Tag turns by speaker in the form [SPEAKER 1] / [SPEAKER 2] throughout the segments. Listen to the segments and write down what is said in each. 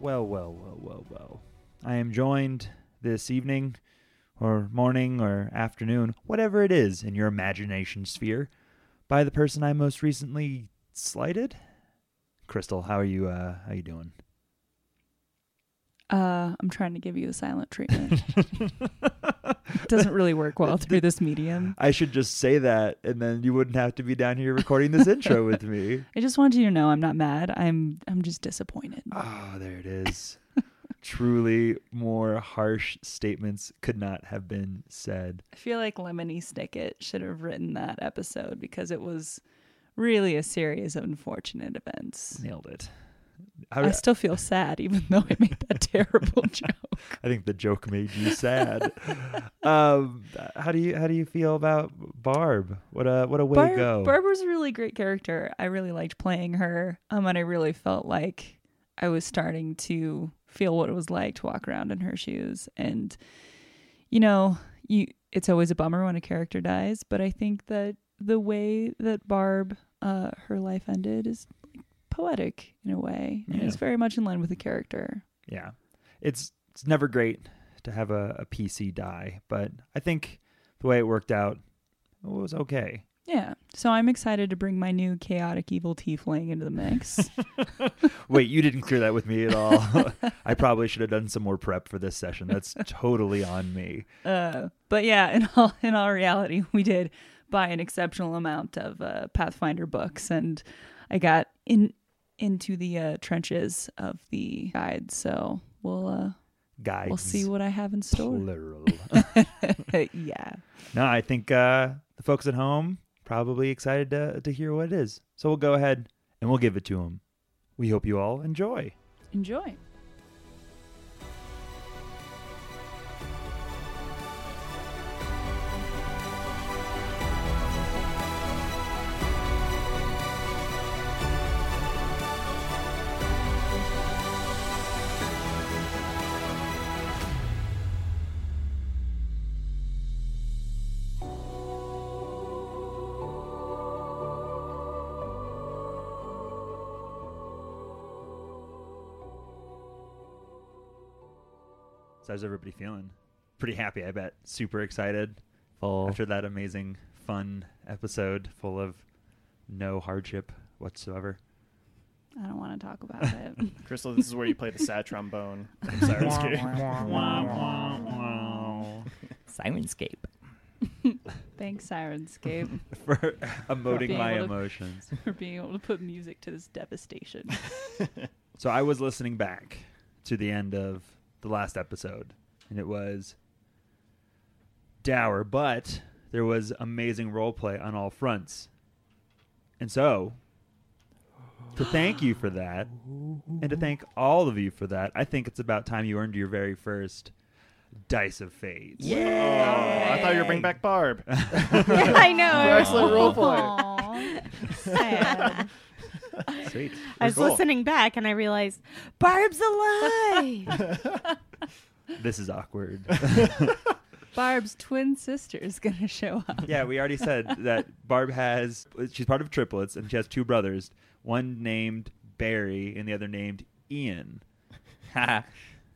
[SPEAKER 1] Well, well, well, well, well. I am joined this evening, or morning, or afternoon, whatever it is in your imagination sphere, by the person I most recently slighted. Crystal, how are you? Uh, how you doing?
[SPEAKER 2] Uh, I'm trying to give you a silent treatment. it doesn't really work well through this medium.
[SPEAKER 1] I should just say that, and then you wouldn't have to be down here recording this intro with me.
[SPEAKER 2] I just wanted you to know I'm not mad. I'm I'm just disappointed.
[SPEAKER 1] Oh, there it is. Truly, more harsh statements could not have been said.
[SPEAKER 2] I feel like Lemony Snicket should have written that episode because it was really a series of unfortunate events.
[SPEAKER 1] Nailed it. How
[SPEAKER 2] I still feel sad even though I made that terrible joke.
[SPEAKER 1] I think the joke made you sad. um, how do you how do you feel about Barb? What a what a way
[SPEAKER 2] Barb,
[SPEAKER 1] to go.
[SPEAKER 2] Barb was a really great character. I really liked playing her. Um, and I really felt like I was starting to feel what it was like to walk around in her shoes. And you know, you it's always a bummer when a character dies, but I think that the way that Barb uh, her life ended is poetic in a way, and it's
[SPEAKER 1] Yeah.
[SPEAKER 2] very much in line with the character.
[SPEAKER 1] Yeah, it's it's never great to have a, a PC die, but I think the way it worked out it was okay.
[SPEAKER 2] Yeah, so I'm excited to bring my new chaotic evil tiefling into the mix.
[SPEAKER 1] Wait, you didn't clear that with me at all. I probably should have done some more prep for this session. That's totally on me.
[SPEAKER 2] Uh, but yeah, in all in all reality, we did buy an exceptional amount of uh, Pathfinder books, and I got in into the uh, trenches of the guide. So we'll uh,
[SPEAKER 1] Guys,
[SPEAKER 2] we'll see what I have in store.
[SPEAKER 1] plural.
[SPEAKER 2] yeah,
[SPEAKER 1] No, I think uh, the folks at home probably excited to, to hear what it is. So we'll go ahead and we'll give it to them. We hope you all enjoy.
[SPEAKER 2] enjoy.
[SPEAKER 1] So how's everybody feeling? Pretty happy, I bet. Super excited after that amazing, fun episode full of no hardship whatsoever.
[SPEAKER 2] I don't want to talk about it.
[SPEAKER 3] Crystal, this is where you play the sad trombone. I'm sorry, I'm just kidding.
[SPEAKER 4] Sirenscape.
[SPEAKER 2] Thanks, Sirenscape,
[SPEAKER 1] For emoting
[SPEAKER 2] Being
[SPEAKER 1] my
[SPEAKER 2] able to-
[SPEAKER 1] emotions.
[SPEAKER 2] for being able to put music to this devastation.
[SPEAKER 1] So I was listening back to the end of the last episode, and it was dour, but there was amazing role play on all fronts. And so, to thank you for that, and to thank all of you for that, I think it's about time you earned your very first dice of fate.
[SPEAKER 3] Oh, I thought you were bringing back Barb.
[SPEAKER 5] yeah, I know.
[SPEAKER 3] Excellent role play.
[SPEAKER 2] Aw, sad.
[SPEAKER 1] Sweet.
[SPEAKER 5] I was
[SPEAKER 3] Cool.
[SPEAKER 5] listening back and I realized Barb's alive.
[SPEAKER 1] This is awkward.
[SPEAKER 2] Barb's twin sister is gonna show up.
[SPEAKER 1] yeah, we already said that Barb has she's part of triplets and she has two brothers, one named Barry and the other named Ian.
[SPEAKER 4] uh,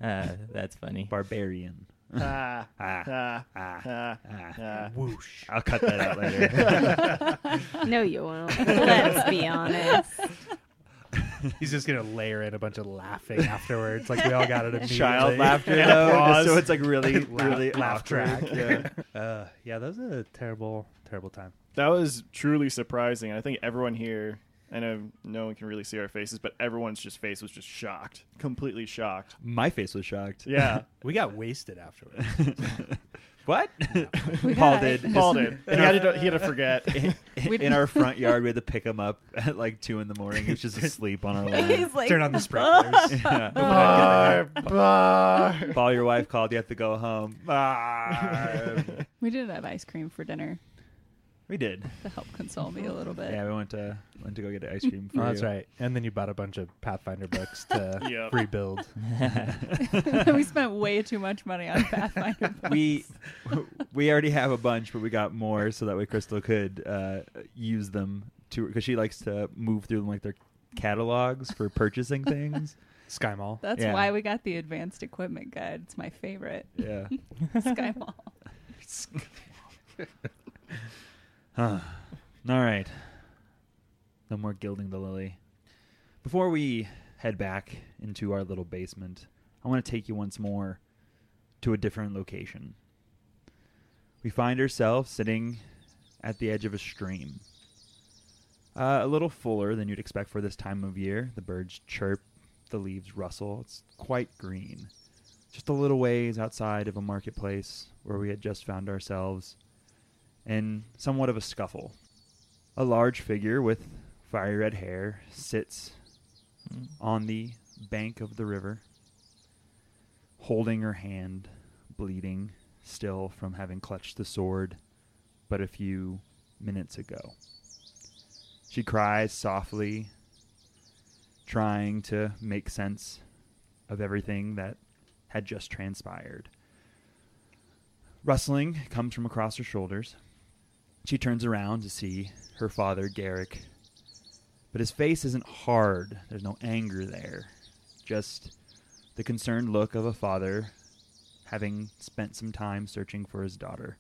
[SPEAKER 4] that's funny.
[SPEAKER 1] Barbarian.
[SPEAKER 3] Ah,
[SPEAKER 1] Ah,
[SPEAKER 3] ah,
[SPEAKER 1] ah,
[SPEAKER 3] ah,
[SPEAKER 1] ah.
[SPEAKER 3] ah.
[SPEAKER 4] Whoosh.
[SPEAKER 1] I'll cut that out later.
[SPEAKER 5] no, you won't. Let's be honest.
[SPEAKER 6] He's just gonna layer in a bunch of laughing afterwards, like we all got it immediately.
[SPEAKER 1] Child laughter
[SPEAKER 6] And
[SPEAKER 1] though,
[SPEAKER 6] applause.
[SPEAKER 1] just so it's like really,
[SPEAKER 6] Laugh-
[SPEAKER 1] really
[SPEAKER 6] laugh
[SPEAKER 1] awkward.
[SPEAKER 6] track.
[SPEAKER 1] Yeah.
[SPEAKER 6] Uh, yeah, that was a terrible, terrible time.
[SPEAKER 3] That was truly surprising. and I think everyone here, I know no one can really see our faces, but everyone's just face was just shocked, completely shocked.
[SPEAKER 1] My face was shocked.
[SPEAKER 3] Yeah,
[SPEAKER 6] We got wasted afterwards.
[SPEAKER 1] What? Paul
[SPEAKER 2] got it.
[SPEAKER 1] did. just-
[SPEAKER 3] Paul did. He had, to, he had to forget.
[SPEAKER 1] In, in our front yard, we had to pick him up at like two in the morning. He was just asleep on our lawn.
[SPEAKER 5] He's like,
[SPEAKER 6] Turn on the sprinklers.
[SPEAKER 1] Yeah.
[SPEAKER 3] Barb, Barb.
[SPEAKER 1] Paul, your wife called. You have to go home. Ah.
[SPEAKER 2] We did have ice cream for dinner
[SPEAKER 1] we did.
[SPEAKER 2] to help console me a little bit.
[SPEAKER 1] Yeah, we went to went to go get ice cream. For
[SPEAKER 6] oh, that's
[SPEAKER 1] you.
[SPEAKER 6] right. And then you bought a bunch of Pathfinder books to
[SPEAKER 3] Yep.
[SPEAKER 6] rebuild.
[SPEAKER 2] we spent way too much money on Pathfinder.
[SPEAKER 1] We we already have a bunch, but we got more so that way Crystal could uh, use them to because she likes to move through them like their catalogs for purchasing things.
[SPEAKER 6] Sky Mall.
[SPEAKER 7] That's
[SPEAKER 1] Yeah.
[SPEAKER 7] why we got the advanced equipment guide. It's my favorite.
[SPEAKER 1] Yeah.
[SPEAKER 7] Sky Mall.
[SPEAKER 1] Huh. All right. No more gilding the lily. Before we head back into our little basement, I want to take you once more to a different location. We find ourselves sitting at the edge of a stream. Uh, a little fuller than you'd expect for this time of year. The birds chirp, the leaves rustle. It's quite green. Just a little ways outside of a marketplace where we had just found ourselves in somewhat of a scuffle. A large figure with fiery red hair sits on the bank of the river, holding her hand, bleeding still from having clutched the sword but a few minutes ago. She cries softly, trying to make sense of everything that had just transpired. Rustling comes from across her shoulders. She turns around to see her father, Garrick. But his face isn't hard. There's no anger there. Just the concerned look of a father having spent some time searching for his daughter.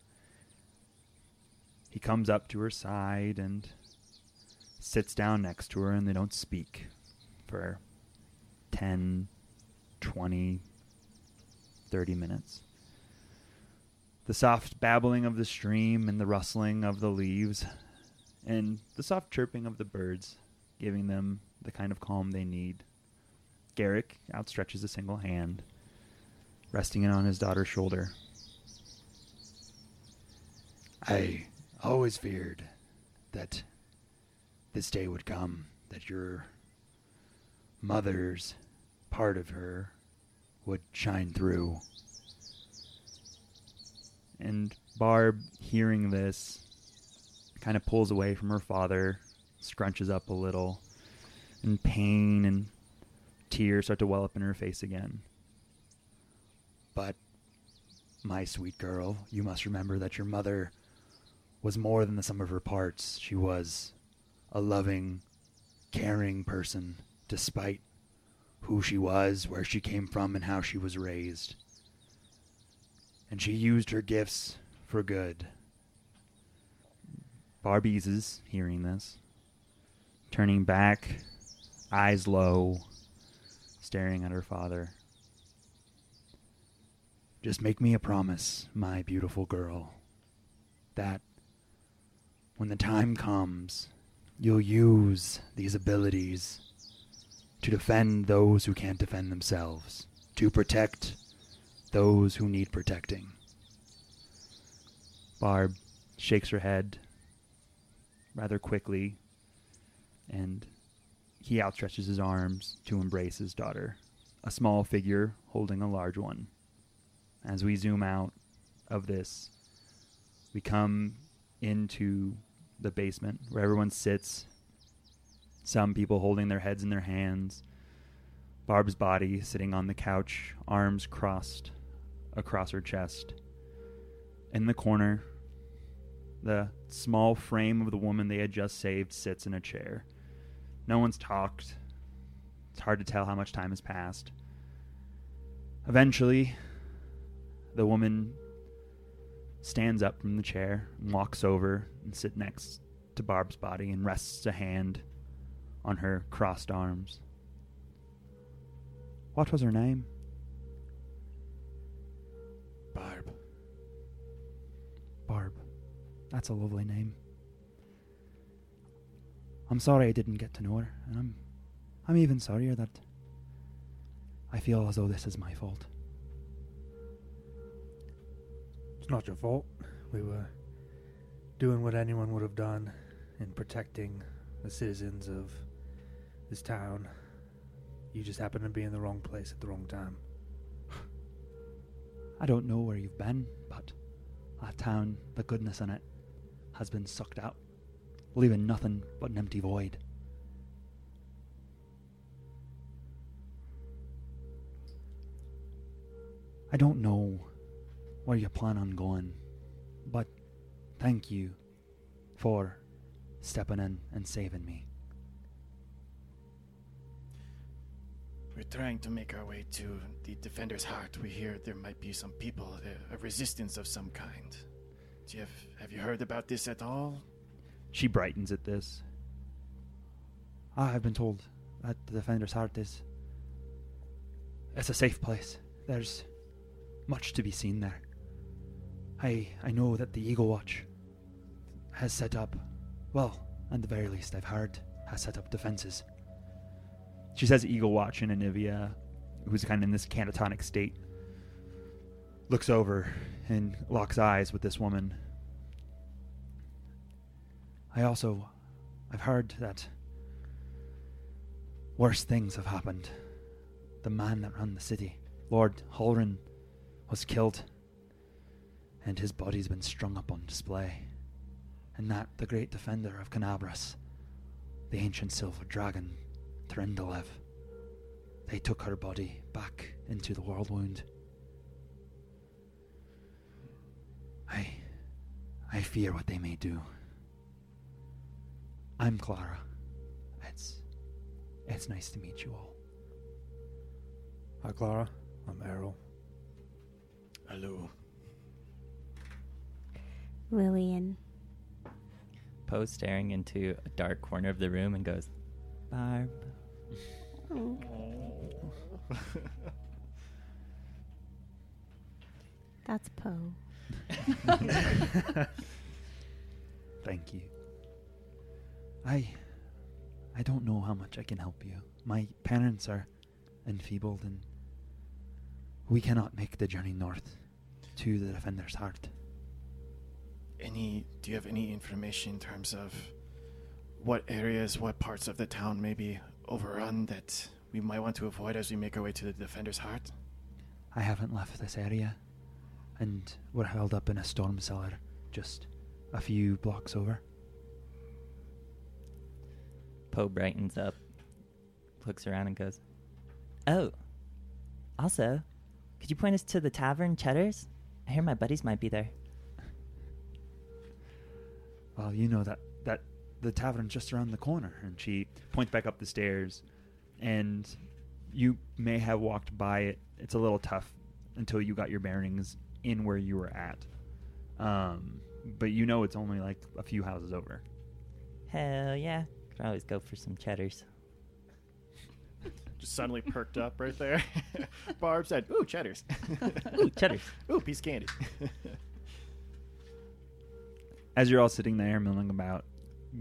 [SPEAKER 1] He comes up to her side and sits down next to her, and they don't speak for 10, 20, 30 minutes. The soft babbling of the stream and the rustling of the leaves and the soft chirping of the birds, giving them the kind of calm they need. Garrick outstretches a single hand, resting it on his daughter's shoulder. I always feared that this day would come, that your mother's part of her would shine through. And Barb, hearing this, kind of pulls away from her father, scrunches up a little, and pain and tears start to well up in her face again. But, my sweet girl, you must remember that your mother was more than the sum of her parts. She was a loving, caring person, despite who she was, where she came from, and how she was raised. And she used her gifts for good. Barbies is hearing this, turning back, eyes low, staring at her father. Just make me a promise, my beautiful girl, that when the time comes, you'll use these abilities to defend those who can't defend themselves, to protect those who need protecting. Barb shakes her head rather quickly, and he outstretches his arms to embrace his daughter, a small figure holding a large one. As we zoom out of this, we come into the basement where everyone sits some people holding their heads in their hands. Barb's body sitting on the couch, arms crossed across her chest. In the corner, the small frame of the woman they had just saved sits in a chair. No one's talked. It's hard to tell how much time has passed. Eventually, the woman stands up from the chair and walks over and sits next to Barb's body and rests a hand on her crossed arms. What was her name?
[SPEAKER 3] Barb.
[SPEAKER 1] Barb. That's a lovely name. I'm sorry I didn't get to know her, and I'm I'm even sorrier that I feel as though this is my fault.
[SPEAKER 6] It's not your fault. We were doing what anyone would have done in protecting the citizens of this town. You just happened to be in the wrong place at the wrong time.
[SPEAKER 1] I don't know where you've been, but that town, the goodness in it, has been sucked out, leaving nothing but an empty void. I don't know where you plan on going, but thank you for stepping in and saving me.
[SPEAKER 3] We're trying to make our way to the Defender's Heart. We hear there might be some people, uh, a resistance of some kind. Do you have, have you heard about this at all?
[SPEAKER 1] She brightens at this. I have been told that the Defender's Heart is. It's a safe place. There's much to be seen there. I I know that the Eagle Watch has set up, well, at the very least, I've heard, has set up defenses. She says Eagle Watch, and Anivia, who's kind of in this catatonic state, looks over and locks eyes with this woman I also, I've heard that worse things have happened. The man that ran the city, Lord Holren, was killed, and his body's been strung up on display. And that the great defender of Canabras, the ancient silver dragon, Threndolev, they took her body back into the world wound. I, I fear what they may do. I'm Clara. It's it's nice to meet you all.
[SPEAKER 6] Hi, Clara. I'm Errol.
[SPEAKER 3] Hello.
[SPEAKER 5] Lillian.
[SPEAKER 4] Poe staring into a dark corner of the room and goes, Barb.
[SPEAKER 5] That's Poe.
[SPEAKER 1] Thank you. I I don't know how much I can help you. My parents are enfeebled and we cannot make the journey north to the defender's heart.
[SPEAKER 3] Any? Do you have any information in terms of what areas, what parts of the town may be overrun that we might want to avoid as we make our way to the Defender's Heart?
[SPEAKER 1] I haven't left this area and we're held up in a storm cellar just a few blocks over.
[SPEAKER 4] Poe brightens up, looks around and goes, Oh, also, could you point us to the tavern, Cheddar's? I hear my buddies might be there.
[SPEAKER 1] Well, you know that that the tavern's just around the corner, and she points back up the stairs, and you may have walked by it. It's a little tough until you got your bearings in where you were at, um, but you know it's only like a few houses over.
[SPEAKER 4] Hell yeah. Could always go for some Cheddar's.
[SPEAKER 3] Just suddenly perked up right there. Barb said, "Ooh, cheddars!
[SPEAKER 4] Ooh, Cheddar's.
[SPEAKER 3] Ooh, piece of candy."
[SPEAKER 1] as you're all sitting there milling about,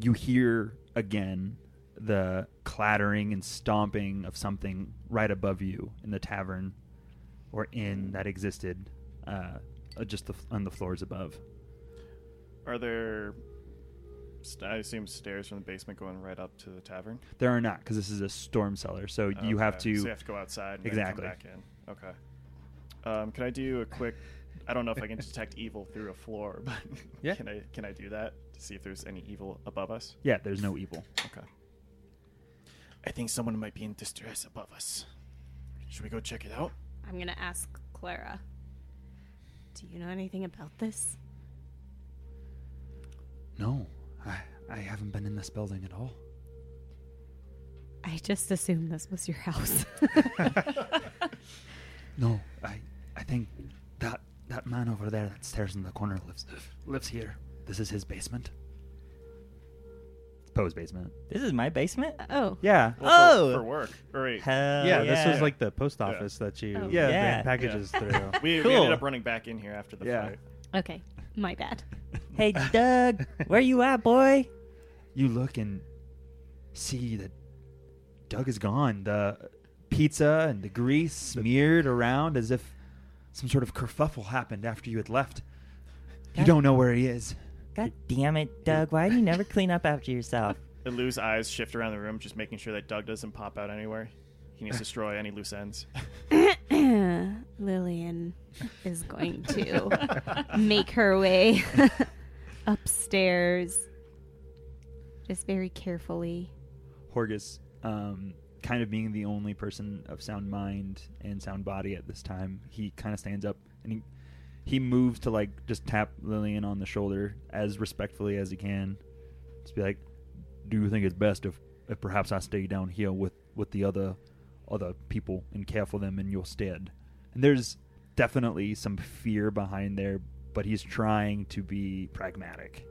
[SPEAKER 1] you hear again the clattering and stomping of something right above you in the tavern or inn that existed uh, uh, just the, on the floors above.
[SPEAKER 3] Are there? st- I assume stairs from the basement going right up to the tavern.
[SPEAKER 1] There are not because this is a storm cellar, so you have
[SPEAKER 3] Okay,
[SPEAKER 1] to.
[SPEAKER 3] So you have to go outside. And then come
[SPEAKER 1] Exactly.
[SPEAKER 3] back in. Okay. Um, can I do a quick? I don't know if I can detect evil through a floor, but
[SPEAKER 1] Yeah.
[SPEAKER 3] can I can I do that to see if there's any evil above us?
[SPEAKER 1] Yeah, there's no evil.
[SPEAKER 3] Okay. I think someone might be in distress above us. Should we go check it out?
[SPEAKER 5] I'm going to ask Clara. Do you know anything about this?
[SPEAKER 1] No, I, I haven't been in this building at all.
[SPEAKER 5] I just assumed this was your house.
[SPEAKER 1] No, I I think that that man over there that stairs in the corner lives lives here. This is his basement. It's Poe's basement.
[SPEAKER 4] This is my basement?
[SPEAKER 5] oh.
[SPEAKER 6] Yeah.
[SPEAKER 3] Well, for-
[SPEAKER 4] Oh!
[SPEAKER 3] for work. All right.
[SPEAKER 4] Hell
[SPEAKER 6] yeah,
[SPEAKER 4] yeah.
[SPEAKER 6] this was like the post
[SPEAKER 3] Yeah.
[SPEAKER 6] office that you
[SPEAKER 5] Oh.
[SPEAKER 6] ran
[SPEAKER 5] Yeah.
[SPEAKER 4] Yeah.
[SPEAKER 6] packages through.
[SPEAKER 3] We, we ended up running back in here after the
[SPEAKER 1] Yeah.
[SPEAKER 3] fight.
[SPEAKER 5] Okay. My bad.
[SPEAKER 4] Hey, Doug, where you at, boy?
[SPEAKER 1] You look and see that Doug is gone. The pizza and the grease smeared around as if some sort of kerfuffle happened after you had left. You
[SPEAKER 4] God-
[SPEAKER 1] don't know where he is.
[SPEAKER 4] God damn it, Doug. Why do you never clean up after yourself?
[SPEAKER 3] And Lou's eyes shift around the room, just making sure that Doug doesn't pop out anywhere. He needs to destroy any loose ends.
[SPEAKER 5] Lillian is going to make her way upstairs just very carefully.
[SPEAKER 1] Horgus, um, kind of being the only person of sound mind and sound body at this time, he kind of stands up and he he moves to like just tap Lillian on the shoulder as respectfully as he can. Just be like, "Do you think it's best if, if perhaps I stay down here with with the other other people and care for them in your stead. And there's definitely some fear behind there, but he's trying to be pragmatic.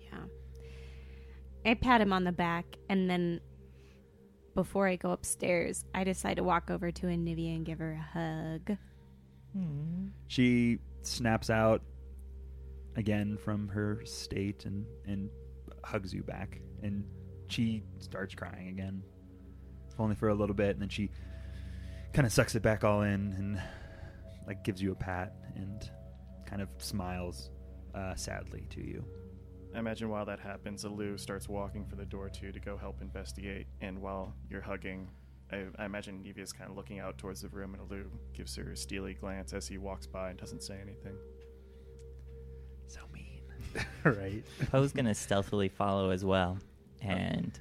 [SPEAKER 5] Yeah. I pat him on the back, and then before I go upstairs, I decide to walk over to Anivia and give her a hug. Hmm.
[SPEAKER 1] She snaps out again from her state and, and hugs you back. And she starts crying again, only for a little bit. And then she kind of sucks it back all in and like gives you a pat and kind of smiles uh, sadly to you.
[SPEAKER 3] I imagine while that happens, Alu starts walking for the door too to go help investigate. And while you're hugging, I, I imagine Nevia's kind of looking out towards the room, and Alu gives her a steely glance as he walks by and doesn't say anything.
[SPEAKER 1] So mean.
[SPEAKER 6] right. Oh.
[SPEAKER 4] Poe's gonna stealthily follow as well and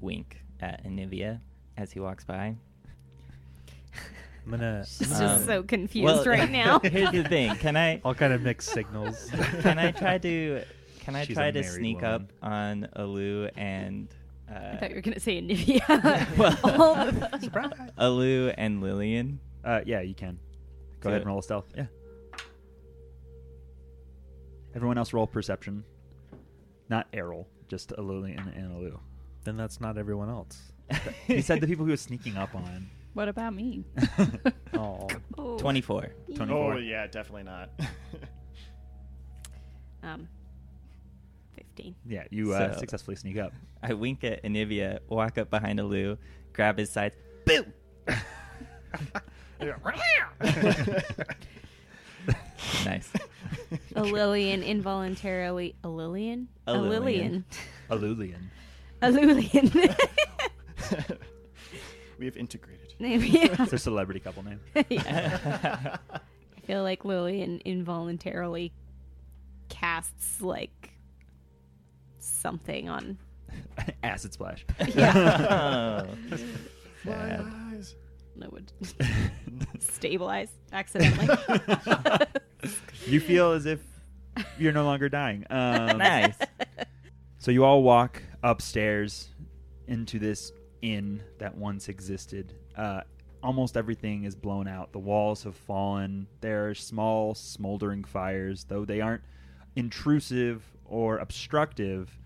[SPEAKER 4] wink at Anivia as he walks by.
[SPEAKER 6] I'm gonna.
[SPEAKER 5] She's
[SPEAKER 4] Um,
[SPEAKER 5] just so confused
[SPEAKER 4] well,
[SPEAKER 5] right now.
[SPEAKER 4] here's the thing. Can I
[SPEAKER 6] All kind of mixed signals.
[SPEAKER 4] can I try to can I
[SPEAKER 1] She's a
[SPEAKER 4] try to
[SPEAKER 1] married
[SPEAKER 4] sneak
[SPEAKER 1] woman.
[SPEAKER 4] up on Alu and
[SPEAKER 5] I
[SPEAKER 4] uh,
[SPEAKER 5] thought you were going to say Anivia.
[SPEAKER 4] Well-
[SPEAKER 5] All the-
[SPEAKER 6] Surprise.
[SPEAKER 4] Alu and Lillian?
[SPEAKER 1] Uh, yeah, you can.
[SPEAKER 4] Do
[SPEAKER 1] Go ahead
[SPEAKER 4] it.
[SPEAKER 1] and roll a stealth. Yeah. Everyone else roll perception. Not Errol, just Aluli and Analu.
[SPEAKER 6] Then that's not everyone else.
[SPEAKER 1] He said the people he was sneaking up on.
[SPEAKER 7] What about me?
[SPEAKER 6] Oh,
[SPEAKER 5] Oh.
[SPEAKER 4] twenty four.
[SPEAKER 1] 24.
[SPEAKER 3] Oh, yeah, definitely not.
[SPEAKER 5] Um, 15.
[SPEAKER 1] Yeah, you uh,
[SPEAKER 4] So-
[SPEAKER 1] successfully sneak up.
[SPEAKER 4] I wink at Anivia, walk up behind Alu, grab his sides, boo! nice.
[SPEAKER 5] A Lillian involuntarily. A Lillian?
[SPEAKER 4] A
[SPEAKER 5] A Lillian.
[SPEAKER 1] Alulian.
[SPEAKER 5] A Lillian.
[SPEAKER 3] we have integrated.
[SPEAKER 5] Maybe.
[SPEAKER 1] It's their celebrity couple name.
[SPEAKER 5] I feel like Lillian involuntarily casts like something on.
[SPEAKER 1] Acid splash.
[SPEAKER 4] Oh.
[SPEAKER 3] My
[SPEAKER 4] Sad.
[SPEAKER 3] eyes.
[SPEAKER 5] No, would stabilize accidentally.
[SPEAKER 1] You feel as if you're no longer dying. Um,
[SPEAKER 4] nice.
[SPEAKER 1] So you all walk upstairs into this inn that once existed. Uh, almost everything is blown out. The walls have fallen. There are small smoldering fires, though they aren't intrusive or obstructive.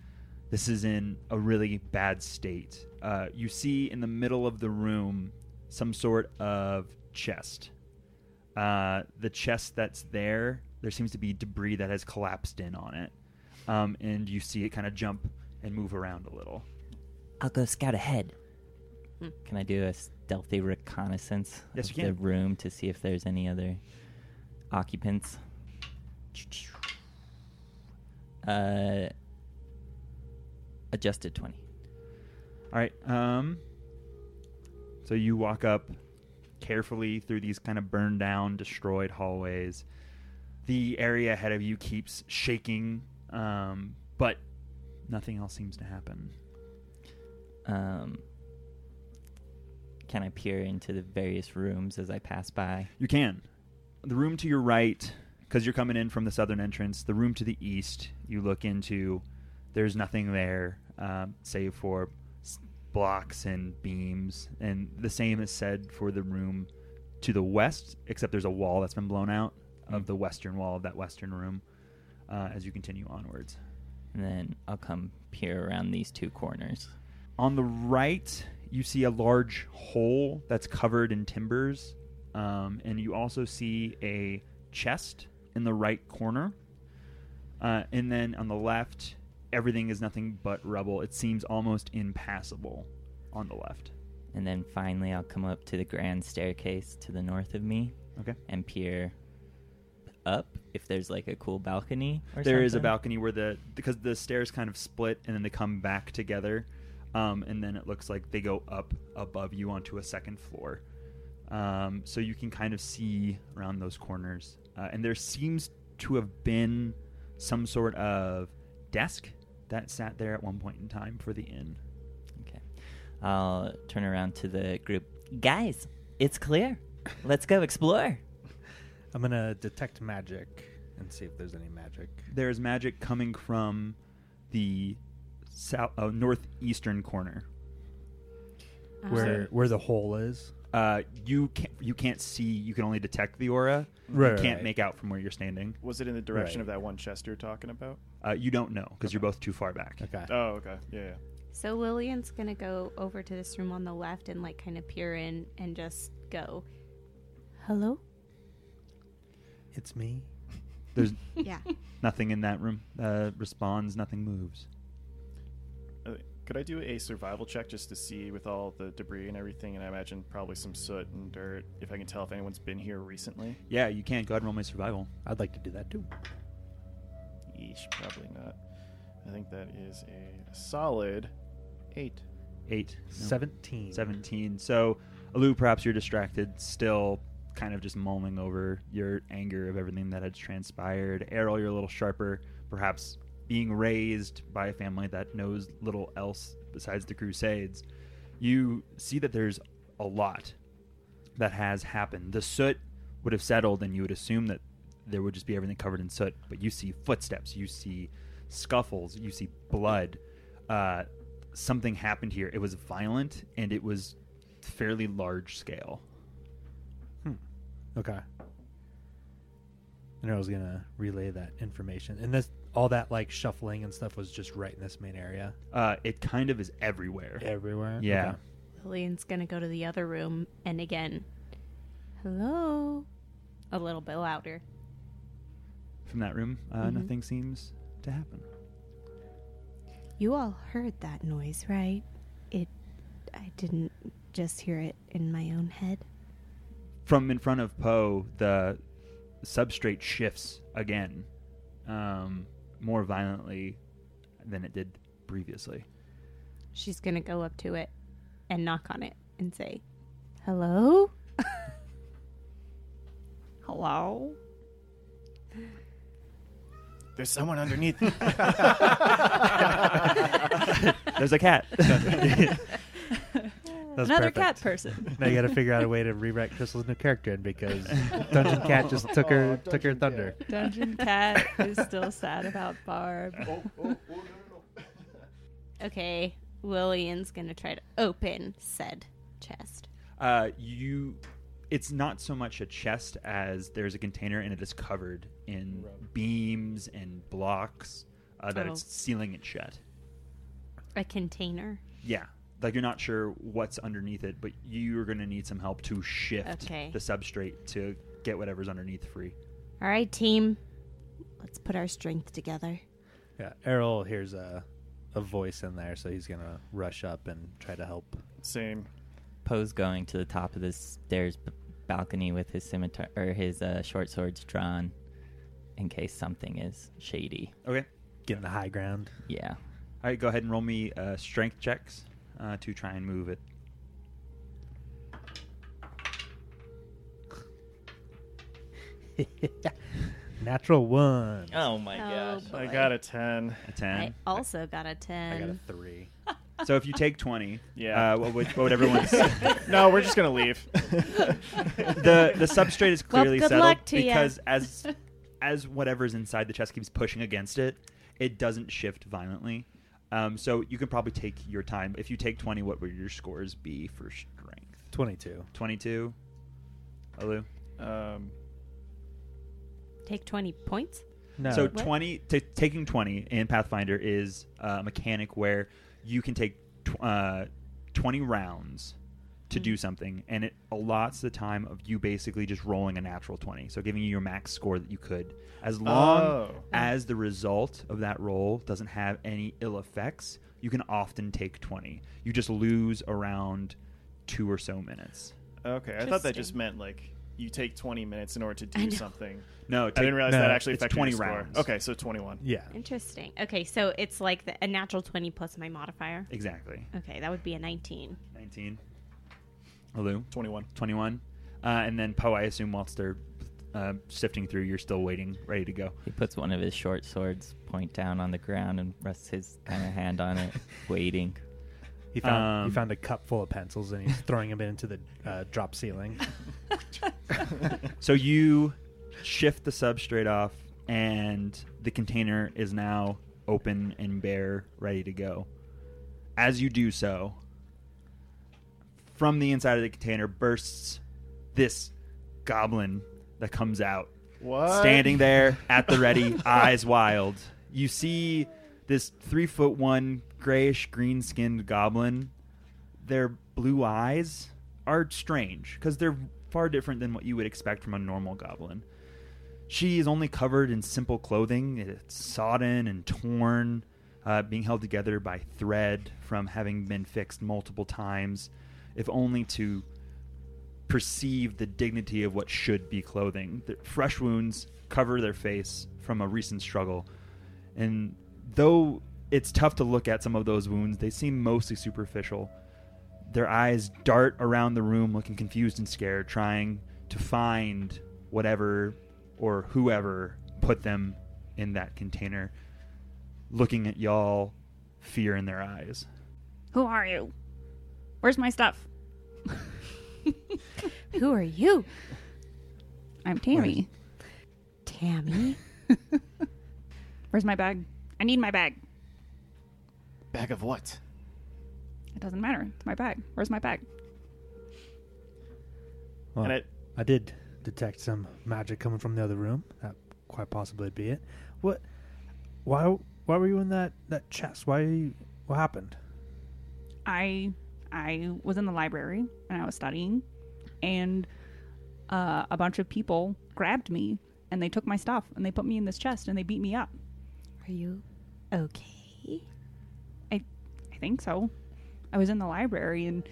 [SPEAKER 1] This is in a really bad state. Uh, you see in the middle of the room some sort of chest. Uh, the chest that's there, there seems to be debris that has collapsed in on it um, and you see it kind of jump and move around a little.
[SPEAKER 4] I'll go scout ahead.
[SPEAKER 5] Hmm.
[SPEAKER 4] Can I do a stealthy reconnaissance
[SPEAKER 1] Yes,
[SPEAKER 4] of
[SPEAKER 1] you
[SPEAKER 4] the
[SPEAKER 1] can.
[SPEAKER 4] room to see if there's any other occupants? Uh, adjusted twenty.
[SPEAKER 1] All right. Um, so you walk up carefully through these kind of burned down, destroyed hallways. The area ahead of you keeps shaking, um, but nothing else seems to happen.
[SPEAKER 4] Um, can I peer into the various rooms as I pass by?
[SPEAKER 1] You can. The room to your right, because you're coming in from the southern entrance, the room to the east, you look into, there's nothing there um, save for s- blocks and beams. And the same is said for the room to the west, except there's a wall that's been blown out of
[SPEAKER 4] Mm.
[SPEAKER 1] the western wall of that western room uh, as you continue onwards.
[SPEAKER 4] And then I'll come peer around these two corners.
[SPEAKER 1] On the right, you see a large hole that's covered in timbers, um, and you also see a chest in the right corner. Uh, and then on the left, everything is nothing but rubble. It seems almost impassable on the left.
[SPEAKER 4] And then finally, I'll come up to the grand staircase to the north of me
[SPEAKER 1] Okay.
[SPEAKER 4] and peer up if there's like a cool balcony or
[SPEAKER 1] There is a
[SPEAKER 4] something.
[SPEAKER 1] balcony where the because the stairs kind of split and then they come back together, um, and then it looks like they go up above you onto a second floor. Um, so you can kind of see around those corners, uh, and there seems to have been some sort of desk that sat there at one point in time for the inn.
[SPEAKER 4] Okay. I'll turn around to the group. Guys, it's clear. Let's go explore.
[SPEAKER 6] I'm gonna detect magic and see if there's any magic.
[SPEAKER 1] There is magic coming from the south uh, northeastern corner.
[SPEAKER 5] Um,
[SPEAKER 4] Uh-huh.
[SPEAKER 6] where where the hole is.
[SPEAKER 1] Uh, you can't you can't see. You can only detect the aura.
[SPEAKER 6] Right,
[SPEAKER 1] you
[SPEAKER 6] right,
[SPEAKER 1] can't
[SPEAKER 6] right.
[SPEAKER 1] make out from where you're standing.
[SPEAKER 3] Was it in the direction
[SPEAKER 6] Right.
[SPEAKER 3] of that one chest you're talking about?
[SPEAKER 1] Uh, you don't know because you're both too far back.
[SPEAKER 2] Okay.
[SPEAKER 3] Oh, okay. Yeah, yeah.
[SPEAKER 5] So Lillian's gonna go over to this room on the left and like kind of peer in and just go, "Hello."
[SPEAKER 6] It's me.
[SPEAKER 1] There's
[SPEAKER 5] Yeah.
[SPEAKER 1] nothing in that room. Uh, responds. Nothing moves.
[SPEAKER 3] Uh, Could I do a survival check just to see with all the debris and everything, and I imagine probably some soot and dirt, if I can tell if anyone's been here recently?
[SPEAKER 1] Yeah, you can. Go ahead and roll my survival.
[SPEAKER 2] I'd like to do that too.
[SPEAKER 3] Yeesh, probably not. I think that is a solid eight.
[SPEAKER 1] Eight. No.
[SPEAKER 6] 17.
[SPEAKER 1] 17. So, Alu, perhaps you're distracted, still kind of just mulling over your anger of everything that had transpired. Errol, you're a little sharper, perhaps being raised by a family that knows little else besides the Crusades. You see that there's a lot that has happened. The soot would have settled, and you would assume that there would just be everything covered in soot. But you see footsteps, you see scuffles, you see blood. Uh, something happened here. It was violent, and it was fairly large scale.
[SPEAKER 2] Okay.
[SPEAKER 6] And I was gonna relay that information. And this, all that like shuffling and stuff was just right in this main area.
[SPEAKER 1] Uh, it kind of is everywhere.
[SPEAKER 2] Everywhere.
[SPEAKER 1] Yeah.
[SPEAKER 2] Okay.
[SPEAKER 5] Lillian's gonna go to the other room and again, "Hello." A little bit louder.
[SPEAKER 1] From that room, uh,
[SPEAKER 5] Mhm.
[SPEAKER 1] nothing seems to happen.
[SPEAKER 5] You all heard that noise, right? It. I didn't just hear it in my own head.
[SPEAKER 1] From in front of Poe, the substrate shifts again, um, more violently than it did previously.
[SPEAKER 5] She's gonna go up to it and knock on it and say, "Hello."
[SPEAKER 7] Hello?
[SPEAKER 3] There's someone underneath.
[SPEAKER 1] There's a cat.
[SPEAKER 6] That's
[SPEAKER 7] Another
[SPEAKER 6] perfect.
[SPEAKER 7] cat person.
[SPEAKER 6] Now you got to figure out a way to rewrite Crystal's new character in because Dungeon Cat just took her
[SPEAKER 2] Aw,
[SPEAKER 6] took her
[SPEAKER 2] Dungeon
[SPEAKER 6] thunder.
[SPEAKER 7] Dungeon Cat is still sad about Barb.
[SPEAKER 5] Okay, Lillian's gonna try to open said chest.
[SPEAKER 1] uh, you, it's not so much a chest as there's a container and it is covered in beams and blocks uh, that
[SPEAKER 5] Oh.
[SPEAKER 1] it's sealing it shut.
[SPEAKER 5] A container.
[SPEAKER 1] Yeah. Like you're not sure what's underneath it, but you're going to need some help to shift
[SPEAKER 5] Okay.
[SPEAKER 1] the substrate to get whatever's underneath free.
[SPEAKER 5] All right, team. Let's put our strength together.
[SPEAKER 6] Yeah, Errol hears a a voice in there, so he's gonna rush up and try to help.
[SPEAKER 3] Same.
[SPEAKER 4] Poe's going to the top of this stairs b- balcony with his scimitar or his uh, short swords drawn, in case something is shady.
[SPEAKER 1] Okay.
[SPEAKER 6] Get in the high ground.
[SPEAKER 4] Yeah.
[SPEAKER 1] All right, go ahead and roll me uh, strength checks uh, to try and move it.
[SPEAKER 6] Natural one.
[SPEAKER 4] Oh my
[SPEAKER 5] Oh, gosh.
[SPEAKER 3] I
[SPEAKER 5] Boy.
[SPEAKER 3] got a 10.
[SPEAKER 1] A
[SPEAKER 5] I
[SPEAKER 1] 10.
[SPEAKER 5] also got a
[SPEAKER 6] I got a
[SPEAKER 5] ten.
[SPEAKER 6] three.
[SPEAKER 1] So if you take 20,
[SPEAKER 3] Yeah.
[SPEAKER 1] uh, what would, what would everyone say?
[SPEAKER 3] No, we're just going to leave.
[SPEAKER 1] the the substrate is
[SPEAKER 5] Well,
[SPEAKER 1] clearly
[SPEAKER 5] good
[SPEAKER 1] settled
[SPEAKER 5] luck to ya.
[SPEAKER 1] because as as whatever's inside the chest keeps pushing against it, it doesn't shift violently. Um, so you can probably take your time. If you take twenty, what would your scores be for strength?
[SPEAKER 6] Twenty-two.
[SPEAKER 1] Twenty two. Alu.
[SPEAKER 3] um,
[SPEAKER 5] Take twenty points.
[SPEAKER 6] No.
[SPEAKER 1] So
[SPEAKER 6] So
[SPEAKER 5] What?
[SPEAKER 1] twenty ta- taking twenty in Pathfinder is a mechanic where you can take tw- uh, twenty rounds to do something, and it allots the time of you basically just rolling a natural twenty, so giving you your max score that you could, as long
[SPEAKER 3] Oh.
[SPEAKER 1] as the result of that roll doesn't have any ill effects. You can often take twenty. You just lose around two or so minutes.
[SPEAKER 3] okay. I thought that just
[SPEAKER 5] Interesting.
[SPEAKER 3] meant like you take 20 minutes in order to
[SPEAKER 5] I
[SPEAKER 3] do
[SPEAKER 5] know.
[SPEAKER 3] something.
[SPEAKER 1] No,
[SPEAKER 3] I didn't realize
[SPEAKER 6] no,
[SPEAKER 3] that actually
[SPEAKER 1] it's
[SPEAKER 3] affected
[SPEAKER 1] 20
[SPEAKER 3] your score.
[SPEAKER 1] rounds.
[SPEAKER 3] Okay, so 21.
[SPEAKER 6] yeah,
[SPEAKER 5] Interesting. Okay, so it's like the, a natural twenty plus my modifier.
[SPEAKER 1] exactly
[SPEAKER 5] Okay, that would be a nineteen.
[SPEAKER 1] nineteen. Alu.
[SPEAKER 3] 21.
[SPEAKER 1] 21. Uh, and then Poe, I assume, whilst they're uh, sifting through, you're still waiting, ready to go.
[SPEAKER 4] He puts one of his short swords point down on the ground and rests his kind of hand on it, waiting.
[SPEAKER 6] he found
[SPEAKER 1] Um,
[SPEAKER 6] he found a cup full of pencils and he's throwing them into the uh, drop ceiling.
[SPEAKER 1] So you shift the substrate off, and the container is now open and bare, ready to go. As you do so, from the inside of the container bursts this goblin that comes out
[SPEAKER 3] What?
[SPEAKER 1] standing there at the ready, eyes wild. You see this three foot one grayish green skinned goblin. Their blue eyes are strange because they're far different than what you would expect from a normal goblin. She is only covered in simple clothing. It's sodden and torn, uh, being held together by thread from having been fixed multiple times, if only to perceive the dignity of what should be clothing. The fresh wounds cover their face from a recent struggle. And though it's tough to look at some of those wounds, they seem mostly superficial. Their eyes dart around the room looking confused and scared, trying to find whatever or whoever put them in that container, looking at y'all, fear in their eyes.
[SPEAKER 2] Who are you? Where's my stuff?
[SPEAKER 5] Who are you,
[SPEAKER 2] I'm Tammy.
[SPEAKER 5] Tammy?
[SPEAKER 2] Where's my bag? I need my bag.
[SPEAKER 3] Bag of what?
[SPEAKER 2] It doesn't matter. It's my bag. Where's my bag?
[SPEAKER 6] Well,
[SPEAKER 3] And it,
[SPEAKER 6] I did detect some magic coming from the other room. That quite possibly be it. What? Why? Why were you in that that chest? Why? What happened?
[SPEAKER 2] I I was in the library and I was studying, and uh, a bunch of people grabbed me and they took my stuff and they put me in this chest and they beat me up.
[SPEAKER 5] Are you okay?
[SPEAKER 2] I think so. I was in the library and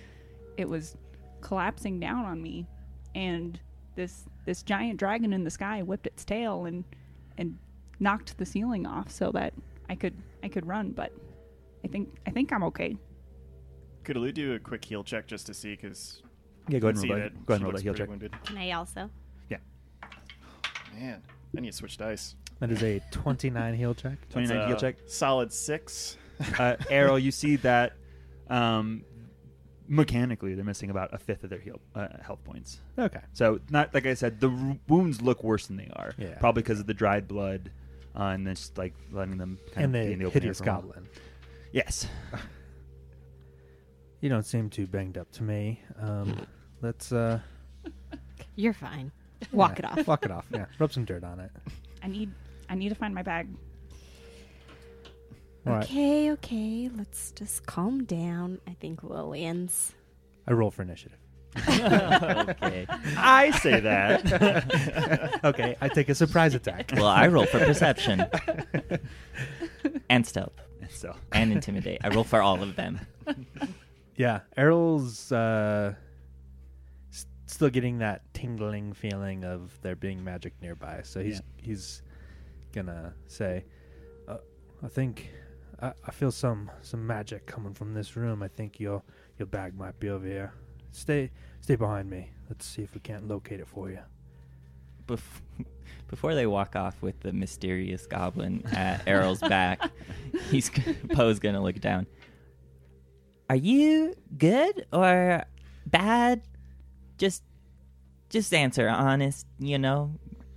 [SPEAKER 2] it was collapsing down on me, and this this giant dragon in the sky whipped its tail and and knocked the ceiling off so that I could I could run. But I think I think I'm okay.
[SPEAKER 3] could Lou do a quick heal check just to see? Because
[SPEAKER 1] Yeah, go ahead
[SPEAKER 3] see
[SPEAKER 1] and roll
[SPEAKER 3] that
[SPEAKER 1] that. Go ahead
[SPEAKER 3] she
[SPEAKER 1] and roll
[SPEAKER 3] looks
[SPEAKER 1] that heal
[SPEAKER 3] pretty
[SPEAKER 1] check.
[SPEAKER 3] Wounded.
[SPEAKER 5] Can I also?
[SPEAKER 3] Man, I need to switch dice.
[SPEAKER 6] That is a twenty-nine heal check.
[SPEAKER 3] That's
[SPEAKER 1] 29
[SPEAKER 3] a
[SPEAKER 1] heal check.
[SPEAKER 3] Solid six.
[SPEAKER 1] uh, Errol, you see that um, mechanically they're missing about a fifth of their heal, uh, health points.
[SPEAKER 6] Okay.
[SPEAKER 1] So, not like I said, the r- wounds look worse than they are.
[SPEAKER 6] Yeah.
[SPEAKER 1] Probably because of the dried blood uh, and just like letting them kind
[SPEAKER 6] And
[SPEAKER 1] of be in the
[SPEAKER 6] the
[SPEAKER 1] open air
[SPEAKER 6] hideous
[SPEAKER 1] for a while.
[SPEAKER 6] goblin.
[SPEAKER 1] Yes.
[SPEAKER 6] You don't seem too banged up to me. Um, let's uh,
[SPEAKER 5] You're fine. Walk it off.
[SPEAKER 6] Walk it off. Yeah. Rub some dirt on it.
[SPEAKER 2] I need I need to find my bag.
[SPEAKER 6] All right.
[SPEAKER 5] Okay, okay. Let's just calm down. I think Lillian's.
[SPEAKER 6] I roll for initiative.
[SPEAKER 4] okay.
[SPEAKER 1] I say that.
[SPEAKER 6] Okay. I take a surprise attack.
[SPEAKER 4] Well, I roll for perception and stealth
[SPEAKER 1] so,
[SPEAKER 4] and intimidate. I roll for all of them.
[SPEAKER 6] Yeah, Errol's uh, s- still getting that tingling feeling of there being magic nearby, so he's he's gonna say, uh, "I think I, I feel some some magic coming from this room. I think your your bag might be over here. Stay stay behind me. Let's see if we can't locate it for you."
[SPEAKER 4] Bef- before they walk off with the mysterious goblin at Errol's back, he's g- Poe's gonna look down. Are you good or bad? Just, just answer honest. You know,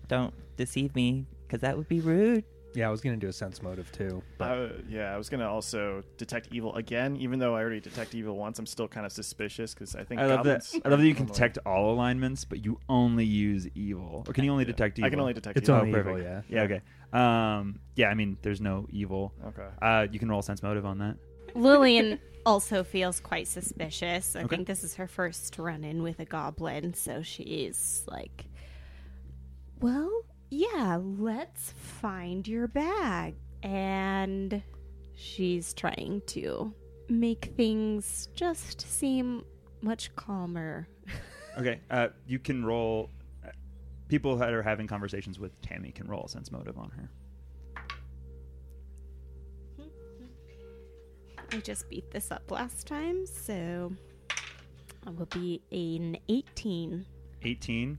[SPEAKER 4] don't deceive me because that would be rude.
[SPEAKER 6] Yeah, I was gonna do a sense motive too, but
[SPEAKER 3] Uh, yeah, I was gonna also detect evil again, even though I already detect evil once. I'm still kind of suspicious because I think
[SPEAKER 1] I love that.
[SPEAKER 3] goblins
[SPEAKER 1] I love that you can
[SPEAKER 3] normally-
[SPEAKER 1] detect all alignments, but you only use evil. Or can you only
[SPEAKER 3] Yeah.
[SPEAKER 1] detect evil?
[SPEAKER 3] I can only detect
[SPEAKER 6] It's
[SPEAKER 3] evil.
[SPEAKER 1] Oh,
[SPEAKER 6] only
[SPEAKER 1] perfect.
[SPEAKER 6] evil, yeah.
[SPEAKER 1] Yeah, okay. Um, yeah, I mean, there's no evil.
[SPEAKER 3] Okay.
[SPEAKER 1] Uh, you can roll sense motive on that.
[SPEAKER 5] Lillian also feels quite suspicious. I
[SPEAKER 1] Okay.
[SPEAKER 5] think this is her first run in with a goblin, so she's like, Well, yeah, let's find your bag. And she's trying to make things just seem much calmer.
[SPEAKER 1] Okay, uh, you can roll. uh, People that are having conversations with Tammy can roll a sense motive on her.
[SPEAKER 5] I just beat this up last time, so I will be an 18.
[SPEAKER 1] 18.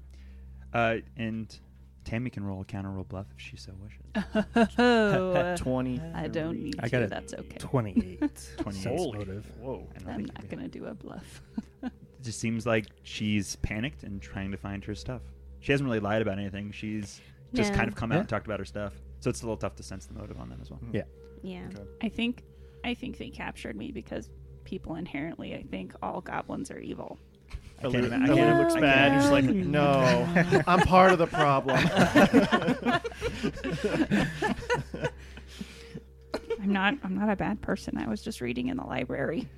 [SPEAKER 1] Uh, and Tammy can roll a counter roll bluff if she so wishes.
[SPEAKER 7] Oh,
[SPEAKER 3] Twenty.
[SPEAKER 7] I don't need
[SPEAKER 6] I
[SPEAKER 7] I
[SPEAKER 6] got
[SPEAKER 7] to.
[SPEAKER 6] a
[SPEAKER 7] That's okay.
[SPEAKER 6] twenty-eight.
[SPEAKER 1] 28.
[SPEAKER 6] sense
[SPEAKER 1] Holy.
[SPEAKER 6] motive.
[SPEAKER 3] Whoa.
[SPEAKER 1] I don't
[SPEAKER 7] I'm
[SPEAKER 1] think you
[SPEAKER 7] not
[SPEAKER 1] can.
[SPEAKER 7] gonna do a bluff.
[SPEAKER 1] It just seems like she's panicked and trying to find her stuff. She hasn't really lied about anything. She's just
[SPEAKER 5] No.
[SPEAKER 1] kind of come out
[SPEAKER 6] Yeah.
[SPEAKER 1] and talked about her stuff. So it's a little tough to sense the motive on that as well.
[SPEAKER 6] Yeah.
[SPEAKER 5] Yeah.
[SPEAKER 3] Okay.
[SPEAKER 2] I think I think they captured me because people inherently. I think all goblins are evil.
[SPEAKER 1] can't
[SPEAKER 3] Elena,
[SPEAKER 1] ima- I
[SPEAKER 3] Elena
[SPEAKER 1] can't-
[SPEAKER 3] looks
[SPEAKER 1] I
[SPEAKER 3] bad.
[SPEAKER 1] can't
[SPEAKER 3] He's like, no, I'm part of the problem.
[SPEAKER 2] I'm not. I'm not a bad person. I was just reading in the library.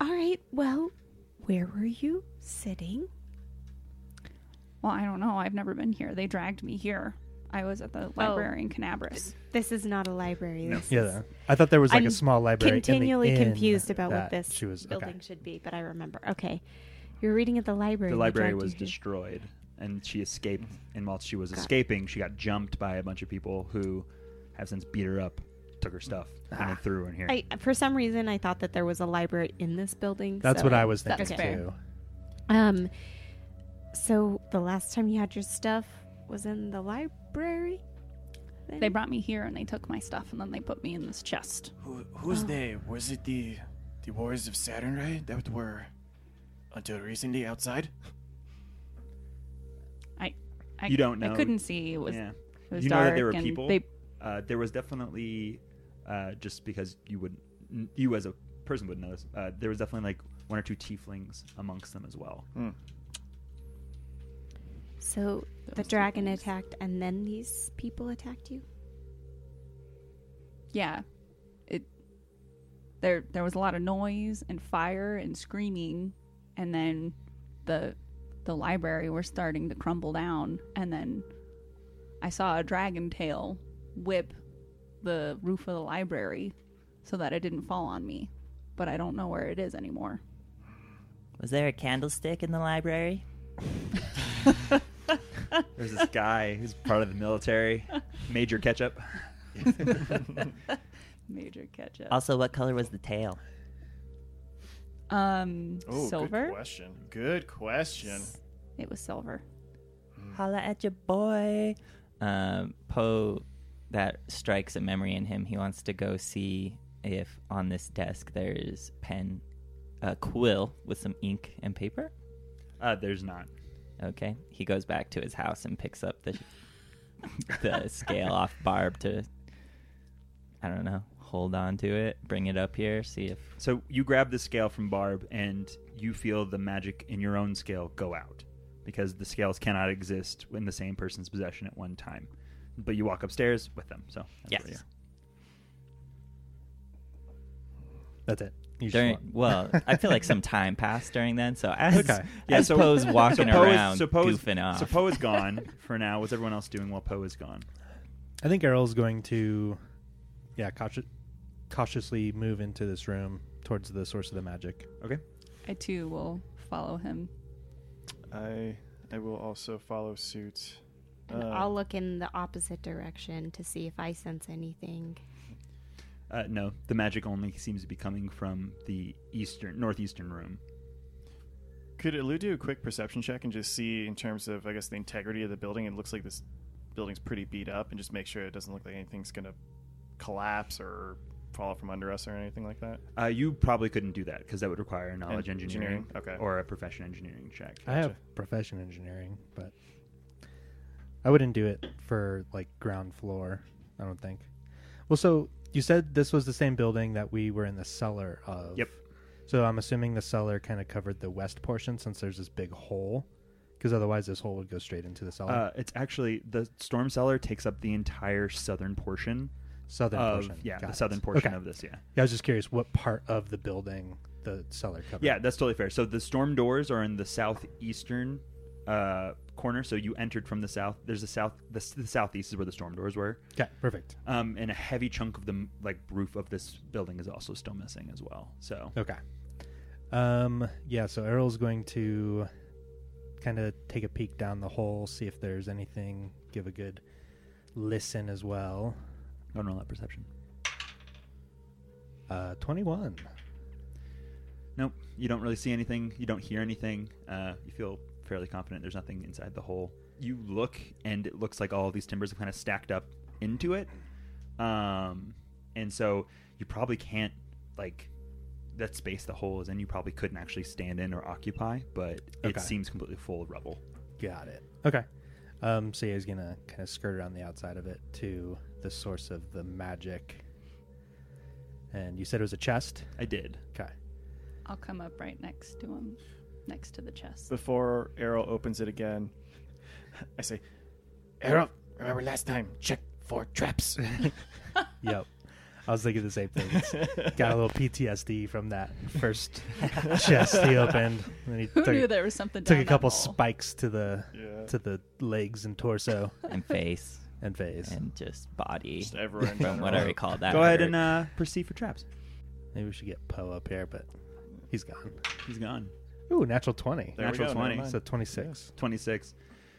[SPEAKER 5] All right, well, where were you sitting?
[SPEAKER 2] Well, I don't know. I've never been here. They dragged me here. I was at the library in Canabras.
[SPEAKER 5] Oh. This is not a library. This
[SPEAKER 6] Yeah,
[SPEAKER 5] is
[SPEAKER 6] that- I thought there was like
[SPEAKER 5] I'm
[SPEAKER 6] a small library. in the
[SPEAKER 5] continually
[SPEAKER 6] inn
[SPEAKER 5] confused about what
[SPEAKER 6] that
[SPEAKER 5] this
[SPEAKER 6] she was.
[SPEAKER 5] building
[SPEAKER 6] Okay.
[SPEAKER 5] should be, but I remember. Okay. You're reading at the library.
[SPEAKER 1] The
[SPEAKER 5] and they
[SPEAKER 1] library
[SPEAKER 5] dragged
[SPEAKER 1] was
[SPEAKER 5] you here.
[SPEAKER 1] destroyed, and she escaped. And while she was
[SPEAKER 5] Mm-hmm. Got it.
[SPEAKER 1] escaping, she got jumped by a bunch of people who have since beat her up, took her stuff, and then threw her in here.
[SPEAKER 5] Ah. I, for some reason, I thought that there was a library in this building.
[SPEAKER 6] That's
[SPEAKER 5] so-
[SPEAKER 6] what I was
[SPEAKER 5] That's
[SPEAKER 6] thinking
[SPEAKER 5] fair.
[SPEAKER 6] too.
[SPEAKER 5] Um, so the last time you had your stuff was in the library. then?
[SPEAKER 2] They brought me here and they took my stuff and then they put me in this chest.
[SPEAKER 3] Who, who's
[SPEAKER 8] Oh.
[SPEAKER 3] they? Was it the the Warriors of Saturn, right? That were until recently outside.
[SPEAKER 2] I,
[SPEAKER 1] You don't know.
[SPEAKER 2] I couldn't see. It was,
[SPEAKER 1] yeah.
[SPEAKER 2] it was
[SPEAKER 1] You know
[SPEAKER 2] dark.
[SPEAKER 1] that there were
[SPEAKER 2] and
[SPEAKER 1] people?
[SPEAKER 2] They,
[SPEAKER 1] Uh, there was definitely uh, just because you would, n- you as a person would notice. Uh, there was definitely like one or two tieflings amongst them as well.
[SPEAKER 5] So the
[SPEAKER 2] Those
[SPEAKER 5] dragon
[SPEAKER 2] things.
[SPEAKER 5] attacked, and then these people attacked you.
[SPEAKER 2] yeah. It. There, there was a lot of noise and fire and screaming, and then the the library was starting to crumble down. And then I saw a dragon tail whip the roof of the library so that it didn't fall on me. But I don't know where it is anymore.
[SPEAKER 4] Was there a candlestick in the library?
[SPEAKER 1] There's this guy who's part of the military, Major Ketchup.
[SPEAKER 2] Major catch up.
[SPEAKER 4] Also, what color was the tail?
[SPEAKER 2] Um,
[SPEAKER 3] Oh,
[SPEAKER 2] silver.
[SPEAKER 3] good question. Good question. Hmm.
[SPEAKER 2] It was silver.
[SPEAKER 4] Holla at your boy. Um, Poe, that strikes a memory in him. He wants to go see if on this desk there is pen, a quill with some ink and paper.
[SPEAKER 1] Uh, there's not.
[SPEAKER 4] Okay. He goes back to his house and picks up the the scale off Barb to I don't know, hold on to it, bring it up here, see if
[SPEAKER 1] So you grab the scale from Barb, and you feel the magic in your own scale go out because the scales cannot exist in the same person's possession at one time. But you walk upstairs with them. So that's
[SPEAKER 4] Yes.
[SPEAKER 1] where you are.
[SPEAKER 6] That's it. You just
[SPEAKER 4] during
[SPEAKER 6] walk.
[SPEAKER 4] well, I feel like some time passed during then, so as
[SPEAKER 6] Okay.
[SPEAKER 1] Yeah,
[SPEAKER 4] as
[SPEAKER 1] so-
[SPEAKER 4] Poe's walking
[SPEAKER 1] Poe is-
[SPEAKER 4] around
[SPEAKER 1] so Poe is-
[SPEAKER 4] goofing off.
[SPEAKER 1] So Poe is gone for now. What's everyone else doing while Poe is gone?
[SPEAKER 6] I think Errol's going to, yeah, cautious, cautiously move into this room towards the source of the magic.
[SPEAKER 1] Okay.
[SPEAKER 2] I too will follow him.
[SPEAKER 3] I I will also follow suit.
[SPEAKER 5] And
[SPEAKER 3] Uh,
[SPEAKER 5] I'll look in the opposite direction to see if I sense anything.
[SPEAKER 1] Uh, no, the magic only seems to be coming from the eastern, northeastern room.
[SPEAKER 3] Could Elu do a quick perception check and just see, in terms of, I guess, the integrity of the building? It looks like this building's pretty beat up, and just make sure it doesn't look like anything's going to collapse or fall out from under us or anything like that.
[SPEAKER 1] Uh, you probably couldn't do that because that would require a knowledge
[SPEAKER 3] En-
[SPEAKER 1] engineering,
[SPEAKER 3] engineering, okay.
[SPEAKER 1] or a profession engineering check.
[SPEAKER 6] I have profession engineering, but I wouldn't do it for like ground floor. I don't think. Well, so you said this was the same building that we were in the cellar of.
[SPEAKER 1] Yep.
[SPEAKER 6] So I'm assuming the cellar kind of covered the west portion since there's this big hole, because otherwise this hole would go straight into the cellar.
[SPEAKER 1] Uh, it's actually the storm cellar takes up the entire southern portion
[SPEAKER 6] southern
[SPEAKER 1] of
[SPEAKER 6] portion.
[SPEAKER 1] yeah,
[SPEAKER 6] Got
[SPEAKER 1] the
[SPEAKER 6] it.
[SPEAKER 1] southern portion
[SPEAKER 6] Okay.
[SPEAKER 1] of this. Yeah,
[SPEAKER 6] Yeah, I was just curious what part of the building the cellar covered.
[SPEAKER 1] yeah, that's totally fair. So the storm doors are in the southeastern uh, corner. So you entered from the south. There's a south. The, s- the southeast is where the storm doors were.
[SPEAKER 6] Okay. Perfect.
[SPEAKER 1] Um, and a heavy chunk of the m- like roof of this building is also still missing as well. So
[SPEAKER 6] Okay. Um. Yeah. So Errol's going to kind of take a peek down the hole, see if there's anything. Give a good listen as well.
[SPEAKER 1] don't roll that perception.
[SPEAKER 6] Uh, twenty-one.
[SPEAKER 1] Nope, you don't really see anything. You don't hear anything. Uh, you feel fairly confident there's nothing inside the hole. You look, and it looks like all these timbers have kind of stacked up into it. Um, and so you probably can't, like, that space the hole is in, you probably couldn't actually stand in or occupy, but
[SPEAKER 6] Okay.
[SPEAKER 1] it seems completely full of rubble.
[SPEAKER 6] Got it. Okay. Um. So yeah, he's gonna kind of skirt around the outside of it to the source of the magic, And you said it was a chest.
[SPEAKER 1] I did.
[SPEAKER 6] Okay.
[SPEAKER 2] I'll come up right next to him, next to the chest.
[SPEAKER 3] Before Errol opens it again, I say, Errol, remember last time, check for traps.
[SPEAKER 6] Yep. I was thinking the same thing. It's got a little PTSD from that first chest he opened. And then he
[SPEAKER 2] Who
[SPEAKER 6] took,
[SPEAKER 2] knew there was something?
[SPEAKER 6] took
[SPEAKER 2] down
[SPEAKER 6] a couple
[SPEAKER 2] that hole?
[SPEAKER 6] spikes to the
[SPEAKER 3] yeah.
[SPEAKER 6] to the legs and torso
[SPEAKER 4] and face
[SPEAKER 6] and face.
[SPEAKER 4] and just body
[SPEAKER 3] Just everywhere in
[SPEAKER 4] from what I
[SPEAKER 3] general.
[SPEAKER 4] recall that
[SPEAKER 1] Go ahead
[SPEAKER 4] hurt.
[SPEAKER 1] and uh, proceed for traps.
[SPEAKER 6] Maybe we should get Poe up here, but he's gone.
[SPEAKER 1] He's gone.
[SPEAKER 6] Ooh, natural twenty.
[SPEAKER 3] There we
[SPEAKER 1] Natural
[SPEAKER 3] go, never
[SPEAKER 1] 20,
[SPEAKER 3] mind.
[SPEAKER 6] So twenty six.
[SPEAKER 1] 26.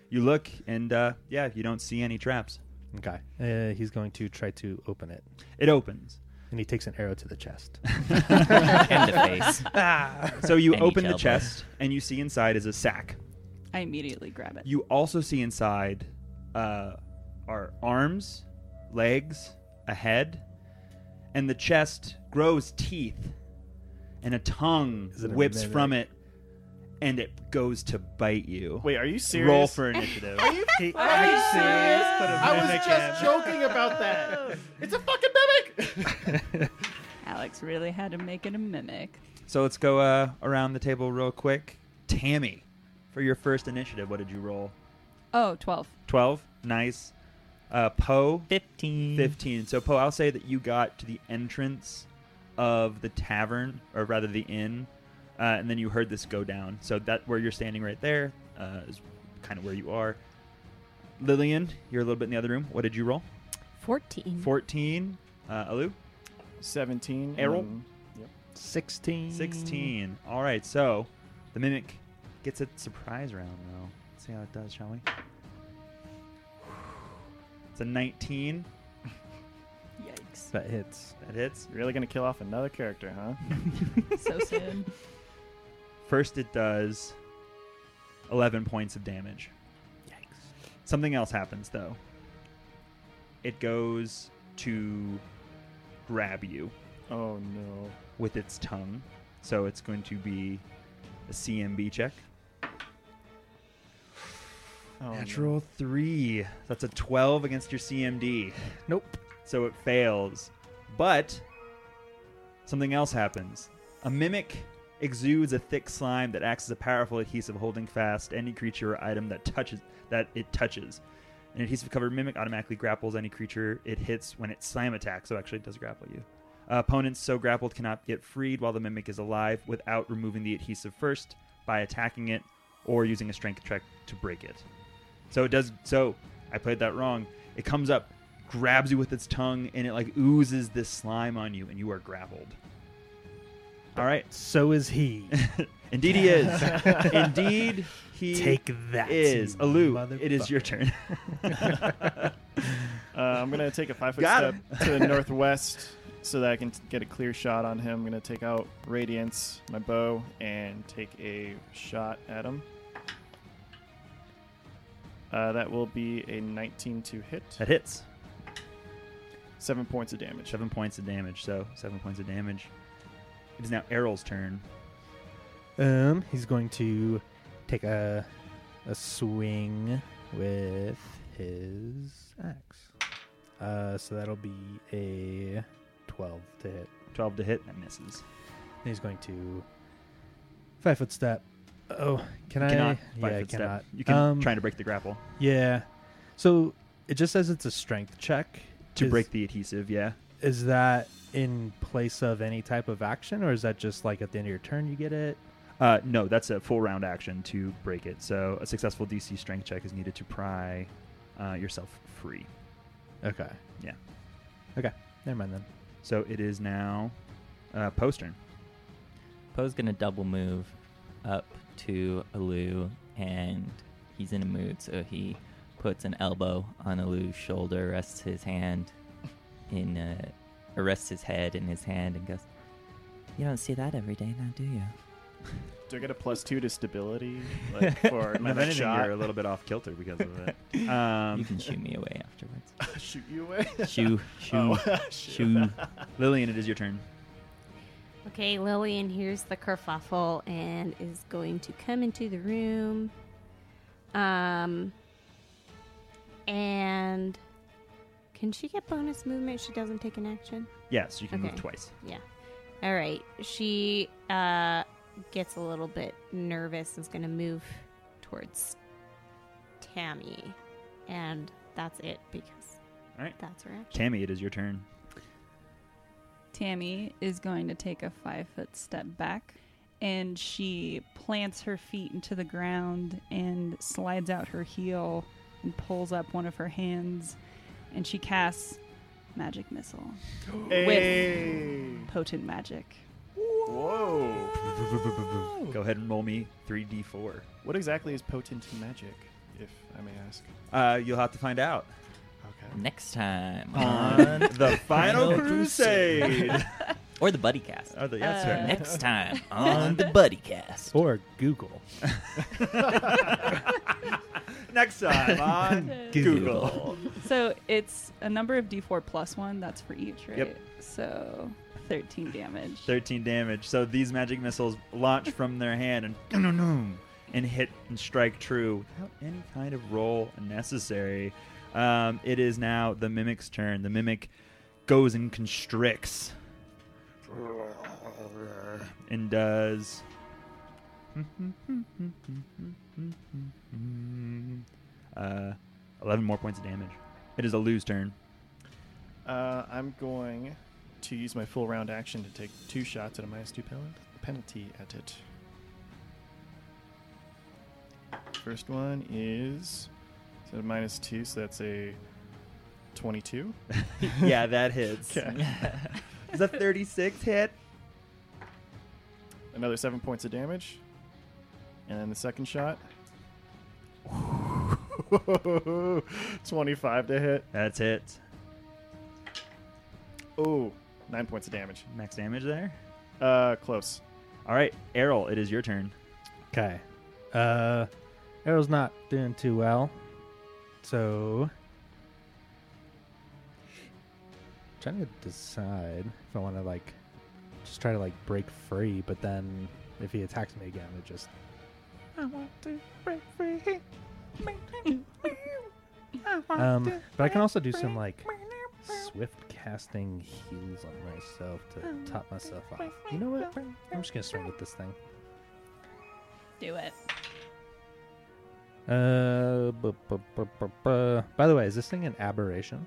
[SPEAKER 1] You look, and uh, yeah, you don't see any traps.
[SPEAKER 6] Okay. Uh, he's going to try to open it,
[SPEAKER 1] It opens.
[SPEAKER 6] and he takes an arrow to the chest.
[SPEAKER 4] and the face.
[SPEAKER 3] Ah.
[SPEAKER 1] So you
[SPEAKER 4] And each
[SPEAKER 1] open the
[SPEAKER 4] elbow.
[SPEAKER 1] chest, and you see inside is a sack.
[SPEAKER 2] I immediately grab it.
[SPEAKER 1] You also see inside uh, are arms, legs, a head, and the chest grows teeth, and a tongue
[SPEAKER 6] Is it a
[SPEAKER 1] whips
[SPEAKER 6] mimic?
[SPEAKER 1] from it, and it goes to bite you.
[SPEAKER 3] Wait, are you serious?
[SPEAKER 1] Roll for initiative.
[SPEAKER 6] He-
[SPEAKER 3] I was just joking about that. It's a fucking mimic.
[SPEAKER 2] Alex really had to make it a mimic.
[SPEAKER 1] so let's go uh, around the table real quick. Tammy, for your first initiative, what did you roll?
[SPEAKER 2] Oh, 12.
[SPEAKER 1] 12. Nice. Uh, Poe,
[SPEAKER 4] 15.
[SPEAKER 1] 15. So, Poe, I'll say that you got to the entrance of the tavern, or rather the inn, uh, and then you heard this go down. So, that where you're standing right there uh, is kind of where you are. Lillian, you're a little bit in the other room. What did you roll?
[SPEAKER 5] 14.
[SPEAKER 1] 14. Uh, Alu?
[SPEAKER 3] Seventeen.
[SPEAKER 1] Errol?
[SPEAKER 3] and-
[SPEAKER 6] Sixteen.
[SPEAKER 1] 16. All right, so the mimic gets a surprise round, though. Let's see how it does, shall we? It's a 19.
[SPEAKER 2] Yikes.
[SPEAKER 6] That hits.
[SPEAKER 1] That hits.
[SPEAKER 3] You're really gonna kill off another character, huh?
[SPEAKER 2] So soon.
[SPEAKER 1] First, it does 11 points of damage. Yikes. Something else happens, though. It goes to grab you
[SPEAKER 3] Oh no.
[SPEAKER 1] with its tongue. So it's going to be a CMB check.
[SPEAKER 3] Oh,
[SPEAKER 1] Natural three. That's a 12 against your CMD.
[SPEAKER 6] Nope.
[SPEAKER 1] So it fails. But something else happens. A mimic exudes a thick slime that acts as a powerful adhesive holding fast any creature or item that touches that it touches. An adhesive covered mimic automatically grapples any creature it hits when it slam attacks, so actually it does grapple you. Uh, opponents so grappled cannot get freed while the mimic is alive without removing the adhesive first by attacking it or using a strength check to break it. So it does. So I played that wrong. It comes up, grabs you with its tongue, and it like oozes this slime on you, and you are grappled. All right,
[SPEAKER 6] So is he.
[SPEAKER 1] indeed he is. indeed he
[SPEAKER 6] Take that.
[SPEAKER 1] is.
[SPEAKER 6] you
[SPEAKER 1] Alu,
[SPEAKER 6] motherfucker.
[SPEAKER 1] it is your turn.
[SPEAKER 3] no. Uh, I'm gonna take a five foot
[SPEAKER 1] Got
[SPEAKER 3] step to the northwest so that I can t- get a clear shot on him. I'm gonna take out Radiance, my bow, and take a shot at him. Uh, that will be a 19 to hit.
[SPEAKER 1] that hits.
[SPEAKER 3] Seven points of damage.
[SPEAKER 1] Seven points of damage. So seven points of damage. It is now Errol's turn.
[SPEAKER 6] Um, he's going to take a a swing with his axe. Uh, so that'll be a twelve to hit.
[SPEAKER 1] Twelve to hit. That misses.
[SPEAKER 6] And he's going to five foot step. Oh, can I?
[SPEAKER 1] cannot.
[SPEAKER 6] yeah,
[SPEAKER 1] five
[SPEAKER 6] I
[SPEAKER 1] foot step.
[SPEAKER 6] cannot.
[SPEAKER 1] You can
[SPEAKER 6] Um,
[SPEAKER 1] trying to break the grapple
[SPEAKER 6] Yeah. So it just says it's a strength check
[SPEAKER 1] to
[SPEAKER 6] is-
[SPEAKER 1] break the adhesive. Yeah.
[SPEAKER 6] Is that in place of any type of action, or is that just like at the end of your turn you get it?
[SPEAKER 1] Uh, no, that's a full round action to break it. So a successful DC strength check is needed to pry uh, yourself free.
[SPEAKER 6] Okay.
[SPEAKER 1] Yeah.
[SPEAKER 6] Okay. Never mind then.
[SPEAKER 1] So it is now uh, post turn.
[SPEAKER 4] Poe's gonna double move up to Alu, and he's in a mood, so he puts an elbow on Alu's shoulder, rests his hand in, uh, or rests his head in his hand, and goes, "You don't see that every day now, do you?"
[SPEAKER 3] Do I get a plus two to stability like, for my next
[SPEAKER 1] if anything,
[SPEAKER 3] shot?
[SPEAKER 1] you're a little bit off kilter because of it.
[SPEAKER 4] you
[SPEAKER 1] Um,
[SPEAKER 4] can shoo me away afterwards.
[SPEAKER 3] Shoot you away.
[SPEAKER 4] Shoo, shoo,
[SPEAKER 1] Ah,
[SPEAKER 3] Oh,
[SPEAKER 4] shoo.
[SPEAKER 1] Lillian, it is your turn.
[SPEAKER 5] Okay, Lillian hears the kerfuffle and is going to come into the room. Um, and Can she get bonus movement if she doesn't take an action?
[SPEAKER 1] Yes, you can move
[SPEAKER 5] Okay.
[SPEAKER 1] twice.
[SPEAKER 5] Yeah. All right. She uh, gets a little bit nervous and is going to move towards Tammy. And that's it because
[SPEAKER 1] All right.
[SPEAKER 5] that's her action.
[SPEAKER 1] Tammy, it is your turn.
[SPEAKER 2] Tammy is going to take a five foot step back and she plants her feet into the ground and slides out her heel and pulls up one of her hands and she casts magic missile with potent magic.
[SPEAKER 3] Whoa!
[SPEAKER 1] Go ahead and roll me 3d4.
[SPEAKER 3] What exactly is potent magic, if I may ask?
[SPEAKER 1] Uh, you'll have to find out
[SPEAKER 3] Okay.
[SPEAKER 4] Next time
[SPEAKER 1] on
[SPEAKER 4] on
[SPEAKER 1] the Final
[SPEAKER 4] Final
[SPEAKER 1] Crusade.
[SPEAKER 4] or the buddy cast. Uh,
[SPEAKER 1] oh, the, yes, sir.
[SPEAKER 4] Next time on the buddy cast.
[SPEAKER 9] Or Google.
[SPEAKER 1] Next time on Google.
[SPEAKER 2] So it's a number of d4 plus one, that's for each, right?
[SPEAKER 1] Yep.
[SPEAKER 2] So 13 damage.
[SPEAKER 1] 13 damage. So these magic missiles launch from their hand and dun-dun-dun, and hit and strike true without any kind of roll necessary. Um, it is now the mimic's turn. The mimic goes and constricts and does. Uh, 11 more points of damage. It is a lose turn.
[SPEAKER 3] Uh, I'm going to use my full round action to take two shots at a minus two pen- penalty at it. First one is so minus two, so that's a 22.
[SPEAKER 1] yeah, that hits. Is that 36 hit?
[SPEAKER 3] Another seven points of damage. And then the second shot. 25 to hit.
[SPEAKER 1] That's it.
[SPEAKER 3] Oh, nine points of damage.
[SPEAKER 1] Max damage there.
[SPEAKER 3] Uh, close.
[SPEAKER 1] All right, Errol, it is your turn.
[SPEAKER 6] Okay. Uh, Arrow's not doing too well, so trying to decide if I want to like just try to like break free, but then if he attacks me again, it just I want to break free. Um, but I can also do some like swift casting heals on myself to top myself off. You know what? I'm just gonna swing with this thing.
[SPEAKER 7] Do it.
[SPEAKER 6] Uh, bu- bu- bu- bu- bu- by the way, is this thing an aberration?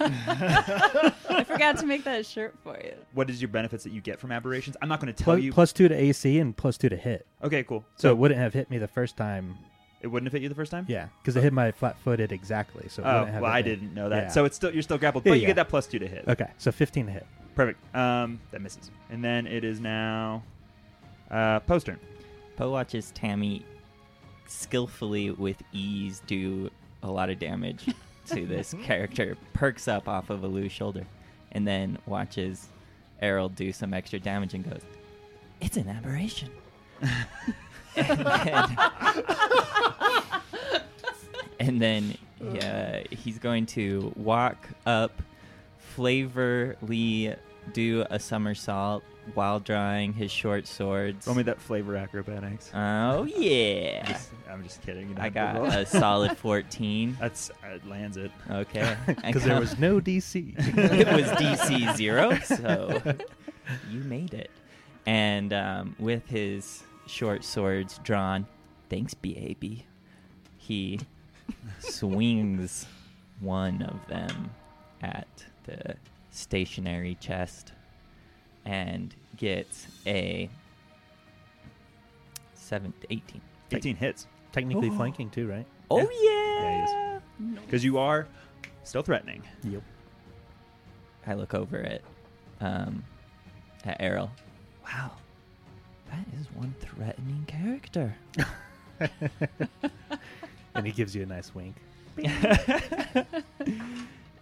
[SPEAKER 7] I forgot to make that shirt for you.
[SPEAKER 1] What is your benefits that you get from aberrations? I'm not going to tell
[SPEAKER 6] Plu-
[SPEAKER 1] you.
[SPEAKER 6] plus two to AC and plus two to hit.
[SPEAKER 1] Okay, cool.
[SPEAKER 6] So
[SPEAKER 1] So
[SPEAKER 6] it wouldn't have hit me the first time.
[SPEAKER 1] it wouldn't have hit you the first time.
[SPEAKER 6] Yeah, because it hit my flat footed exactly. So it
[SPEAKER 1] Oh,
[SPEAKER 6] wouldn't have
[SPEAKER 1] well,
[SPEAKER 6] hit
[SPEAKER 1] I
[SPEAKER 6] me.
[SPEAKER 1] didn't know that.
[SPEAKER 6] Yeah.
[SPEAKER 1] So it's still you're still grappled,
[SPEAKER 6] Yeah,
[SPEAKER 1] but you
[SPEAKER 6] yeah.
[SPEAKER 1] get that plus two to hit.
[SPEAKER 6] Okay, so 15 to hit.
[SPEAKER 1] Perfect. Um, that misses, and then it is now, uh, post turn.
[SPEAKER 4] Poe watches Tammy skillfully with ease do a lot of damage to this character, perks up off of Alu's shoulder, and then watches Errol do some extra damage and goes, It's an aberration. and then, and then, yeah, he's going to walk up, flavorly do a somersault while drawing his short swords.
[SPEAKER 1] Roll me that flavor acrobatics.
[SPEAKER 4] Oh yeah.
[SPEAKER 1] Just- I'm just kidding. You don't
[SPEAKER 4] I
[SPEAKER 1] have to
[SPEAKER 4] got
[SPEAKER 1] roll.
[SPEAKER 4] a solid 14.
[SPEAKER 1] That's uh, it lands it.
[SPEAKER 4] Okay. I
[SPEAKER 6] Because there
[SPEAKER 4] got-
[SPEAKER 6] was no DC.
[SPEAKER 4] it was DC 0, so you made it. And um, with his short swords drawn, thanks BAB. He swings one of them at the stationary chest and gets a 7 18.
[SPEAKER 1] 18 hits
[SPEAKER 6] Technically flanking too, right?
[SPEAKER 4] Oh
[SPEAKER 1] Yeah.
[SPEAKER 4] yeah.
[SPEAKER 1] Yeah, because you are still threatening.
[SPEAKER 6] Yep.
[SPEAKER 4] I look over at um at Errol. Wow. That is one threatening character.
[SPEAKER 6] And he gives you a nice wink.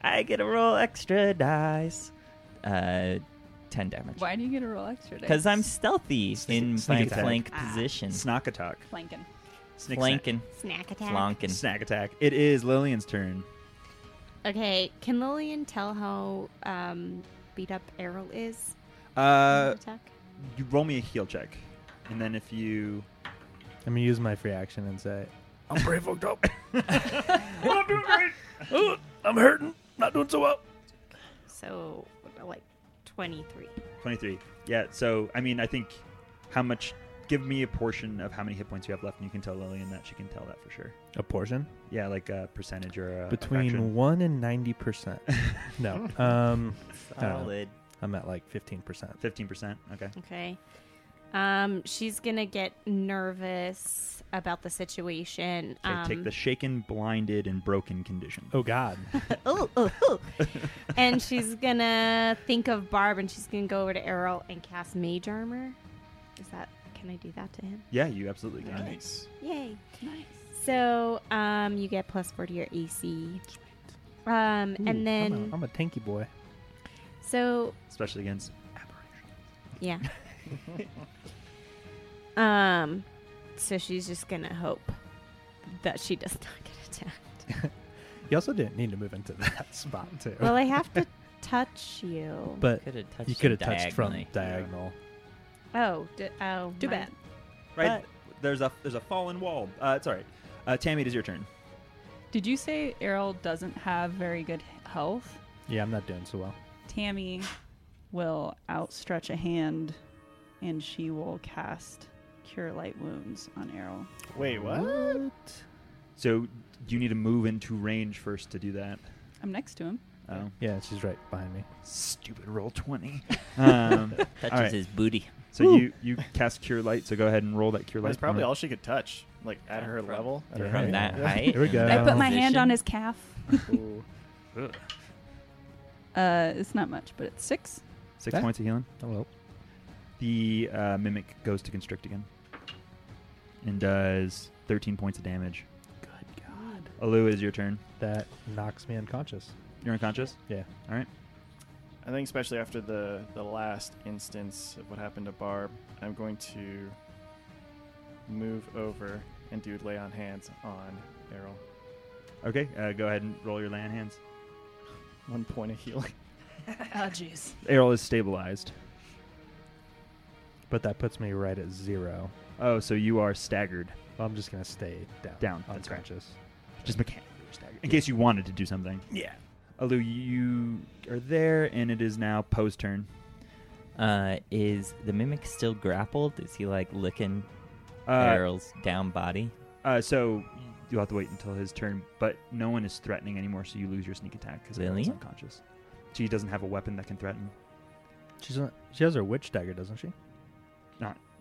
[SPEAKER 4] I get to roll extra dice. Uh 10 damage.
[SPEAKER 2] Why do you get a roll extra day?
[SPEAKER 4] Cuz I'm stealthy in
[SPEAKER 1] sneak
[SPEAKER 4] my
[SPEAKER 1] attack.
[SPEAKER 4] flank
[SPEAKER 5] Ah.
[SPEAKER 4] position.
[SPEAKER 1] Snock attack.
[SPEAKER 2] flanking.
[SPEAKER 1] Snick snack.
[SPEAKER 4] Flanking,
[SPEAKER 5] Snack attack.
[SPEAKER 4] flonking.
[SPEAKER 1] Snack attack. It is Lillian's turn.
[SPEAKER 5] Okay. Can Lillian tell how um, beat up Errol is? on her
[SPEAKER 1] Uh,
[SPEAKER 5] attack?
[SPEAKER 1] you roll me a heal check, and then if you
[SPEAKER 6] I'm gonna use my free action and say, I'm hurting. Not doing so well.
[SPEAKER 5] So, like 23.
[SPEAKER 1] 23. Yeah, so, I mean, I think how much. Give me a portion of how many hit points you have left, and you can tell Lillian that she can tell that for sure.
[SPEAKER 9] A portion
[SPEAKER 1] Yeah, like a percentage or a. a
[SPEAKER 9] between
[SPEAKER 1] fraction.
[SPEAKER 9] one and ninety percent. No, um,
[SPEAKER 4] Solid.
[SPEAKER 9] I'm at like fifteen percent.
[SPEAKER 1] 15%. Okay.
[SPEAKER 5] Okay. Um, she's gonna get nervous about the situation.
[SPEAKER 1] Okay,
[SPEAKER 5] um,
[SPEAKER 1] take the shaken, blinded, and broken condition.
[SPEAKER 9] Oh God,
[SPEAKER 5] ooh, ooh, ooh. and she's gonna think of Barb, and she's gonna go over to Errol and cast Mage Armor. Is that? Can I do that to him?
[SPEAKER 1] Yeah, you absolutely can.
[SPEAKER 3] Nice.
[SPEAKER 5] Yay!
[SPEAKER 2] Nice.
[SPEAKER 5] So, um, you get plus four to your AC. Um,
[SPEAKER 9] Ooh, I'm a-
[SPEAKER 5] and then
[SPEAKER 9] I'm a tanky boy.
[SPEAKER 5] so
[SPEAKER 1] Especially against aberration.
[SPEAKER 5] Yeah. um, so she's just gonna hope that she does not get attacked.
[SPEAKER 9] You also didn't need to move into that spot too.
[SPEAKER 5] Well, I have to touch you.
[SPEAKER 9] but
[SPEAKER 4] Could have touched
[SPEAKER 9] you could have
[SPEAKER 4] it
[SPEAKER 9] touched from
[SPEAKER 4] diagonally.
[SPEAKER 9] diagonal.
[SPEAKER 5] oh, d- oh,
[SPEAKER 7] Too
[SPEAKER 5] my-
[SPEAKER 7] bad.
[SPEAKER 1] Right. there's a there's a fallen wall. Uh, it's all right. Uh, Tammy, it is your turn.
[SPEAKER 2] Did you say Errol doesn't have very good health?
[SPEAKER 9] Yeah, I'm not doing so well.
[SPEAKER 2] Tammy will outstretch a hand and she will cast Cure Light Wounds on Errol.
[SPEAKER 3] Wait, what?
[SPEAKER 1] So you need to move into range first to do that.
[SPEAKER 2] I'm next to him.
[SPEAKER 1] Oh,
[SPEAKER 9] Yeah, she's right behind me.
[SPEAKER 1] stupid roll twenty. Um,
[SPEAKER 4] Touches
[SPEAKER 1] All right.
[SPEAKER 4] his booty.
[SPEAKER 1] so you you cast cure light. So go ahead and roll that cure light.
[SPEAKER 3] That's probably
[SPEAKER 1] Uh,
[SPEAKER 3] all she could touch, like at her
[SPEAKER 4] From-
[SPEAKER 3] level. At her
[SPEAKER 9] Yeah.
[SPEAKER 4] From
[SPEAKER 3] height.
[SPEAKER 4] that
[SPEAKER 3] Yeah.
[SPEAKER 4] height.
[SPEAKER 9] Here we go.
[SPEAKER 2] I put my
[SPEAKER 4] Position.
[SPEAKER 2] hand on his calf.
[SPEAKER 3] Ooh.
[SPEAKER 2] Uh, it's not much, but it's six.
[SPEAKER 1] six
[SPEAKER 9] That-
[SPEAKER 1] points of healing.
[SPEAKER 9] Hello.
[SPEAKER 1] The uh, mimic goes to constrict again and does thirteen points of damage.
[SPEAKER 9] Good God.
[SPEAKER 1] Alu, it is your turn.
[SPEAKER 9] That knocks me unconscious.
[SPEAKER 1] You're unconscious.
[SPEAKER 9] Yeah.
[SPEAKER 1] All right.
[SPEAKER 3] I think especially after the the last instance of what happened to Barb, I'm going to move over and do lay on hands on Errol.
[SPEAKER 1] Okay. Uh, go ahead and roll your land hands.
[SPEAKER 3] One point of healing.
[SPEAKER 2] Oh, jeez.
[SPEAKER 1] Errol is stabilized.
[SPEAKER 9] But that puts me right at zero.
[SPEAKER 1] Oh, so you are staggered.
[SPEAKER 9] Well, I'm just gonna stay down.
[SPEAKER 1] Down, that's right.
[SPEAKER 9] unconscious.
[SPEAKER 1] Just mechanically staggered. In case you wanted to do something.
[SPEAKER 9] Yeah.
[SPEAKER 1] Alu, you are there, and it is now Poe's turn.
[SPEAKER 4] Uh, is the mimic still grappled? Is he like licking
[SPEAKER 1] Uh,
[SPEAKER 4] Errol's down body?
[SPEAKER 1] uh, so you'll have to wait until his turn, but no one is threatening anymore, so you lose your sneak attack because Errol's
[SPEAKER 4] Really?
[SPEAKER 1] unconscious. She doesn't have a weapon that can threaten.
[SPEAKER 9] She's not, she has her witch dagger, doesn't she?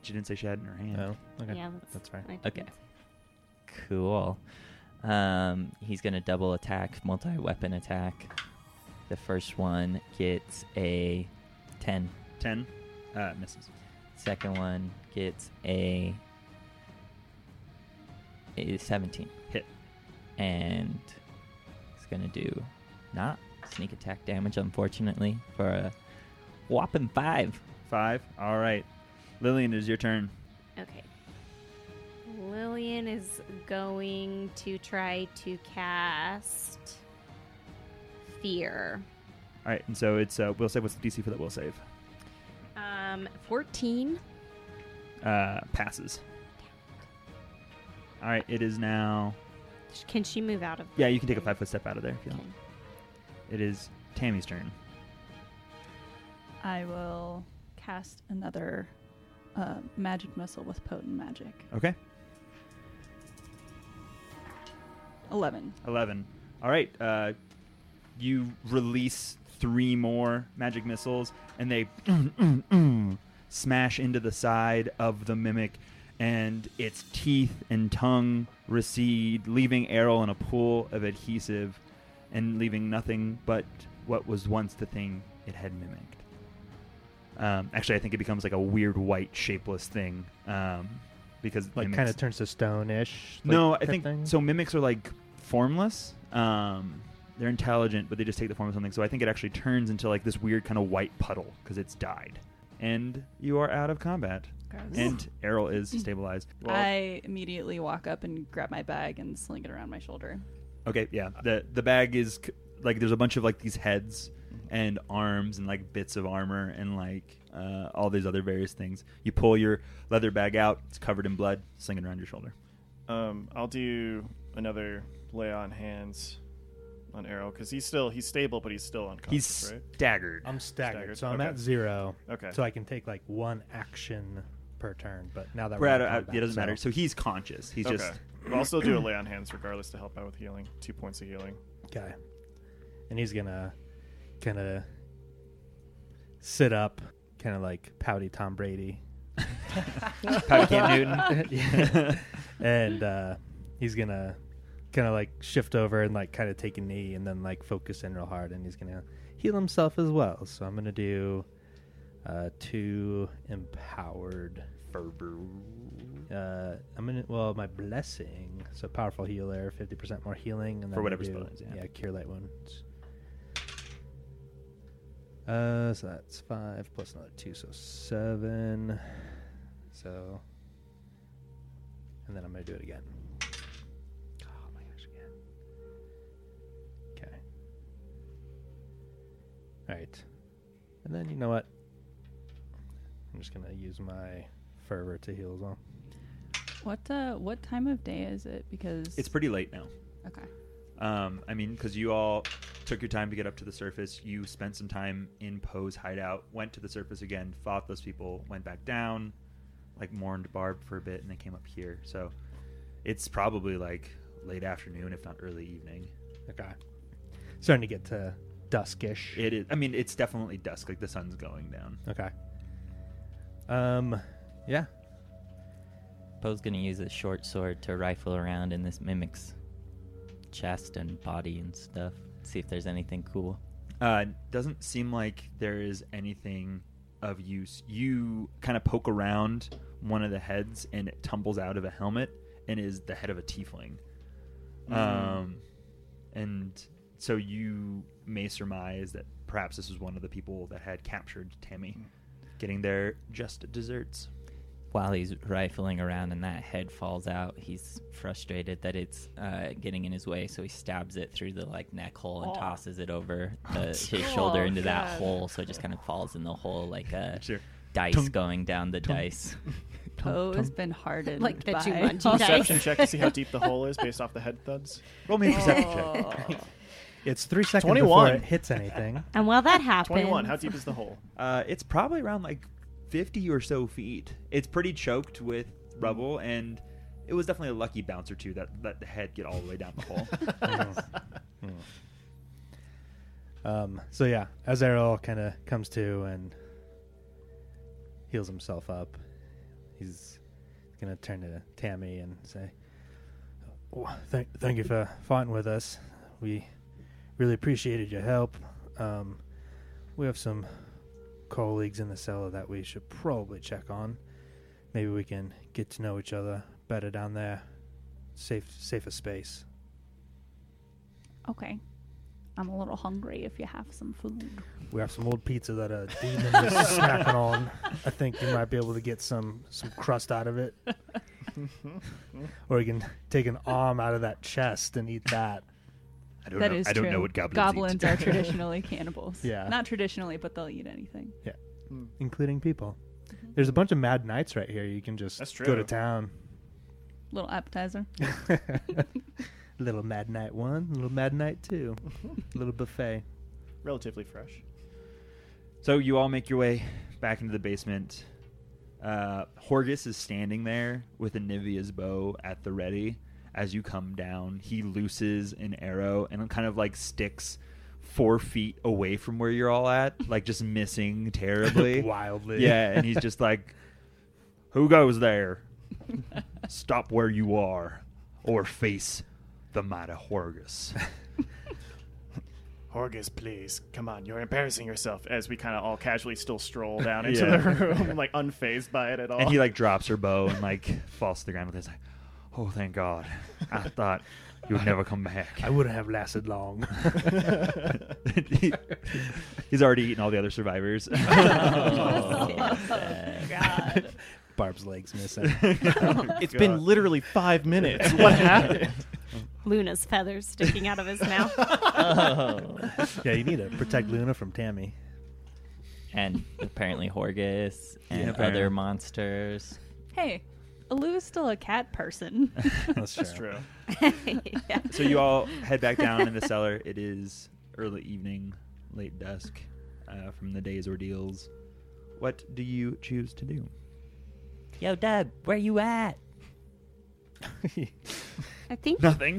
[SPEAKER 1] She didn't say she had it in her hand.
[SPEAKER 9] No. Okay.
[SPEAKER 5] Yeah,
[SPEAKER 9] That's fine.
[SPEAKER 5] I
[SPEAKER 4] Okay.
[SPEAKER 5] didn't-
[SPEAKER 4] Cool. Um, he's gonna double attack, multi weapon attack. The first one gets a ten.
[SPEAKER 1] Ten uh, misses.
[SPEAKER 4] Second one gets a, a 17.
[SPEAKER 1] Hit.
[SPEAKER 4] And it's going to do not sneak attack damage, unfortunately, for a whopping five.
[SPEAKER 1] Five. All right. Lillian, it is your turn.
[SPEAKER 5] Okay. Lillian is going to try to cast fear.
[SPEAKER 1] All right, and so it's uh, will save. What's the DC for that will save?
[SPEAKER 5] Um, 14.
[SPEAKER 1] Uh, passes. All right, it is now.
[SPEAKER 5] Can she move out of?
[SPEAKER 1] Yeah, you can take a five foot step out of there if you
[SPEAKER 5] Okay.
[SPEAKER 1] want. It is Tammy's turn.
[SPEAKER 2] I will cast another uh, magic missile with potent magic.
[SPEAKER 1] Okay.
[SPEAKER 2] 11.
[SPEAKER 1] 11. All right. Uh, you release three more magic missiles, and they mm, smash into the side of the mimic, and its teeth and tongue recede, leaving Errol in a pool of adhesive and leaving nothing but what was once the thing it had mimicked. Um, actually, I think it becomes like a weird white, shapeless thing um, because
[SPEAKER 9] Like
[SPEAKER 1] mimics-
[SPEAKER 9] kind of turns to stone ish.
[SPEAKER 1] no, I think so. Mimics are like formless. Um, they're intelligent, but they just take the form of something. So I think it actually turns into like this weird kind of white puddle because it's died. And you are out of combat. And Errol is stabilized.
[SPEAKER 2] Mm. I immediately walk up and grab my bag and sling it around my shoulder.
[SPEAKER 1] Okay, yeah. The the bag is c- like there's a bunch of like these heads and arms and like bits of armor and like uh, all these other various things. You pull your leather bag out. It's covered in blood, slinging around your shoulder.
[SPEAKER 3] Um, I'll do another lay on hands on Arrow because he's still he's stable, but he's still
[SPEAKER 1] He's
[SPEAKER 3] unconscious, right?
[SPEAKER 1] staggered.
[SPEAKER 6] I'm staggered,
[SPEAKER 3] Staggered,
[SPEAKER 6] so I'm
[SPEAKER 3] okay.
[SPEAKER 6] at zero.
[SPEAKER 3] Okay.
[SPEAKER 6] So I can take like one action per turn. But now that
[SPEAKER 1] We're
[SPEAKER 6] we're
[SPEAKER 1] at,
[SPEAKER 6] not
[SPEAKER 1] uh,
[SPEAKER 6] combat,
[SPEAKER 1] it doesn't
[SPEAKER 6] so-
[SPEAKER 1] matter. So he's conscious. He's
[SPEAKER 3] okay.
[SPEAKER 1] just
[SPEAKER 3] But I'll still do a lay on hands regardless to help out with healing. Two points of healing.
[SPEAKER 6] Okay. And he's gonna kind of sit up, kind of like pouty Tom Brady.
[SPEAKER 1] Patty Cam
[SPEAKER 6] Yeah.
[SPEAKER 1] Newton.
[SPEAKER 6] and uh, he's gonna kind of like shift over and like kind of take a knee and then like focus in real hard and he's gonna heal himself as well. So I'm gonna do uh, two empowered. Uh, I'm gonna well my blessing. So powerful healer, fifty percent more healing, and then
[SPEAKER 1] For
[SPEAKER 6] I
[SPEAKER 1] whatever
[SPEAKER 6] do-
[SPEAKER 1] spell it is, yeah.
[SPEAKER 6] yeah, cure light wounds. Uh, so that's five plus another two, so seven. So, and then I'm gonna do it again. Oh my gosh, again. Okay. All right, and then you know what? I'm just gonna use my fervor to heal as well.
[SPEAKER 2] What uh, what time of day is it? Because
[SPEAKER 1] It's pretty late now.
[SPEAKER 2] okay.
[SPEAKER 1] Um, I mean, because you all took your time to get up to the surface. You spent some time in Poe's hideout, went to the surface again, fought those people, went back down, like mourned Barb for a bit, and then came up here. So it's probably like late afternoon, if not early evening.
[SPEAKER 6] Okay. Starting to get to duskish.
[SPEAKER 1] It is. I mean, it's definitely dusk. Like the sun's going down.
[SPEAKER 6] Okay. Um, yeah.
[SPEAKER 4] Poe's gonna use his short sword to rifle around in this mimic's chest and body and stuff. See if there's anything cool.
[SPEAKER 1] Uh, doesn't seem like there is anything of use. You kind of poke around one of the heads, and it tumbles out of a helmet and is the head of a tiefling. Um, and so you may surmise that perhaps this was one of the people that had captured Tammy, getting their just desserts.
[SPEAKER 4] While he's rifling around and that head falls out, he's frustrated that it's uh, getting in his way, so he stabs it through the like neck hole and
[SPEAKER 2] Aw.
[SPEAKER 4] tosses it over the, his shoulder
[SPEAKER 7] Oh,
[SPEAKER 4] into
[SPEAKER 7] God.
[SPEAKER 4] that hole, so it just kind of falls in the hole like a
[SPEAKER 1] Sure.
[SPEAKER 4] dice
[SPEAKER 1] Tunk,
[SPEAKER 4] going down the
[SPEAKER 1] tunk.
[SPEAKER 4] dice.
[SPEAKER 7] Poe has been hardened
[SPEAKER 5] Like the
[SPEAKER 7] by
[SPEAKER 5] Jumanji
[SPEAKER 7] all
[SPEAKER 5] dice.
[SPEAKER 7] sorts
[SPEAKER 3] Perception check to see how deep the hole is based off the head thuds.
[SPEAKER 1] Roll me a perception check.
[SPEAKER 7] of-
[SPEAKER 6] It's three seconds
[SPEAKER 3] 21.
[SPEAKER 6] before it hits anything.
[SPEAKER 5] And while that happens,
[SPEAKER 3] Twenty-one. How deep is the hole?
[SPEAKER 1] Uh, it's probably around like 50 or so feet. It's pretty choked with rubble, and it was definitely a lucky bounce or two that let the head get all the way down the hole.
[SPEAKER 6] um, so yeah, as Errol kind of comes to and heals himself up, he's gonna turn to Tammy and say, "Oh, "Thank, thank you for fighting with us. We really appreciated your help. Um, we have some colleagues in the cellar that we should probably check on. Maybe we can get to know each other better down there. Safe, safer space."
[SPEAKER 2] Okay. I'm a little hungry if you have some food.
[SPEAKER 6] We have some old pizza that a demon is snacking on. I think you might be able to get some some crust out of it, or you can take an arm out of that chest and eat that.
[SPEAKER 1] I don't
[SPEAKER 2] That is
[SPEAKER 1] know. I don't know what goblins,
[SPEAKER 2] Goblins
[SPEAKER 1] eat.
[SPEAKER 2] are traditionally cannibals.
[SPEAKER 6] Yeah.
[SPEAKER 2] Not traditionally, but they'll eat anything.
[SPEAKER 1] Hmm.
[SPEAKER 6] Including people.
[SPEAKER 2] Mm-hmm.
[SPEAKER 6] There's a bunch of mad knights right here. You can just
[SPEAKER 3] That's
[SPEAKER 6] go to
[SPEAKER 3] true.
[SPEAKER 6] town.
[SPEAKER 2] Little appetizer.
[SPEAKER 6] little mad knight one, little mad knight two, little buffet.
[SPEAKER 3] Relatively fresh.
[SPEAKER 1] So you all make your way back into the basement. Uh, Horgus is standing there with Anivia's bow at the ready. As you come down, he looses an arrow and it kind of like sticks four feet away from where you're all at, like just missing terribly.
[SPEAKER 6] Wildly.
[SPEAKER 1] Yeah, and he's just like, "Who goes there? Stop where you are, or face the mighty Horgus."
[SPEAKER 3] Horgus, please come on. You're embarrassing yourself. As we kind of all casually still stroll down into
[SPEAKER 1] Yeah.
[SPEAKER 3] the room, like unfazed by it at all.
[SPEAKER 1] And he like drops her bow and like falls to the ground with his like, "Oh, thank God! I thought you would never come back."
[SPEAKER 6] I wouldn't have lasted long.
[SPEAKER 1] He- he's already eaten all the other survivors.
[SPEAKER 4] Oh, sad.
[SPEAKER 6] Barb's legs missing.
[SPEAKER 3] It's been literally five minutes.
[SPEAKER 5] Luna's feathers sticking out of his mouth. Oh.
[SPEAKER 6] Oh. yeah, you need to protect Luna from Tammy.
[SPEAKER 4] and apparently Horgus and
[SPEAKER 1] Yeah, apparently.
[SPEAKER 4] other monsters.
[SPEAKER 2] Hey, Alu is still a cat person.
[SPEAKER 6] That's,
[SPEAKER 3] That's true.
[SPEAKER 5] Yeah.
[SPEAKER 1] So you all head back down in the cellar. It is early evening, late dusk uh, from the day's ordeals. What do you choose to do?
[SPEAKER 4] Yo, Dub, where you at?
[SPEAKER 5] I think
[SPEAKER 1] Nothing.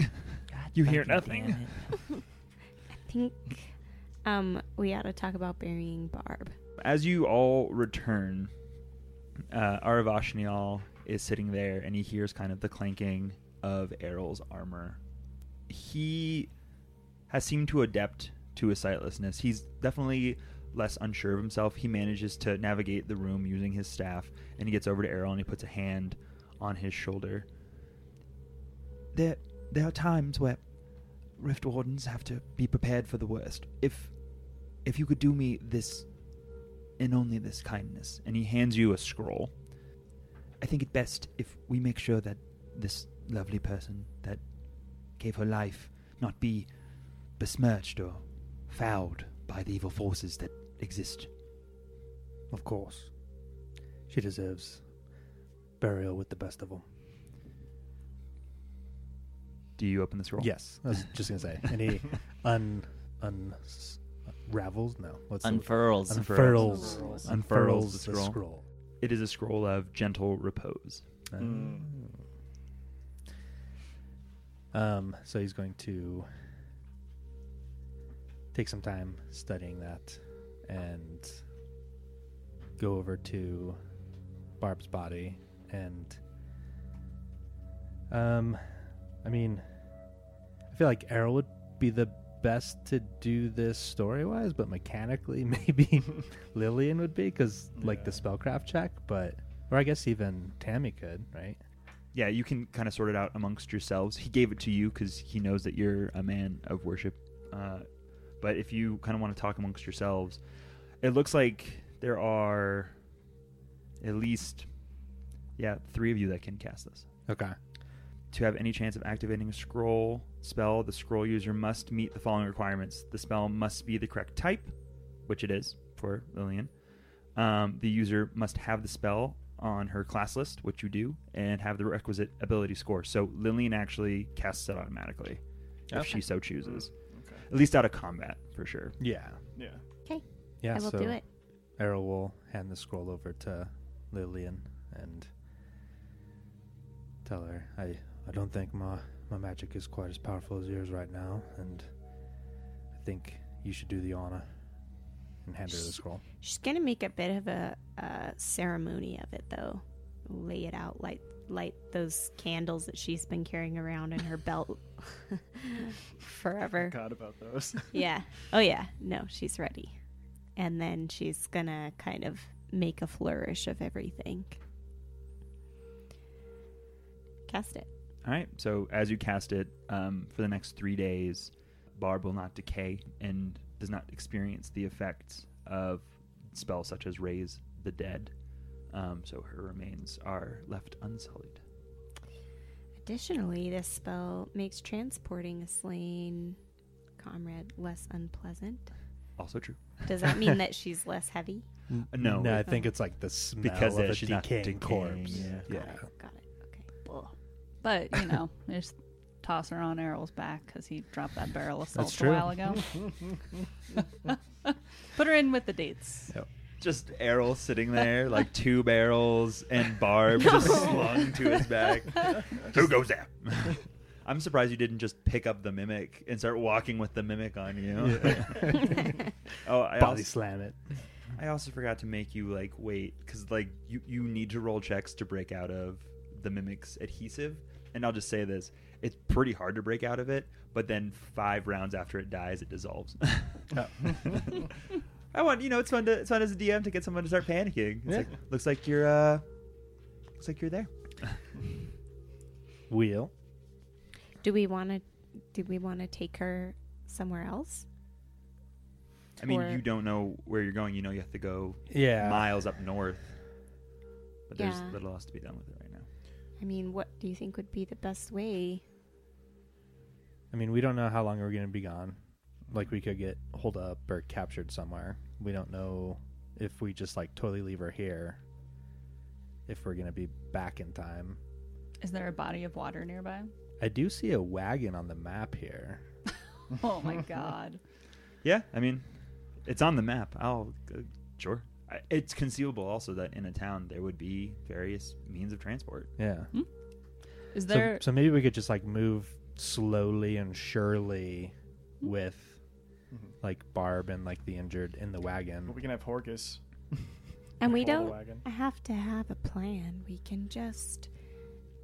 [SPEAKER 4] God
[SPEAKER 1] You hear
[SPEAKER 4] fucking
[SPEAKER 1] nothing.
[SPEAKER 4] damn it.
[SPEAKER 5] I think um we ought to talk about burying Barb.
[SPEAKER 1] As you all return, uh, Aravashnial is sitting there and he hears kind of the clanking of Errol's armor. He has seemed to adept to his sightlessness. He's definitely less unsure of himself. He manages to navigate the room using his staff and he gets over to Errol and he puts a hand on his shoulder. There, there are times where Rift Wardens have to be prepared for the worst. If if you could do me this and only this kindness. And he hands you a scroll. I think it best if we make sure that this lovely person that gave her life not be besmirched or fouled by the evil forces that exist.
[SPEAKER 6] of course. She deserves burial with the best of them.
[SPEAKER 1] Do you open the scroll?
[SPEAKER 6] Yes, I was just gonna say. And he un un s- unravels. No, what's the-
[SPEAKER 4] Unfurls.
[SPEAKER 6] unfurls
[SPEAKER 1] Unfurls.
[SPEAKER 6] unfurls,
[SPEAKER 1] Unfurls the
[SPEAKER 6] the
[SPEAKER 1] scroll.
[SPEAKER 6] scroll. Uh,
[SPEAKER 1] It is a scroll of gentle repose. Hmm.
[SPEAKER 3] Mm.
[SPEAKER 6] Um, so he's going to take some time studying that and go over to Barb's body and um I mean I feel like Errol would be the best to do this story wise, but mechanically maybe Lillian would be because like the
[SPEAKER 3] Yeah.
[SPEAKER 6] spellcraft check, but or I guess even Tammy could, right?
[SPEAKER 1] Yeah, you can kind of sort it out amongst yourselves. He gave it to you because he knows that you're a man of worship. Uh, but if you kind of want to talk amongst yourselves, it looks like there are at least, yeah, three of you that can cast this.
[SPEAKER 6] Okay.
[SPEAKER 1] To have any chance of activating a scroll spell, the scroll user must meet the following requirements. The spell must be the correct type, which it is for Lillian. Um, the user must have the spell on her class list, which you do, and have the requisite ability score. So Lillian actually casts it automatically if she so chooses.
[SPEAKER 3] Okay.
[SPEAKER 1] At least out of combat, for sure.
[SPEAKER 6] Yeah.
[SPEAKER 3] Yeah.
[SPEAKER 6] Yeah.
[SPEAKER 5] I will
[SPEAKER 6] so
[SPEAKER 5] do it.
[SPEAKER 6] Errol will hand the scroll over to Lillian and tell her, I, I don't think my, my magic is quite as powerful as yours right now, and I think you should do the honor and hand her the
[SPEAKER 5] Sh-
[SPEAKER 6] scroll.
[SPEAKER 5] She's gonna make a bit of a, a ceremony of it though. Lay it out, light light those candles that she's been carrying around in her belt forever.
[SPEAKER 3] God about those.
[SPEAKER 5] yeah. Oh yeah. No, she's ready. And then she's gonna kind of make a flourish of everything. Cast it.
[SPEAKER 1] All right. So as you cast it, um, for the next three days, Barb will not decay and does not experience the effects of spells such as raise the dead. Um, so her remains are left unsullied.
[SPEAKER 5] Additionally, this spell makes transporting a slain comrade less unpleasant.
[SPEAKER 1] Also true.
[SPEAKER 5] Does that mean that she's less heavy?
[SPEAKER 1] No,
[SPEAKER 6] Uh, no, I
[SPEAKER 1] it-
[SPEAKER 6] think it's like the smell
[SPEAKER 1] because
[SPEAKER 6] of
[SPEAKER 1] uh,
[SPEAKER 6] a
[SPEAKER 1] she's
[SPEAKER 6] decaying,
[SPEAKER 1] not
[SPEAKER 6] corpse.
[SPEAKER 1] decaying,
[SPEAKER 5] Got
[SPEAKER 1] Yeah.
[SPEAKER 5] it. Got it. Okay.
[SPEAKER 7] But you know, just toss her on Errol's back because he dropped that barrel of
[SPEAKER 6] That's
[SPEAKER 7] salt a while
[SPEAKER 6] true.
[SPEAKER 7] ago. Put her in with the dates.
[SPEAKER 1] Just Errol sitting there, like two barrels, and Barb just slung to his back. Who goes there? I'm surprised you didn't just pick up the mimic and start walking with the mimic on you. oh, I
[SPEAKER 6] Body
[SPEAKER 1] also,
[SPEAKER 6] slam it.
[SPEAKER 1] I also forgot to make you like wait because like you you need to roll checks to break out of the mimic's adhesive, and I'll just say this: it's pretty hard to break out of it. But then five rounds after it dies, it dissolves. I want you know it's fun to it's fun as a DM to get someone to start panicking. It's
[SPEAKER 6] Yeah.
[SPEAKER 1] like, looks like you're uh, looks like you're there.
[SPEAKER 6] Wheel.
[SPEAKER 5] Do we want to? Do we want to take her somewhere else?
[SPEAKER 1] I mean,
[SPEAKER 5] Or-
[SPEAKER 1] you don't know where you're going. You know you have to go
[SPEAKER 6] Yeah.
[SPEAKER 1] miles up north, but there's
[SPEAKER 5] Yeah.
[SPEAKER 1] little else to be done with it right now.
[SPEAKER 5] I mean, what do you think would be the best way?
[SPEAKER 6] I mean, we don't know how long we're going to be gone. Like, we could get holed up or captured somewhere. We don't know if we just, like, totally leave her here.
[SPEAKER 9] if we're going to be back in time.
[SPEAKER 7] Is there a body of water nearby?
[SPEAKER 9] I do see a wagon on the map here.
[SPEAKER 7] Oh my god.
[SPEAKER 1] Yeah, I mean, it's on the map. I'll uh, sure. I- It's conceivable also that in a town there would be various means of transport.
[SPEAKER 9] Yeah.
[SPEAKER 7] Hmm? Is
[SPEAKER 9] So-
[SPEAKER 7] there
[SPEAKER 9] So, maybe we could just like move slowly and surely
[SPEAKER 7] Hmm?
[SPEAKER 9] with like Barb and like the injured in the
[SPEAKER 3] Mm-hmm. But
[SPEAKER 9] wagon.
[SPEAKER 3] we can have Horgus.
[SPEAKER 5] And we
[SPEAKER 3] control the
[SPEAKER 5] don't
[SPEAKER 3] wagon.
[SPEAKER 5] have to have a plan. We can just,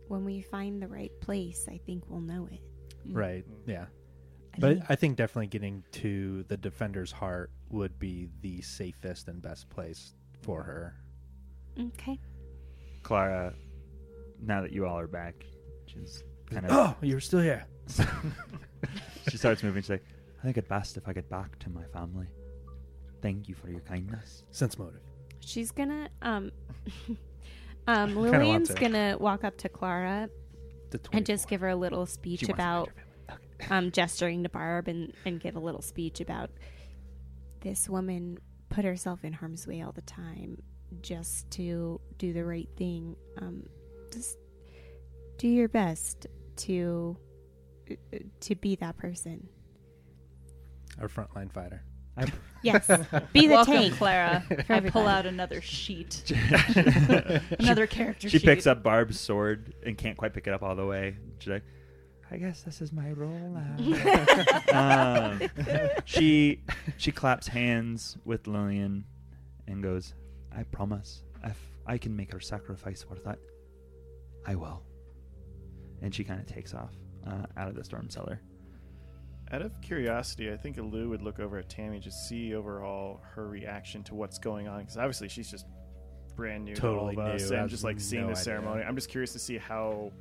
[SPEAKER 5] when we find the right place, I think we'll know it.
[SPEAKER 6] Mm-hmm.
[SPEAKER 9] Right.
[SPEAKER 3] Mm.
[SPEAKER 9] Yeah.
[SPEAKER 7] I
[SPEAKER 9] But
[SPEAKER 7] think-
[SPEAKER 9] I think definitely getting to the defender's heart would be the safest and best place for her.
[SPEAKER 5] Okay.
[SPEAKER 1] Clara, now that you all are back, she's kind of
[SPEAKER 9] Oh, you're still here.
[SPEAKER 1] she starts moving. She's like, I think it best if I get back to my family. Thank you for your kindness.
[SPEAKER 9] Sense motive.
[SPEAKER 5] She's gonna, um, um,
[SPEAKER 9] want
[SPEAKER 5] Lillian's
[SPEAKER 9] to.
[SPEAKER 5] gonna walk up to Clara
[SPEAKER 9] The
[SPEAKER 5] and just
[SPEAKER 9] 24.
[SPEAKER 5] give her a little speech
[SPEAKER 1] wants to
[SPEAKER 5] about, um, gesturing to Barb and, and give a little speech about this woman put herself in harm's way all the time just to do the right thing. Um, just do your best to, uh, to be that person.
[SPEAKER 9] our frontline fighter.
[SPEAKER 5] Yes. Be the
[SPEAKER 7] Welcome,
[SPEAKER 5] tank.
[SPEAKER 7] Clara.
[SPEAKER 5] For
[SPEAKER 7] I pull
[SPEAKER 5] everybody.
[SPEAKER 7] out another sheet. another character
[SPEAKER 1] She
[SPEAKER 7] sheet.
[SPEAKER 1] picks up Barb's sword and can't quite pick it up all the way. She's like, I guess this is my role now. um, she she claps hands with Lillian and goes, I promise, if I can make her sacrifice for that, I will. And she kind of takes off uh, out of the storm cellar.
[SPEAKER 3] Out of curiosity, I think Lou would look over at Tammy to see overall her reaction to what's going on because obviously she's just brand new
[SPEAKER 9] Totally
[SPEAKER 3] to all of us
[SPEAKER 9] new,
[SPEAKER 3] and
[SPEAKER 9] has
[SPEAKER 3] just like seeing
[SPEAKER 9] no
[SPEAKER 3] this
[SPEAKER 9] idea.
[SPEAKER 3] ceremony. I'm just curious to see how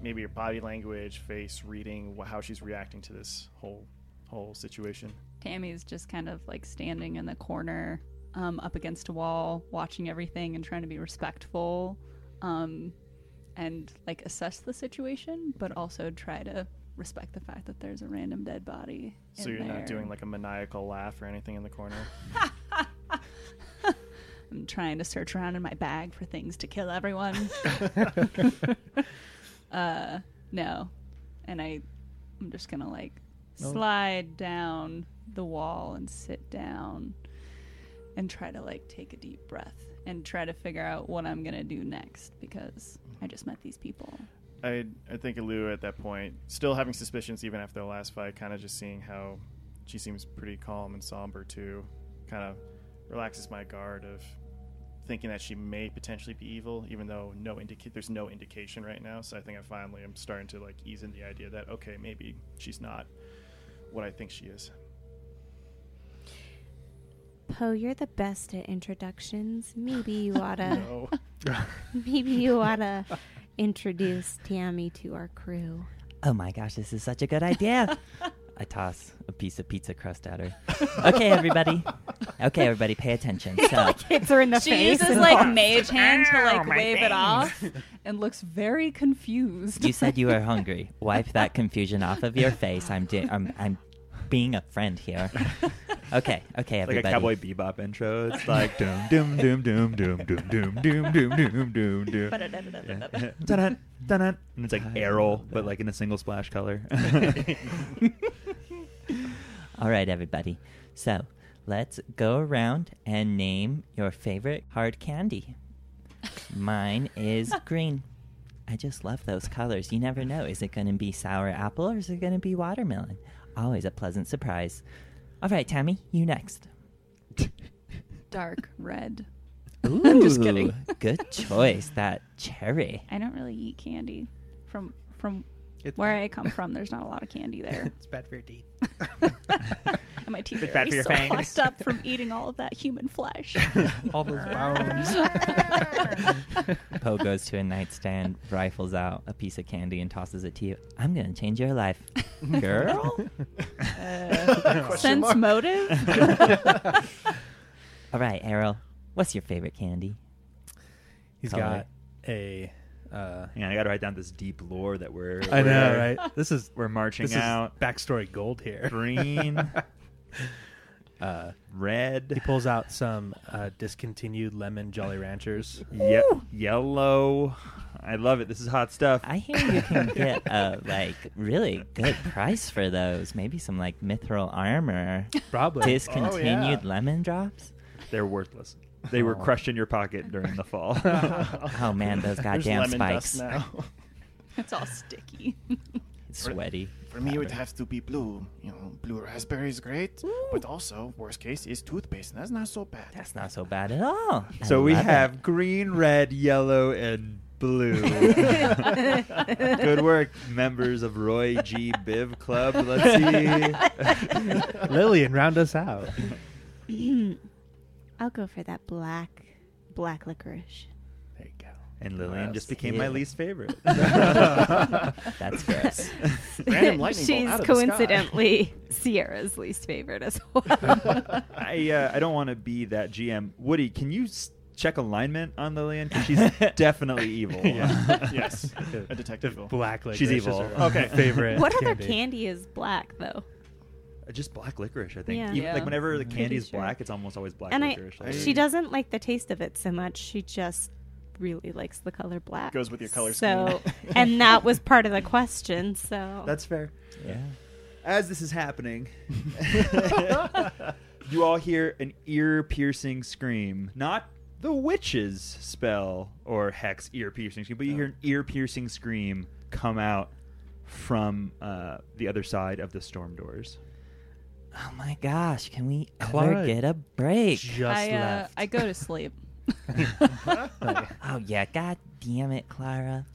[SPEAKER 3] maybe your body language, face reading, wh- how she's reacting to this whole whole situation.
[SPEAKER 2] Tammy's just kind of like standing in the corner, um, up against a wall, watching everything and trying to be respectful, um, and like assess the situation, but also try to respect the fact that there's a random dead body.
[SPEAKER 3] So
[SPEAKER 2] in
[SPEAKER 3] you're
[SPEAKER 2] there.
[SPEAKER 3] not doing like a maniacal laugh or anything in the corner.
[SPEAKER 2] I'm trying to search around in my bag for things to kill everyone. uh, no, and I, I'm just gonna like slide down the wall and sit down, and try to like take a deep breath and try to figure out what I'm gonna do next because I just met these people.
[SPEAKER 3] I I think Lou at that point, still having suspicions even after the last fight, kind of just seeing how she seems pretty calm and somber too, kind of relaxes my guard of thinking that she may potentially be evil, even though no indica- there's no indication right now. So I think I finally am starting to like ease in the idea that okay, maybe she's not what I think she is.
[SPEAKER 5] Poe, you're the best at introductions. Maybe you oughta
[SPEAKER 3] No,
[SPEAKER 5] maybe you oughta introduce Tammy to our crew.
[SPEAKER 4] Oh my gosh, this is such a good idea. I toss a piece of pizza crust at her. Okay, everybody. Okay, everybody, pay attention. So,
[SPEAKER 5] It's her in the
[SPEAKER 7] She
[SPEAKER 5] face.
[SPEAKER 7] uses like mage hand to like wave it off and looks very confused.
[SPEAKER 4] you said you were hungry. Wipe that confusion off of your face. I'm doing. I'm, I'm being a friend here. Okay, okay,
[SPEAKER 1] Like
[SPEAKER 4] everybody.
[SPEAKER 1] a cowboy bebop intro. It's like doom doom doom doom doom doom doom doom doom doom doom doom. Yeah. Dun-dun, dun-dun. and it's like Errol, but like in a single splash color.
[SPEAKER 4] All right, everybody. So, let's go around and name your favorite hard candy. Mine is green. I just love those colors. You never know. Is it going to be sour apple or is it going to be watermelon? Always a pleasant surprise. All right, Tammy, you next.
[SPEAKER 2] Dark red.
[SPEAKER 4] Ooh,
[SPEAKER 2] I'm just kidding.
[SPEAKER 4] good choice. That cherry.
[SPEAKER 2] I don't really eat candy. From from
[SPEAKER 9] It's-
[SPEAKER 2] where I come from, there's not a lot of candy there.
[SPEAKER 9] It's bad for your teeth.
[SPEAKER 2] And my teeth
[SPEAKER 1] Big
[SPEAKER 2] are
[SPEAKER 1] fat for
[SPEAKER 2] already
[SPEAKER 1] your
[SPEAKER 2] so
[SPEAKER 1] fangs.
[SPEAKER 2] fucked up from eating all of that human flesh.
[SPEAKER 9] All those bones.
[SPEAKER 4] Poe goes to a nightstand, rifles out a piece of candy, and tosses it to you. I'm going to change your life. Girl?
[SPEAKER 2] Sense motive?
[SPEAKER 4] All right, Errol, what's your favorite candy?
[SPEAKER 9] He's
[SPEAKER 4] Color.
[SPEAKER 9] got a. Uh,
[SPEAKER 1] Hang on, I gotta write down this deep lore that we're.
[SPEAKER 9] I know,
[SPEAKER 1] we're-
[SPEAKER 9] right? This is
[SPEAKER 1] We're marching
[SPEAKER 9] this
[SPEAKER 1] out.
[SPEAKER 9] is backstory gold here.
[SPEAKER 1] Green.
[SPEAKER 6] uh, he
[SPEAKER 1] Red,
[SPEAKER 6] pulls out some uh, discontinued lemon Jolly Ranchers.
[SPEAKER 1] ye- yellow. I love it. This is hot stuff.
[SPEAKER 4] I hear you can get a like really good price for those. Maybe some like mithril armor,
[SPEAKER 6] Probably.
[SPEAKER 1] Oh,
[SPEAKER 4] discontinued
[SPEAKER 8] Oh, yeah.
[SPEAKER 4] lemon drops.
[SPEAKER 1] They're worthless. They were
[SPEAKER 4] Oh.
[SPEAKER 1] crushed in your pocket during the fall.
[SPEAKER 4] Oh man, those
[SPEAKER 8] There's
[SPEAKER 4] goddamn
[SPEAKER 8] lemon dust
[SPEAKER 4] spikes.
[SPEAKER 8] now.
[SPEAKER 2] It's all sticky.
[SPEAKER 4] It's sweaty.
[SPEAKER 8] For me, it would have to be blue. You know, blue raspberry is great, but also, worst case, is toothpaste, and that's not so bad.
[SPEAKER 4] That's not so bad at all. I
[SPEAKER 1] so we
[SPEAKER 4] love it.
[SPEAKER 1] have green, red, yellow, and blue. Good work, members of Roy G. Biv Club. Let's see.
[SPEAKER 6] Lillian, round us out.
[SPEAKER 5] I'll go for that black, black licorice.
[SPEAKER 6] There you go.
[SPEAKER 1] And Lillian just
[SPEAKER 4] Gross.
[SPEAKER 1] became my
[SPEAKER 4] Ew.
[SPEAKER 1] least favorite.
[SPEAKER 4] That's gross.
[SPEAKER 8] Random lightning bolt
[SPEAKER 5] She's
[SPEAKER 8] out of the sky.
[SPEAKER 5] coincidentally Sierra's least favorite as well.
[SPEAKER 1] I uh, I don't want to be that GM. Woody, can you s- check alignment on Lillian? 'Cause she's definitely evil.
[SPEAKER 6] Yeah.
[SPEAKER 8] yes, a detective. will.
[SPEAKER 6] Black licorice.
[SPEAKER 1] She's
[SPEAKER 6] is
[SPEAKER 1] evil.
[SPEAKER 6] her
[SPEAKER 1] Okay.
[SPEAKER 6] Favorite.
[SPEAKER 5] what other candy is black though?
[SPEAKER 1] Just black licorice, I think.
[SPEAKER 5] Yeah.
[SPEAKER 1] Even, Like
[SPEAKER 2] Yeah.
[SPEAKER 1] whenever the candy is
[SPEAKER 2] sure.
[SPEAKER 1] black, it's almost always black
[SPEAKER 5] and I,
[SPEAKER 1] licorice.
[SPEAKER 5] she doesn't like the taste of it so much. She just really likes the color black.
[SPEAKER 8] Goes with your color
[SPEAKER 5] So, and that was part of the question. So
[SPEAKER 1] That's fair.
[SPEAKER 4] Yeah.
[SPEAKER 1] As this is happening, you all hear an ear-piercing scream. Not the witch's spell or hex ear-piercing scream, but you hear an ear-piercing scream come out from uh, the other side of the storm doors.
[SPEAKER 4] Oh my gosh, can we ever
[SPEAKER 6] Clara-
[SPEAKER 4] get a break?
[SPEAKER 6] Just
[SPEAKER 2] I, uh,
[SPEAKER 6] left.
[SPEAKER 2] I go to sleep.
[SPEAKER 4] Oh yeah, god damn it, Clara.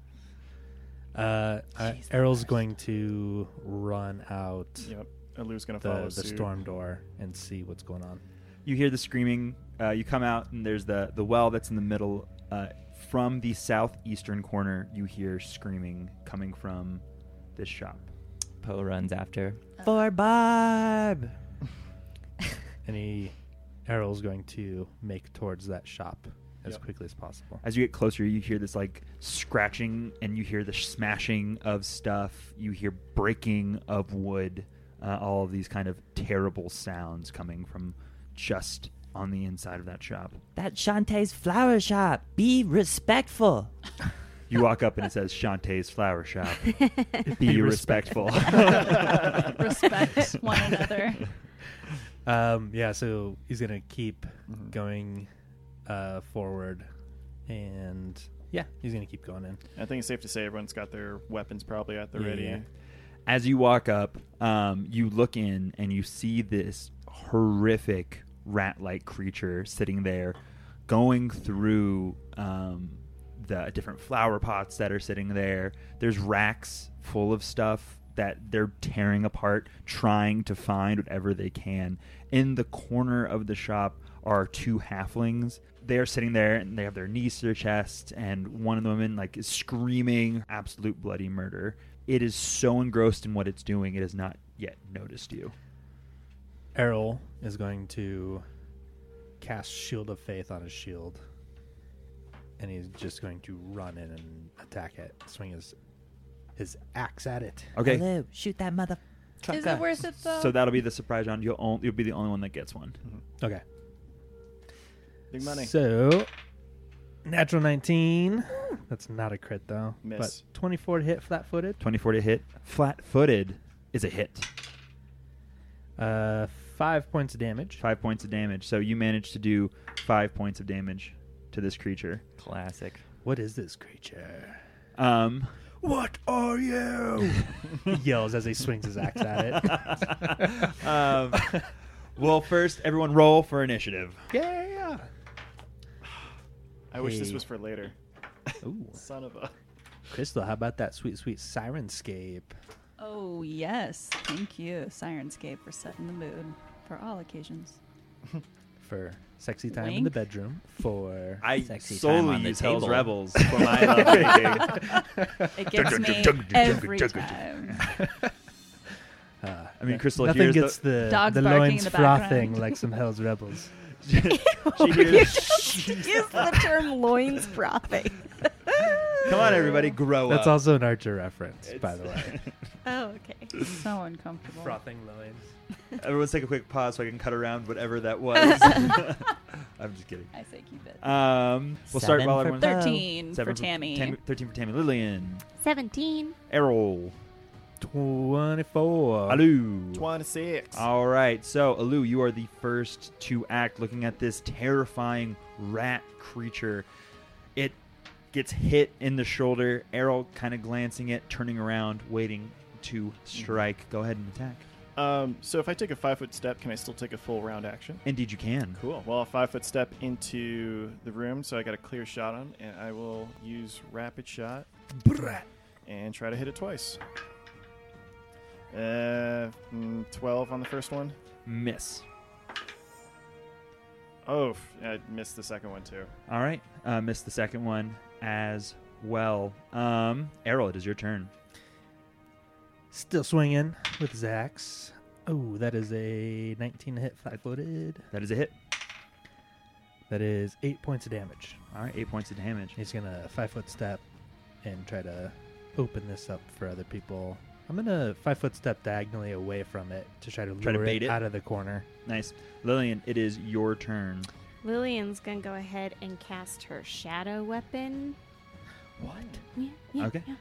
[SPEAKER 6] Uh, uh,
[SPEAKER 4] She's the
[SPEAKER 6] Errol's
[SPEAKER 4] worst.
[SPEAKER 6] going to run out
[SPEAKER 8] Yep, Alu's gonna follow
[SPEAKER 6] the, the
[SPEAKER 8] suit.
[SPEAKER 6] storm door and see what's going on.
[SPEAKER 1] you hear the screaming. Uh, you come out, and there's the the well that's in the middle. Uh, from the southeastern corner, you hear screaming coming from this shop.
[SPEAKER 4] Poe runs after. For Barb.
[SPEAKER 6] And he, Errol's going to make towards that shop as
[SPEAKER 8] Yep.
[SPEAKER 6] quickly as possible.
[SPEAKER 1] As you get closer, you hear this like scratching, and you hear the smashing of stuff. You hear breaking of wood. Uh, all of these kind of terrible sounds coming from just on the inside of that shop.
[SPEAKER 4] That Shantae's flower shop. Be respectful.
[SPEAKER 1] You walk up, and it says Shantae's Flower Shop. Be respectful.
[SPEAKER 2] Respect one another.
[SPEAKER 6] Um, yeah, so he's gonna keep
[SPEAKER 8] Mm-hmm.
[SPEAKER 6] going uh, forward, and yeah, he's gonna keep going in.
[SPEAKER 8] I think it's safe to say everyone's got their weapons probably at the
[SPEAKER 6] Yeah,
[SPEAKER 8] ready.
[SPEAKER 6] yeah.
[SPEAKER 1] as you walk up, um, you look in and you see this horrific rat-like creature sitting there, going through um, the different flower pots that are sitting there. There's racks full of stuff that they're tearing apart, trying to find whatever they can. In the corner of the shop are two halflings. They are sitting there and they have their knees to their chest, and one of the women like is screaming absolute bloody murder. It is so engrossed in what it's doing, it has not yet noticed you.
[SPEAKER 6] Errol is going to cast Shield of Faith on his shield, and he's just going to run in and attack it, swing his his axe at it.
[SPEAKER 1] Okay,
[SPEAKER 4] Hello, shoot that mother.
[SPEAKER 2] Is it worth it though?
[SPEAKER 1] so that'll be the surprise round. You'll only, you'll be the only one that gets one.
[SPEAKER 6] Okay,
[SPEAKER 8] Mm-hmm. Big money.
[SPEAKER 6] so natural nineteen. That's not a crit though.
[SPEAKER 8] Miss.
[SPEAKER 6] But twenty four to hit flat-footed.
[SPEAKER 1] Twenty-four to hit. Flat-footed is a hit.
[SPEAKER 6] Uh, five points of damage.
[SPEAKER 1] Five points of damage. So you manage to do five points of damage to this creature.
[SPEAKER 4] Classic.
[SPEAKER 6] What is this creature?
[SPEAKER 1] Um,
[SPEAKER 6] What are you? he yells as he swings his axe at it.
[SPEAKER 1] um, well, first, everyone roll for initiative.
[SPEAKER 6] yeah, yeah,
[SPEAKER 8] I wish this
[SPEAKER 6] Hey.
[SPEAKER 8] was for later.
[SPEAKER 6] yeah. Ooh,
[SPEAKER 8] Son of a.
[SPEAKER 6] Crystal, how about that sweet, sweet Sirenscape?
[SPEAKER 2] Oh yes, thank you, Sirenscape, for setting the mood for all occasions.
[SPEAKER 6] For sexy time in
[SPEAKER 2] Wink.
[SPEAKER 6] the bedroom. For
[SPEAKER 1] I
[SPEAKER 4] Sexy time
[SPEAKER 1] solely
[SPEAKER 4] on the
[SPEAKER 1] use Hell's
[SPEAKER 4] table.
[SPEAKER 1] Rebels for my love making.
[SPEAKER 2] It gets me every time.
[SPEAKER 1] Uh, I mean, Crystal,
[SPEAKER 6] nothing
[SPEAKER 1] here's
[SPEAKER 6] gets
[SPEAKER 1] the,
[SPEAKER 6] the
[SPEAKER 2] Dogs
[SPEAKER 6] the
[SPEAKER 2] barking in
[SPEAKER 6] loins
[SPEAKER 2] the
[SPEAKER 6] frothing
[SPEAKER 2] background.
[SPEAKER 6] like some Hell's Rebels.
[SPEAKER 1] she
[SPEAKER 5] Use
[SPEAKER 1] hears,
[SPEAKER 5] the term loins frothing.
[SPEAKER 1] Come on, everybody, grow
[SPEAKER 6] That's
[SPEAKER 1] up.
[SPEAKER 6] also an Archer reference, by the way.
[SPEAKER 5] Oh, okay.
[SPEAKER 10] so uncomfortable.
[SPEAKER 6] Frothing lilies.
[SPEAKER 1] Everyone, take a quick pause so I can cut around whatever that was. I'm just kidding.
[SPEAKER 2] I say keep it.
[SPEAKER 1] Um, we'll start
[SPEAKER 4] Seven
[SPEAKER 1] while
[SPEAKER 4] for
[SPEAKER 1] everyone's
[SPEAKER 4] Bo.
[SPEAKER 10] Thirteen for
[SPEAKER 1] Seven
[SPEAKER 10] Tammy.
[SPEAKER 1] Tam- Thirteen for Tammy. Lillian.
[SPEAKER 5] 17.
[SPEAKER 1] Errol.
[SPEAKER 6] 24.
[SPEAKER 1] Alu.
[SPEAKER 3] 26.
[SPEAKER 1] All right, so Alu, you are the first to act. Looking at this terrifying rat creature, it gets hit in the shoulder. Errol kind of glancing it, turning around, waiting to strike. Go ahead and attack.
[SPEAKER 3] Um, so if I take a five foot step, can I still take a full round action?
[SPEAKER 1] Indeed, you can.
[SPEAKER 3] Cool. Well, a five foot step into the room, so I got a clear shot on, and I will use rapid shot and try to hit it twice. Uh, mm, 12 on the first one.
[SPEAKER 1] Miss.
[SPEAKER 3] Oh, f- I missed the second one too.
[SPEAKER 1] All right, uh, missed the second one as well. Um, Errol, it is your turn.
[SPEAKER 6] Still swinging with his axe. Oh, that is a 19 to hit, 5 footed.
[SPEAKER 1] That is a hit.
[SPEAKER 6] That is 8 points of damage.
[SPEAKER 1] All right, eight points of damage.
[SPEAKER 6] He's going to 5 foot step and try to open this up for other people. I'm going to 5 foot step diagonally away from it to try to lure
[SPEAKER 1] Try to bait it?
[SPEAKER 6] out of the corner.
[SPEAKER 1] Nice, Lillian. It is your turn.
[SPEAKER 5] Lillian's going to go ahead and cast her shadow weapon.
[SPEAKER 1] What?
[SPEAKER 5] Yeah, yeah,
[SPEAKER 1] Okay.
[SPEAKER 5] yeah.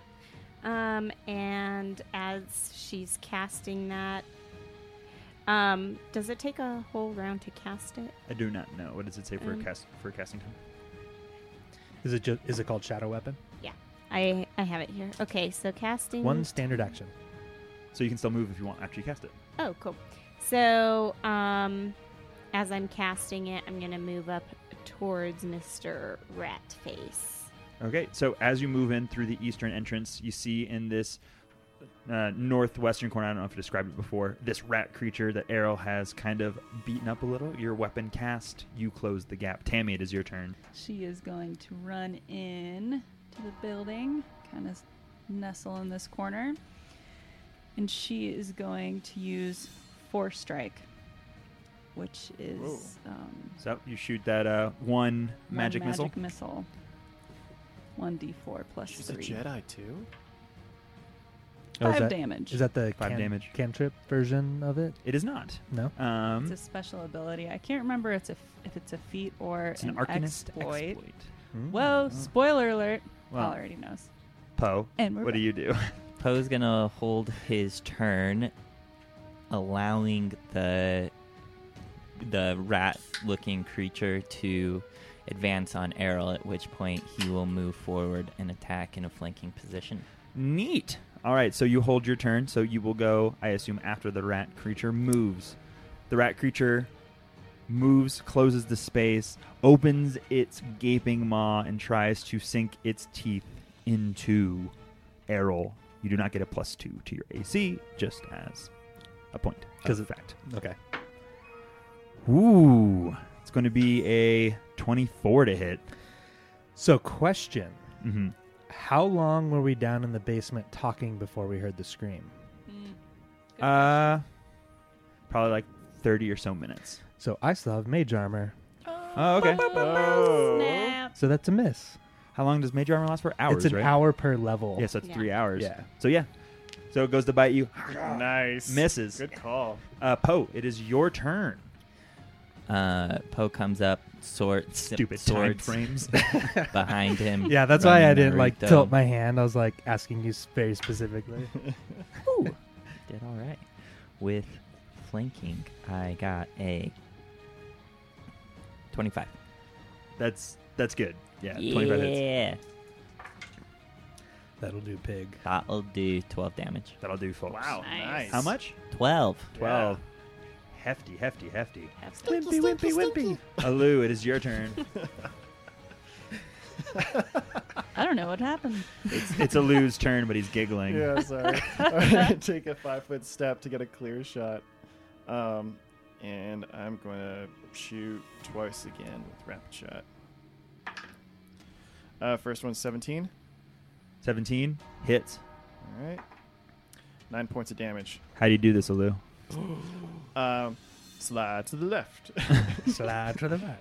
[SPEAKER 5] Um, and as she's casting that, um, does it take a whole round to cast it?
[SPEAKER 1] I do not know. What does it say for a
[SPEAKER 5] Um,
[SPEAKER 1] cast for a casting time?
[SPEAKER 6] Is it just, is it called shadow weapon?
[SPEAKER 5] I I have it here. Okay, so casting
[SPEAKER 6] One standard action.
[SPEAKER 1] So you can still move if you want after you cast it.
[SPEAKER 5] Oh, cool. So, um, as I'm casting it, I'm gonna move up towards Mr. Ratface.
[SPEAKER 1] Okay, so as you move in through the eastern entrance, you see in this uh, northwestern corner, I don't know if I described it before, this rat creature that Errol has kind of beaten up a little. Your weapon cast, you close the gap. Tammy, it is your turn.
[SPEAKER 2] She is going to run in to the building, kind of nestle in this corner, and she is going to use force strike, which is um,
[SPEAKER 1] So you shoot that uh, one,
[SPEAKER 2] one
[SPEAKER 1] magic, missile.
[SPEAKER 2] Magic missile. One d four plus
[SPEAKER 3] She's
[SPEAKER 2] three.
[SPEAKER 3] a Jedi too.
[SPEAKER 6] Oh,
[SPEAKER 1] Oh,
[SPEAKER 2] Five
[SPEAKER 6] is, that,
[SPEAKER 2] damage.
[SPEAKER 6] is that the
[SPEAKER 1] Five
[SPEAKER 6] can-
[SPEAKER 1] damage.
[SPEAKER 6] cantrip version of it?
[SPEAKER 1] It is not.
[SPEAKER 6] No?
[SPEAKER 1] Um,
[SPEAKER 2] it's a special ability. I can't remember it's a f- if it's a feat or
[SPEAKER 1] it's an, arcanist
[SPEAKER 2] exploit.
[SPEAKER 1] exploit.
[SPEAKER 3] Hmm.
[SPEAKER 6] Mm.
[SPEAKER 3] Oh.
[SPEAKER 2] Whoa! Spoiler alert. Paul
[SPEAKER 1] Well,
[SPEAKER 2] already knows.
[SPEAKER 1] Poe,
[SPEAKER 2] And we're
[SPEAKER 1] what do
[SPEAKER 2] back.
[SPEAKER 1] you do?
[SPEAKER 4] Poe's gonna hold his turn, allowing the the rat-looking creature to advance on Errol. At which point, he will move forward and attack in a flanking position.
[SPEAKER 1] Neat. All right, so you hold your turn, so you will go, I assume, after the rat creature moves. The rat creature moves, closes the space, opens its gaping maw, and tries to sink its teeth into Errol. You do not get a plus two to your AC, just as a point. Because of fact.
[SPEAKER 6] Okay.
[SPEAKER 1] Ooh, it's going to be a 24 to hit.
[SPEAKER 6] So, question.
[SPEAKER 1] Mm-hmm.
[SPEAKER 6] How long were we down in the basement talking before we heard the scream?
[SPEAKER 5] Mm.
[SPEAKER 1] Uh, probably like 30 or so minutes.
[SPEAKER 6] So I still have mage armor.
[SPEAKER 1] Oh, okay.
[SPEAKER 10] Snap.
[SPEAKER 6] So that's a miss.
[SPEAKER 1] How long does major armor last for? Hours,
[SPEAKER 6] it's an
[SPEAKER 1] right?
[SPEAKER 6] hour per level.
[SPEAKER 1] Yeah, so it's
[SPEAKER 5] Yeah.
[SPEAKER 1] three hours.
[SPEAKER 6] Yeah.
[SPEAKER 1] So yeah. So it goes to bite you.
[SPEAKER 3] Nice.
[SPEAKER 1] Misses.
[SPEAKER 3] Good call.
[SPEAKER 1] Uh, Poe, it is your turn.
[SPEAKER 4] Uh, Poe comes up, sword,
[SPEAKER 1] Stupid time
[SPEAKER 4] swords
[SPEAKER 1] frames.
[SPEAKER 4] behind him.
[SPEAKER 6] Yeah, that's why I
[SPEAKER 4] running
[SPEAKER 6] didn't like
[SPEAKER 4] Naruto.
[SPEAKER 6] tilt my hand. I was like asking you very specifically.
[SPEAKER 4] Did all right with flanking. I got a twenty-five.
[SPEAKER 1] that's that's good. Yeah, 25 hits.
[SPEAKER 6] That'll do, pig.
[SPEAKER 4] That'll do twelve damage.
[SPEAKER 1] That'll do, folks.
[SPEAKER 3] Wow. Nice.
[SPEAKER 1] How much?
[SPEAKER 4] Twelve.
[SPEAKER 1] 12. Hefty, hefty, hefty.
[SPEAKER 6] Wimpy, wimpy, wimpy.
[SPEAKER 1] Alu, it is your turn.
[SPEAKER 2] I don't know what happened.
[SPEAKER 1] It's, it's Alu's turn, but he's giggling.
[SPEAKER 3] Yeah, sorry. All right, take a five foot step to get a clear shot. Um, and I'm going to shoot twice again with rapid shot. Uh, first one's 17.
[SPEAKER 1] 17 hits.
[SPEAKER 3] All right. Nine points of damage.
[SPEAKER 1] How do you do this, Alu?
[SPEAKER 3] Um, slide to the left.
[SPEAKER 6] Slide to the right.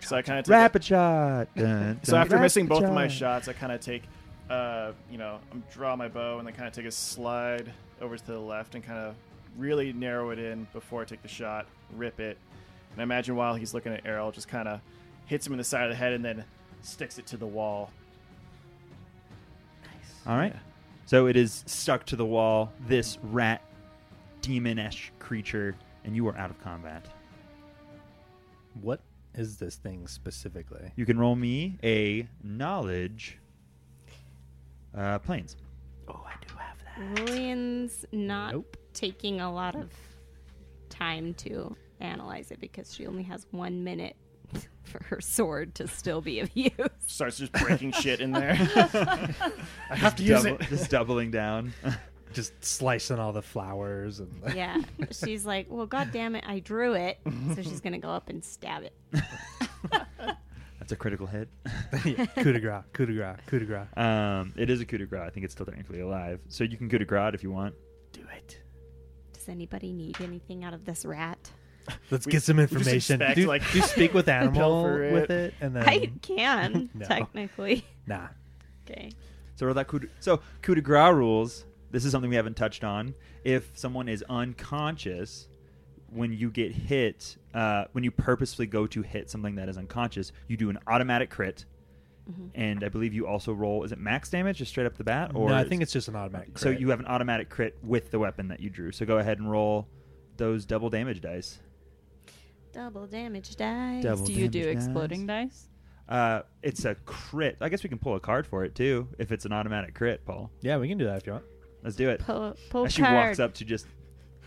[SPEAKER 3] so I kind of
[SPEAKER 1] Rapid shot. Dun,
[SPEAKER 3] So
[SPEAKER 1] dun,
[SPEAKER 3] after
[SPEAKER 1] rapid
[SPEAKER 3] missing both of my
[SPEAKER 1] shot.
[SPEAKER 3] shots, I kind of take uh, you know, I'm draw my bow and then kind of take a slide over to the left and kind of really narrow it in before I take the shot, rip it. And I imagine while he's looking at Errol, just kind of hits him in the side of the head and then sticks it to the wall.
[SPEAKER 1] All right. So it is stuck to the wall. This rat, demon-ish creature, and you are out of combat.
[SPEAKER 6] What is this thing specifically?
[SPEAKER 1] You can roll me a knowledge. Uh, planes.
[SPEAKER 5] Lillian's not
[SPEAKER 6] Nope.
[SPEAKER 5] taking a lot of time to analyze it because she only has one minute for her sword to still be of use.
[SPEAKER 3] Starts just breaking shit in there. I have to use
[SPEAKER 1] Double-
[SPEAKER 3] it.
[SPEAKER 1] just doubling down.
[SPEAKER 6] Just slicing all the flowers and
[SPEAKER 5] yeah. She's like, well, god damn it, I drew it. So she's going to go up and stab it.
[SPEAKER 1] That's a critical hit.
[SPEAKER 6] yeah. coup de grace, coup de grace, coup de grace.
[SPEAKER 1] Um, it is a coup de grace. I think it's still technically alive. So you can coup de grace if you want.
[SPEAKER 5] Does anybody need anything out of this rat?
[SPEAKER 6] Let's
[SPEAKER 3] We-
[SPEAKER 6] get some
[SPEAKER 3] we just
[SPEAKER 6] information.
[SPEAKER 3] expect,
[SPEAKER 6] do,
[SPEAKER 3] like,
[SPEAKER 6] do you speak with animal
[SPEAKER 3] pilfer it.
[SPEAKER 6] with it, and then
[SPEAKER 5] I can,
[SPEAKER 6] No.
[SPEAKER 5] technically.
[SPEAKER 6] nah.
[SPEAKER 5] Okay.
[SPEAKER 1] So roll that coup de, so coup de grace rules. This is something we haven't touched on. If someone is unconscious when you get hit, uh, when you purposefully go to hit something that is unconscious, you do an automatic crit, and I believe you also roll. Is it max damage just straight up the bat, or
[SPEAKER 6] no, I think it's just an automatic.
[SPEAKER 1] so
[SPEAKER 6] crit.
[SPEAKER 1] you have an automatic crit with the weapon that you drew. So go ahead and roll those double damage dice.
[SPEAKER 5] Double damage die.
[SPEAKER 1] Double
[SPEAKER 2] do you do
[SPEAKER 1] damage dice.
[SPEAKER 2] exploding dice?
[SPEAKER 1] Uh, it's a crit. I guess we can pull a card for it too if it's an automatic crit, Paul.
[SPEAKER 6] yeah, we can do that if you want.
[SPEAKER 1] Let's do it.
[SPEAKER 5] Pull,
[SPEAKER 1] As she walks up to just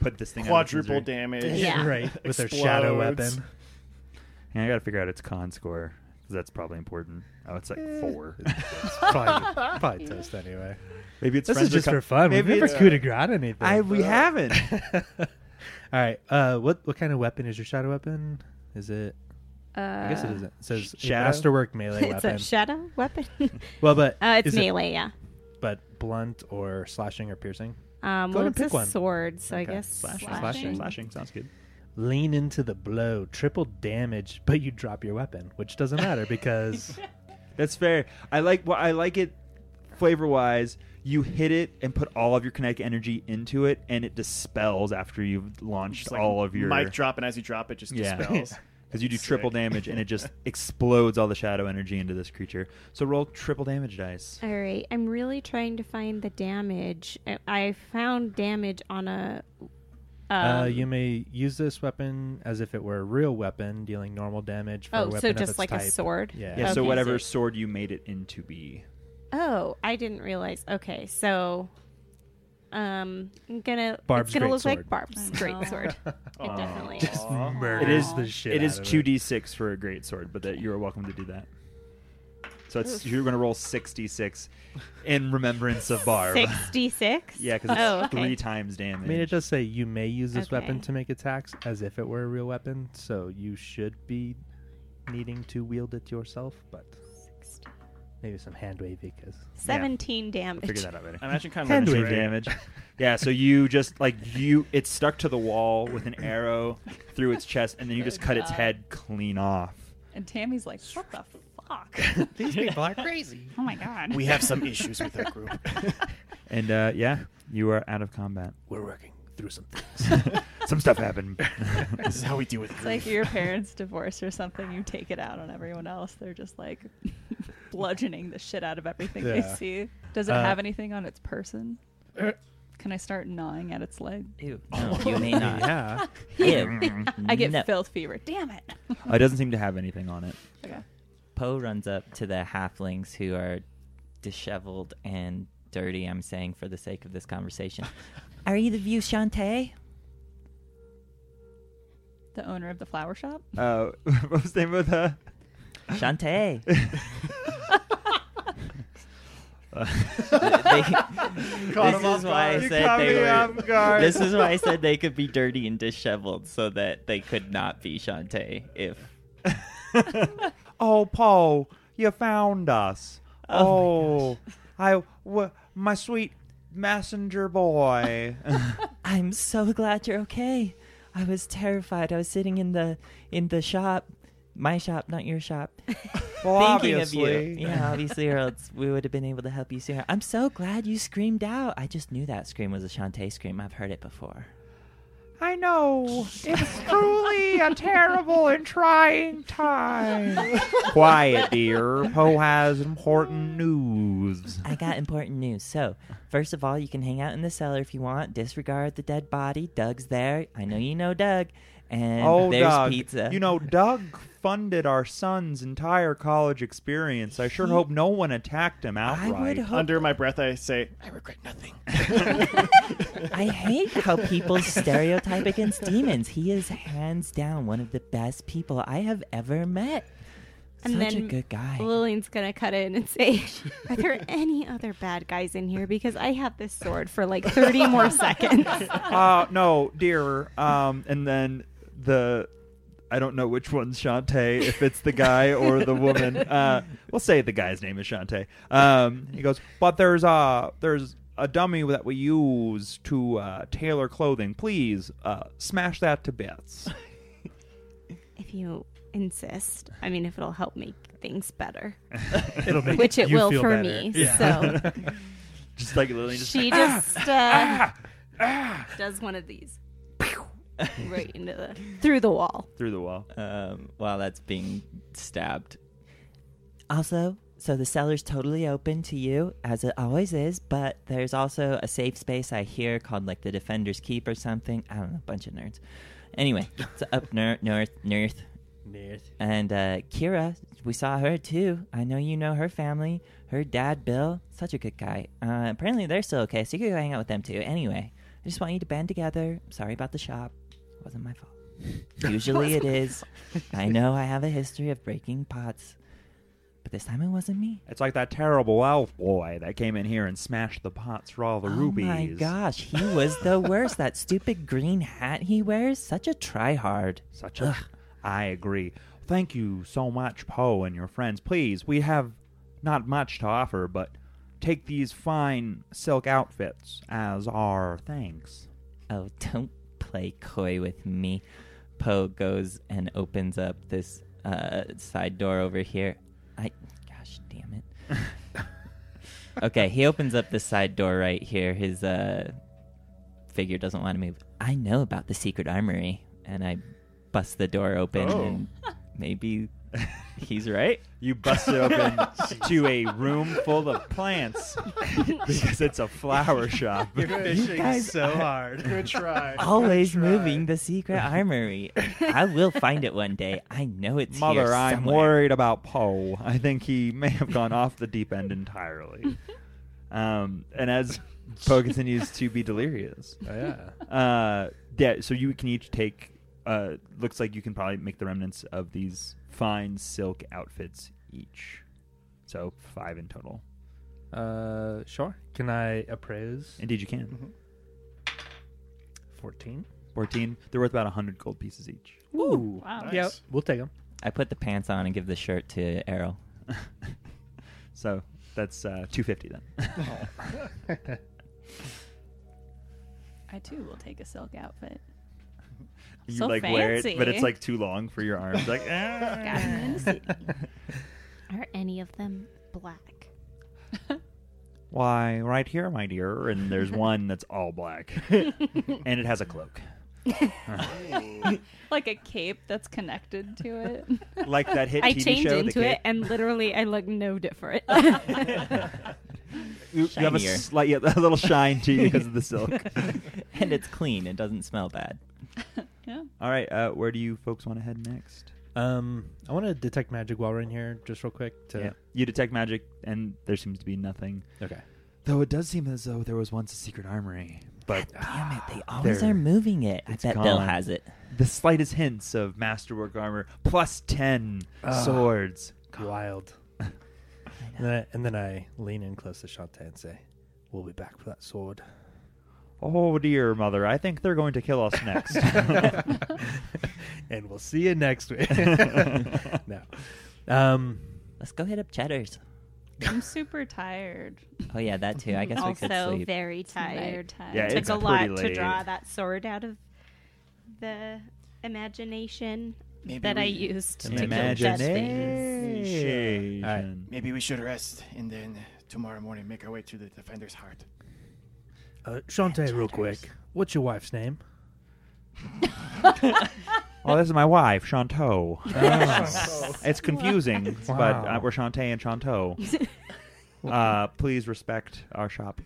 [SPEAKER 1] put this thing
[SPEAKER 3] Quadruple
[SPEAKER 1] out of its
[SPEAKER 3] damage.
[SPEAKER 1] misery.
[SPEAKER 5] Yeah.
[SPEAKER 6] Right with their shadow
[SPEAKER 3] Explodes.
[SPEAKER 6] weapon.
[SPEAKER 1] And I got to figure out its con score because that's probably important. Oh, it's like
[SPEAKER 5] Eh.
[SPEAKER 1] four.
[SPEAKER 6] It's probably, probably toast anyway.
[SPEAKER 1] Maybe it's
[SPEAKER 6] This
[SPEAKER 1] friends
[SPEAKER 6] is just
[SPEAKER 1] with
[SPEAKER 6] for fun. We've
[SPEAKER 1] Maybe
[SPEAKER 6] never
[SPEAKER 1] it's-
[SPEAKER 6] coup de grace anything.
[SPEAKER 1] con- I we haven't.
[SPEAKER 6] All right. Uh, what what kind of weapon is your shadow weapon? Is it? I guess it isn't. It says
[SPEAKER 1] sh- shadow?
[SPEAKER 6] masterwork melee
[SPEAKER 5] Uh, It's
[SPEAKER 6] weapon.
[SPEAKER 5] a shadow weapon.
[SPEAKER 6] well, but
[SPEAKER 5] uh, it's
[SPEAKER 6] is it-
[SPEAKER 5] melee, yeah.
[SPEAKER 6] but blunt or slashing or piercing.
[SPEAKER 5] Um,
[SPEAKER 6] Go
[SPEAKER 5] well,
[SPEAKER 6] ahead and
[SPEAKER 5] it's
[SPEAKER 6] pick
[SPEAKER 5] a
[SPEAKER 6] one.
[SPEAKER 5] sword, so
[SPEAKER 6] Okay.
[SPEAKER 5] I guess
[SPEAKER 1] Slashing.
[SPEAKER 5] slashing.
[SPEAKER 1] Slashing sounds good.
[SPEAKER 6] Lean into the blow, triple damage, but you drop your weapon, which doesn't matter because
[SPEAKER 1] That's fair. I like well, I like it flavor wise. You hit it and put all of your kinetic energy into it, and it dispels after you've launched
[SPEAKER 3] Just like
[SPEAKER 1] all of your
[SPEAKER 3] mic drop, and as you drop it, just dispels.
[SPEAKER 1] Because you do
[SPEAKER 3] Sick.
[SPEAKER 1] triple damage and it just explodes all the shadow energy into this creature. So roll triple damage dice.
[SPEAKER 5] All right, I'm really trying to find the damage. I- I found damage on a.
[SPEAKER 6] uh,
[SPEAKER 5] um,
[SPEAKER 6] you may use this weapon as if it were a real weapon, dealing normal damage for a
[SPEAKER 5] oh,
[SPEAKER 6] weapon
[SPEAKER 5] so
[SPEAKER 6] of
[SPEAKER 5] just
[SPEAKER 6] its
[SPEAKER 5] like a
[SPEAKER 6] type.
[SPEAKER 5] sword.
[SPEAKER 6] Yeah.
[SPEAKER 1] Yeah, so
[SPEAKER 5] Okay,
[SPEAKER 1] whatever
[SPEAKER 5] so-
[SPEAKER 1] sword you made it into be.
[SPEAKER 5] oh, I didn't realize. Okay, so. Um, I'm gonna.
[SPEAKER 6] Barb's
[SPEAKER 5] it's gonna
[SPEAKER 6] great
[SPEAKER 5] look
[SPEAKER 6] sword.
[SPEAKER 5] like Barb's
[SPEAKER 2] I know.
[SPEAKER 1] Oh.
[SPEAKER 5] great sword. It definitely. Is.
[SPEAKER 6] Murders
[SPEAKER 1] It is-
[SPEAKER 6] the shit.
[SPEAKER 1] it is
[SPEAKER 6] out of
[SPEAKER 1] two d six for a great sword, but that you're welcome to do that. So it's, you're going to roll sixty six in remembrance of Barb.
[SPEAKER 5] Sixty-six.
[SPEAKER 1] Yeah, because it's
[SPEAKER 5] oh, okay.
[SPEAKER 1] three times damage.
[SPEAKER 6] I mean, it does say you may use this weapon
[SPEAKER 5] Okay.
[SPEAKER 6] to make attacks as if it were a real weapon, so you should be needing to wield it yourself, but maybe some hand wavy because
[SPEAKER 5] Seventeen damage.
[SPEAKER 1] Figure that out later.
[SPEAKER 3] I imagine kind of
[SPEAKER 1] Hand
[SPEAKER 3] like
[SPEAKER 1] wave damage. Yeah, so you just like you it's stuck to the wall with an arrow through its chest and then you just cut its head clean off.
[SPEAKER 2] And Tammy's like, what the fuck?
[SPEAKER 6] these people are crazy.
[SPEAKER 8] Oh my god.
[SPEAKER 3] We have some issues with that group.
[SPEAKER 1] And uh yeah, you are out of combat.
[SPEAKER 6] We're working through some things.
[SPEAKER 1] Some stuff happened.
[SPEAKER 3] this is how we deal with
[SPEAKER 2] It's
[SPEAKER 3] grief.
[SPEAKER 2] like your parents' divorce or something. You take it out on everyone else. They're just like bludgeoning the shit out of everything they
[SPEAKER 6] Yeah.
[SPEAKER 2] see. Does it
[SPEAKER 6] Uh,
[SPEAKER 2] have anything on its person? Can I start gnawing at its leg?
[SPEAKER 4] Ew, no, you may not.
[SPEAKER 6] yeah,
[SPEAKER 4] Ew.
[SPEAKER 2] I get
[SPEAKER 4] no.
[SPEAKER 2] filth fever. Damn it.
[SPEAKER 1] it doesn't seem to have anything on it.
[SPEAKER 2] Okay.
[SPEAKER 4] Poe runs up to the halflings who are disheveled and dirty, I'm saying for the sake of this conversation. are either of you Shantae?
[SPEAKER 2] The owner of the flower shop?
[SPEAKER 1] Uh what was the name of the
[SPEAKER 4] Shantae. They- this is why I said they were. This is why I said they could be dirty and disheveled, so that they could not be Shantae. If
[SPEAKER 1] Oh Paul, you found us.
[SPEAKER 4] Oh
[SPEAKER 1] my I w- my sweet messenger boy.
[SPEAKER 4] I'm so glad you're okay. I was terrified. I was sitting in the in the shop My shop, not your shop.
[SPEAKER 1] Well,
[SPEAKER 4] Thinking
[SPEAKER 1] obviously.
[SPEAKER 4] of you. Yeah, obviously, or else we would have been able to help you sooner. I'm so glad you screamed out. I just knew that scream was a Shantae scream. I've heard it before.
[SPEAKER 1] I know. It's truly a terrible and trying time. Quiet, dear. Poe has important news.
[SPEAKER 4] I got important news. So, first of all, you can hang out in the cellar if you want. Disregard the dead body. Doug's there. I know you know Doug. And
[SPEAKER 1] oh,
[SPEAKER 4] there's
[SPEAKER 1] Doug.
[SPEAKER 4] pizza.
[SPEAKER 1] You know, Doug funded our son's entire college experience. I sure
[SPEAKER 4] He-
[SPEAKER 1] hope no one attacked him
[SPEAKER 4] I
[SPEAKER 1] outright.
[SPEAKER 4] would hope.
[SPEAKER 3] Under my breath, I say, I regret nothing.
[SPEAKER 4] I hate how people stereotype against demons. He is hands down one of the best people I have ever met.
[SPEAKER 5] And
[SPEAKER 4] Such a
[SPEAKER 5] then
[SPEAKER 4] good guy.
[SPEAKER 5] Lillian's gonna cut in and say, "Are there any other bad guys in here? Because I have this sword for like thirty more seconds."
[SPEAKER 1] uh, no, dear. Um, and then the I don't know which one's Shantae, if it's the guy or the woman. Uh, we'll say the guy's name is Shantae. Um, he goes, but there's a there's a dummy that we use to uh, tailor clothing. Please uh, smash that to bits.
[SPEAKER 5] if you insist, I mean, if it'll help make things better,
[SPEAKER 9] It'll make
[SPEAKER 5] which it
[SPEAKER 9] you
[SPEAKER 5] will
[SPEAKER 9] feel
[SPEAKER 5] for
[SPEAKER 9] better.
[SPEAKER 5] me.
[SPEAKER 9] Yeah.
[SPEAKER 5] So
[SPEAKER 1] Just like Lily, just
[SPEAKER 5] she just
[SPEAKER 9] "Ah,
[SPEAKER 5] uh, does one of these Pew! right into the through the wall.
[SPEAKER 1] through the wall.
[SPEAKER 4] um, while that's being stabbed. Also, so the cellar's totally open to you, as it always is, but there's also a safe space I hear called like the Defender's Keep or something. I don't know, bunch of nerds. Anyway, it's up ner- north, north,
[SPEAKER 9] North.
[SPEAKER 4] and uh, Kira, we saw her too. I know you know her family. Her dad, Bill, such a good guy. Uh, apparently, they're still okay, so you could go hang out with them too. Anyway, I just want you to band together. Sorry about the shop. It wasn't my fault. Usually it is. I know I have a history of breaking pots, but this time it wasn't me.
[SPEAKER 1] It's like that terrible elf boy that came in here and smashed the pots for all the rubies.
[SPEAKER 4] Oh my gosh, he was the worst. that stupid green hat he wears, such a tryhard.
[SPEAKER 1] Such a. I agree. Thank you so much, Poe and your friends. Please, we have not much to offer, but take these fine silk outfits as our thanks.
[SPEAKER 4] Oh, don't play coy with me. Poe goes and opens up this uh, side door over here. I, gosh, damn it. okay, he opens up this side door right here. His uh, figure doesn't want to move. I know about the secret armory, and I bust the door open.
[SPEAKER 3] Oh.
[SPEAKER 4] And maybe he's right.
[SPEAKER 1] You bust it open to a room full of plants because it's a flower shop.
[SPEAKER 9] fishing so hard.
[SPEAKER 3] Good try.
[SPEAKER 4] Always
[SPEAKER 9] try.
[SPEAKER 4] moving the secret armory. I will find it one day. I know it's here
[SPEAKER 1] Mother, I'm
[SPEAKER 4] somewhere.
[SPEAKER 1] worried about Poe. I think he may have gone off the deep end entirely. Um, and as Poe continues to be delirious,
[SPEAKER 9] Oh, yeah.
[SPEAKER 1] Uh, yeah. So you can each take. Uh, looks like you can probably make the remnants of these fine silk outfits each. So five in total.
[SPEAKER 9] Uh, sure. Can I appraise?
[SPEAKER 1] Indeed, you can.
[SPEAKER 6] Mm-hmm.
[SPEAKER 9] 14.
[SPEAKER 1] Fourteen. They're worth about a hundred gold pieces each.
[SPEAKER 9] Ooh.
[SPEAKER 2] Wow.
[SPEAKER 3] Nice.
[SPEAKER 9] Yep. We'll take them.
[SPEAKER 4] I put the pants on and give the shirt to Errol.
[SPEAKER 1] So that's uh, two fifty then.
[SPEAKER 2] I too will take a silk outfit.
[SPEAKER 1] you
[SPEAKER 2] So
[SPEAKER 1] like wear it, but it's
[SPEAKER 2] fancy.
[SPEAKER 1] like too long for your arms. Like, ah.
[SPEAKER 2] Got him in the city.
[SPEAKER 5] Are any of them black?
[SPEAKER 1] why, right here, my dear. And there's one that's all black, and it has a cloak,
[SPEAKER 2] like a cape that's connected to it.
[SPEAKER 1] like that hit
[SPEAKER 5] I
[SPEAKER 1] TV
[SPEAKER 5] changed
[SPEAKER 1] show.
[SPEAKER 5] into
[SPEAKER 1] the
[SPEAKER 5] it,
[SPEAKER 1] cape.
[SPEAKER 5] and literally, I look no different.
[SPEAKER 1] You, you have a
[SPEAKER 4] Shinier.
[SPEAKER 1] slight, yeah, a little shine to you because of the silk.
[SPEAKER 4] and it's clean. It doesn't smell bad.
[SPEAKER 2] yeah.
[SPEAKER 1] All right, uh, where do you folks want to head next?
[SPEAKER 9] Um, I want to detect magic while we're in here, just real quick. To
[SPEAKER 1] You detect magic, and there seems to be nothing.
[SPEAKER 9] Okay.
[SPEAKER 1] Though it does seem as though there was once a secret armory, but
[SPEAKER 4] Damn it! They always
[SPEAKER 1] There.
[SPEAKER 4] are moving it. I
[SPEAKER 1] It's
[SPEAKER 4] bet Bill
[SPEAKER 1] gone.
[SPEAKER 4] has it.
[SPEAKER 1] the slightest hints of masterwork armor plus ten
[SPEAKER 9] Ah.
[SPEAKER 1] swords.
[SPEAKER 9] Wild. and, then I, and then I lean in close to Shantae and say, "We'll be back for that sword."
[SPEAKER 1] Oh dear, mother! I think they're going to kill us next.
[SPEAKER 9] and we'll see you next week. no. Um,
[SPEAKER 4] Let's go hit up Cheddar's.
[SPEAKER 2] I'm super tired.
[SPEAKER 4] Oh yeah, that too. I guess we could
[SPEAKER 5] also,
[SPEAKER 4] sleep.
[SPEAKER 5] very tired.
[SPEAKER 2] Nighttime.
[SPEAKER 1] Yeah,
[SPEAKER 5] Took
[SPEAKER 1] it's
[SPEAKER 5] a lot
[SPEAKER 1] pretty
[SPEAKER 5] to draw
[SPEAKER 1] late.
[SPEAKER 5] that sword out of the imagination
[SPEAKER 3] Maybe
[SPEAKER 5] that I
[SPEAKER 3] we-
[SPEAKER 5] used to
[SPEAKER 1] An
[SPEAKER 5] kill dead things.
[SPEAKER 1] Imagination.
[SPEAKER 3] Maybe we should rest, and then tomorrow morning make our way to the defender's heart.
[SPEAKER 6] Uh, Shantae, real quick. What's your wife's name?
[SPEAKER 1] Oh, this is my wife, Chanteau. it's confusing, but
[SPEAKER 6] Wow.
[SPEAKER 1] uh, we're Shantae and Chanteau. uh, please respect our shop.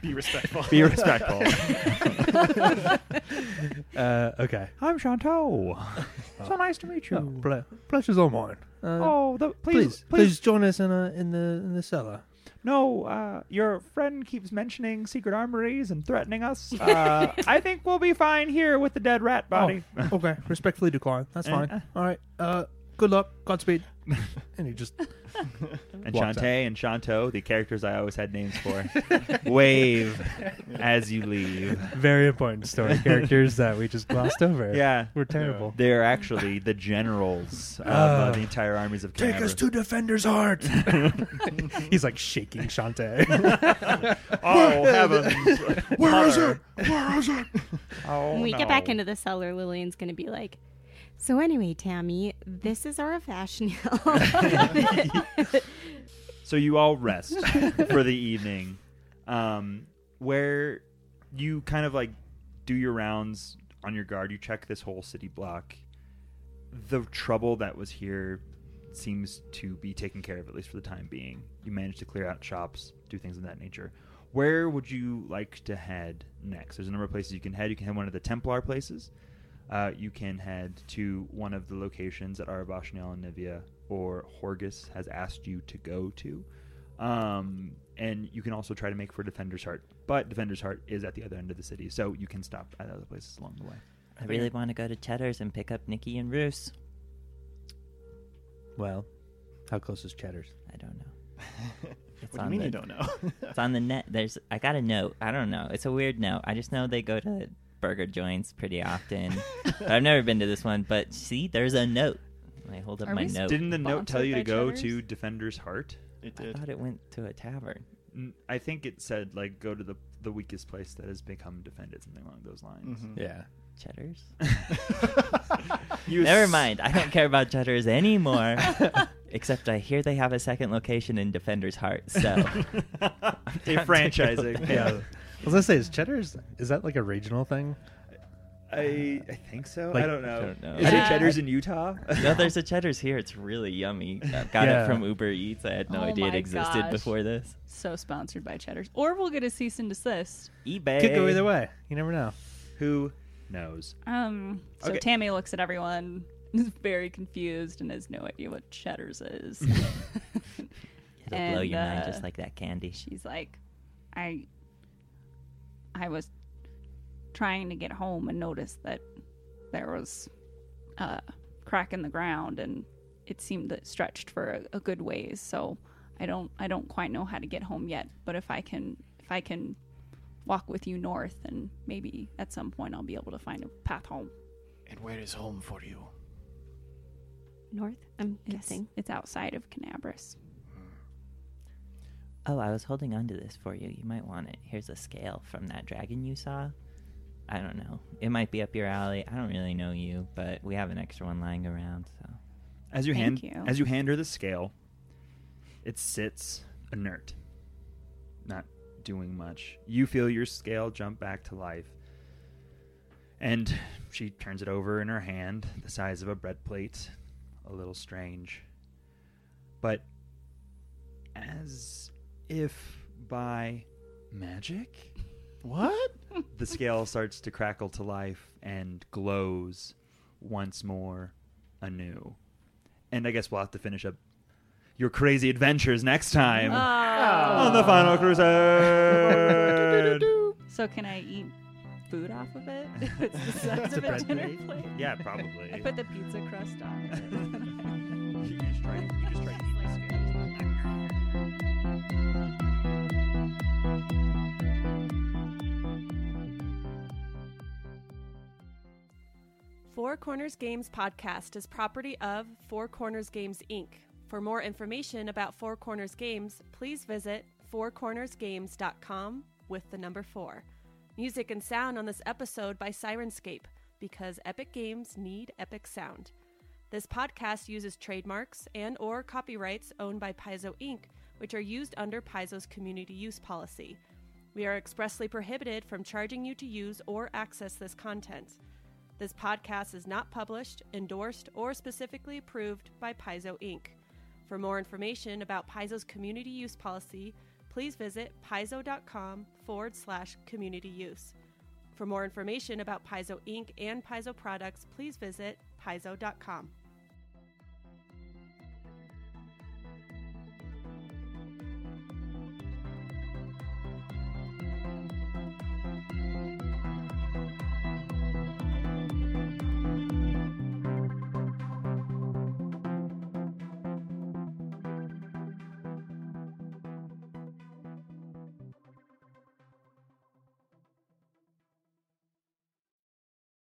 [SPEAKER 3] Be respectful.
[SPEAKER 1] Be respectful.
[SPEAKER 9] Uh, okay. Oh,
[SPEAKER 1] I'm Chanteau. So nice to meet you.
[SPEAKER 6] Ple- pleasure's all mine. Uh,
[SPEAKER 1] oh, the,
[SPEAKER 6] please,
[SPEAKER 1] please,
[SPEAKER 6] please, join us in, uh in the in the cellar.
[SPEAKER 1] No, uh, your friend keeps mentioning secret armories and threatening us. Uh, I think we'll be fine here with the dead rat body.
[SPEAKER 6] Oh, okay, respectfully decline. That's
[SPEAKER 1] And,
[SPEAKER 6] fine. all right. Uh, good luck. Godspeed. and he just
[SPEAKER 1] And
[SPEAKER 6] Walks out.
[SPEAKER 1] Shantae and Shanto, the characters I always had names for, wave as you leave.
[SPEAKER 9] Very important story characters that we just glossed over.
[SPEAKER 1] Yeah.
[SPEAKER 9] We're terrible.
[SPEAKER 1] They're actually the generals of uh,
[SPEAKER 9] Ah.
[SPEAKER 1] the entire armies of
[SPEAKER 6] take us
[SPEAKER 1] Canberra.
[SPEAKER 6] to Defender's Heart.
[SPEAKER 9] He's like shaking Shantae.
[SPEAKER 1] Oh heavens!
[SPEAKER 6] Where is it?
[SPEAKER 1] Oh,
[SPEAKER 5] when we
[SPEAKER 1] no.
[SPEAKER 5] get back into the cellar, Lillian's going to be like, so anyway, Tammy, this is our fashion
[SPEAKER 1] So you all rest for the evening, um, where you kind of like do your rounds on your guard. You check this whole city block. The trouble that was here seems to be taken care of, at least for the time being. You manage to clear out shops, do things of that nature. Where would you like to head next? There's a number of places you can head. You can head one of the Templar places. Uh, you can head to one of the locations that Arabashnel and Nivea or Horgus has asked you to go to. Um, and you can also try to make for Defender's Heart. But Defender's Heart is at the other end of the city, so you can stop at other places along the way.
[SPEAKER 4] I really want to go to Cheddar's and pick up Nikki and Roos.
[SPEAKER 9] well, how close is Cheddar's?
[SPEAKER 4] I don't know. It's
[SPEAKER 3] what do you
[SPEAKER 4] on
[SPEAKER 3] mean
[SPEAKER 4] the,
[SPEAKER 3] you don't know?
[SPEAKER 4] It's on the net. There's I got a note. I don't know. It's a weird note. I just know they go to burger joints pretty often. But I've never been to this one, but see, there's a note. I hold up
[SPEAKER 7] Are
[SPEAKER 4] my
[SPEAKER 7] we
[SPEAKER 4] note.
[SPEAKER 1] Didn't the note tell
[SPEAKER 7] Sponsored
[SPEAKER 1] you to
[SPEAKER 7] by
[SPEAKER 1] go
[SPEAKER 7] Cheddar's?
[SPEAKER 1] to Defender's Heart?
[SPEAKER 3] it
[SPEAKER 4] I
[SPEAKER 3] did.
[SPEAKER 4] thought it went to a tavern.
[SPEAKER 1] N- I think it said like go to the the weakest place that has become defended, something along those lines.
[SPEAKER 3] Mhm.
[SPEAKER 9] Yeah.
[SPEAKER 4] Cheddar's?
[SPEAKER 1] You
[SPEAKER 4] Never
[SPEAKER 1] s-
[SPEAKER 4] mind. I don't care about Cheddar's anymore. Except I hear they have a second location in Defender's Heart. So
[SPEAKER 1] They're franchising.
[SPEAKER 9] yeah. I was gonna say, is Cheddar's is that like a regional thing?
[SPEAKER 1] I I think so.
[SPEAKER 9] Like-
[SPEAKER 1] I don't know.
[SPEAKER 4] I don't know.
[SPEAKER 1] Is it
[SPEAKER 7] Yeah.
[SPEAKER 1] Cheddar's in Utah?
[SPEAKER 4] no, there's a Cheddar's here. It's really yummy. I got
[SPEAKER 9] Yeah.
[SPEAKER 4] it from Uber Eats. I had no
[SPEAKER 7] Oh
[SPEAKER 4] idea it
[SPEAKER 7] my
[SPEAKER 4] existed
[SPEAKER 7] gosh.
[SPEAKER 4] before this.
[SPEAKER 7] So sponsored by Cheddar's, or we'll get a cease and desist.
[SPEAKER 4] eBay.
[SPEAKER 9] Could go either way. You never know.
[SPEAKER 1] Who knows?
[SPEAKER 7] Um. So
[SPEAKER 1] Okay.
[SPEAKER 7] Tammy looks at everyone, is very confused, and has no idea what Cheddar's is.
[SPEAKER 4] It'll blow
[SPEAKER 7] And,
[SPEAKER 4] your mind
[SPEAKER 7] uh,
[SPEAKER 4] just like that candy.
[SPEAKER 2] she's like, I I was trying to get home and noticed that there was a crack in the ground and it seemed that it stretched for a, a good ways, so I don't I don't quite know how to get home yet, but if I can if I can walk with you north and maybe at some point I'll be able to find a path home.
[SPEAKER 3] And where is home for you?
[SPEAKER 5] North, I'm
[SPEAKER 2] It's,
[SPEAKER 5] guessing.
[SPEAKER 2] it's outside of Canabras.
[SPEAKER 4] Oh, I was holding onto this for you. You might want it. Here's a scale from that dragon you saw. I don't know. It might be up your alley. I don't really know you, but we have an extra one lying around, so
[SPEAKER 1] As you hand
[SPEAKER 2] Thank you.
[SPEAKER 1] as you hand her the scale, it sits inert, not doing much. You feel your scale jump back to life, and she turns it over in her hand, the size of a bread plate, a little strange, but as if by magic.
[SPEAKER 3] What?
[SPEAKER 1] the scale starts to crackle to life and glows once more anew. And I guess we'll have to finish up your crazy adventures next time on the Final Crusade.
[SPEAKER 7] So can I eat food off of it? it's the size
[SPEAKER 9] It's a
[SPEAKER 7] of a
[SPEAKER 9] bread
[SPEAKER 7] dinner
[SPEAKER 9] plate.
[SPEAKER 7] plate.
[SPEAKER 1] yeah, probably.
[SPEAKER 7] I put the pizza crust on. it.
[SPEAKER 1] You just try- you just try to eat the scale.
[SPEAKER 11] Four Corners Games podcast is property of Four Corners Games Inc. For more information about Four Corners Games, please visit fourcornersgames.com with the number 4. Music and sound on this episode by Sirenscape. because epic games need epic sound. This podcast uses trademarks and or copyrights owned by Paizo Inc., which are used under Paizo's community use policy. We are expressly prohibited from charging you to use or access this content. This podcast is not published, endorsed, or specifically approved by Paizo Inc. For more information about Paizo's community use policy, please visit paizo.com forward slash community use. For more information about Paizo Inc. and Paizo products, please visit paizo.com.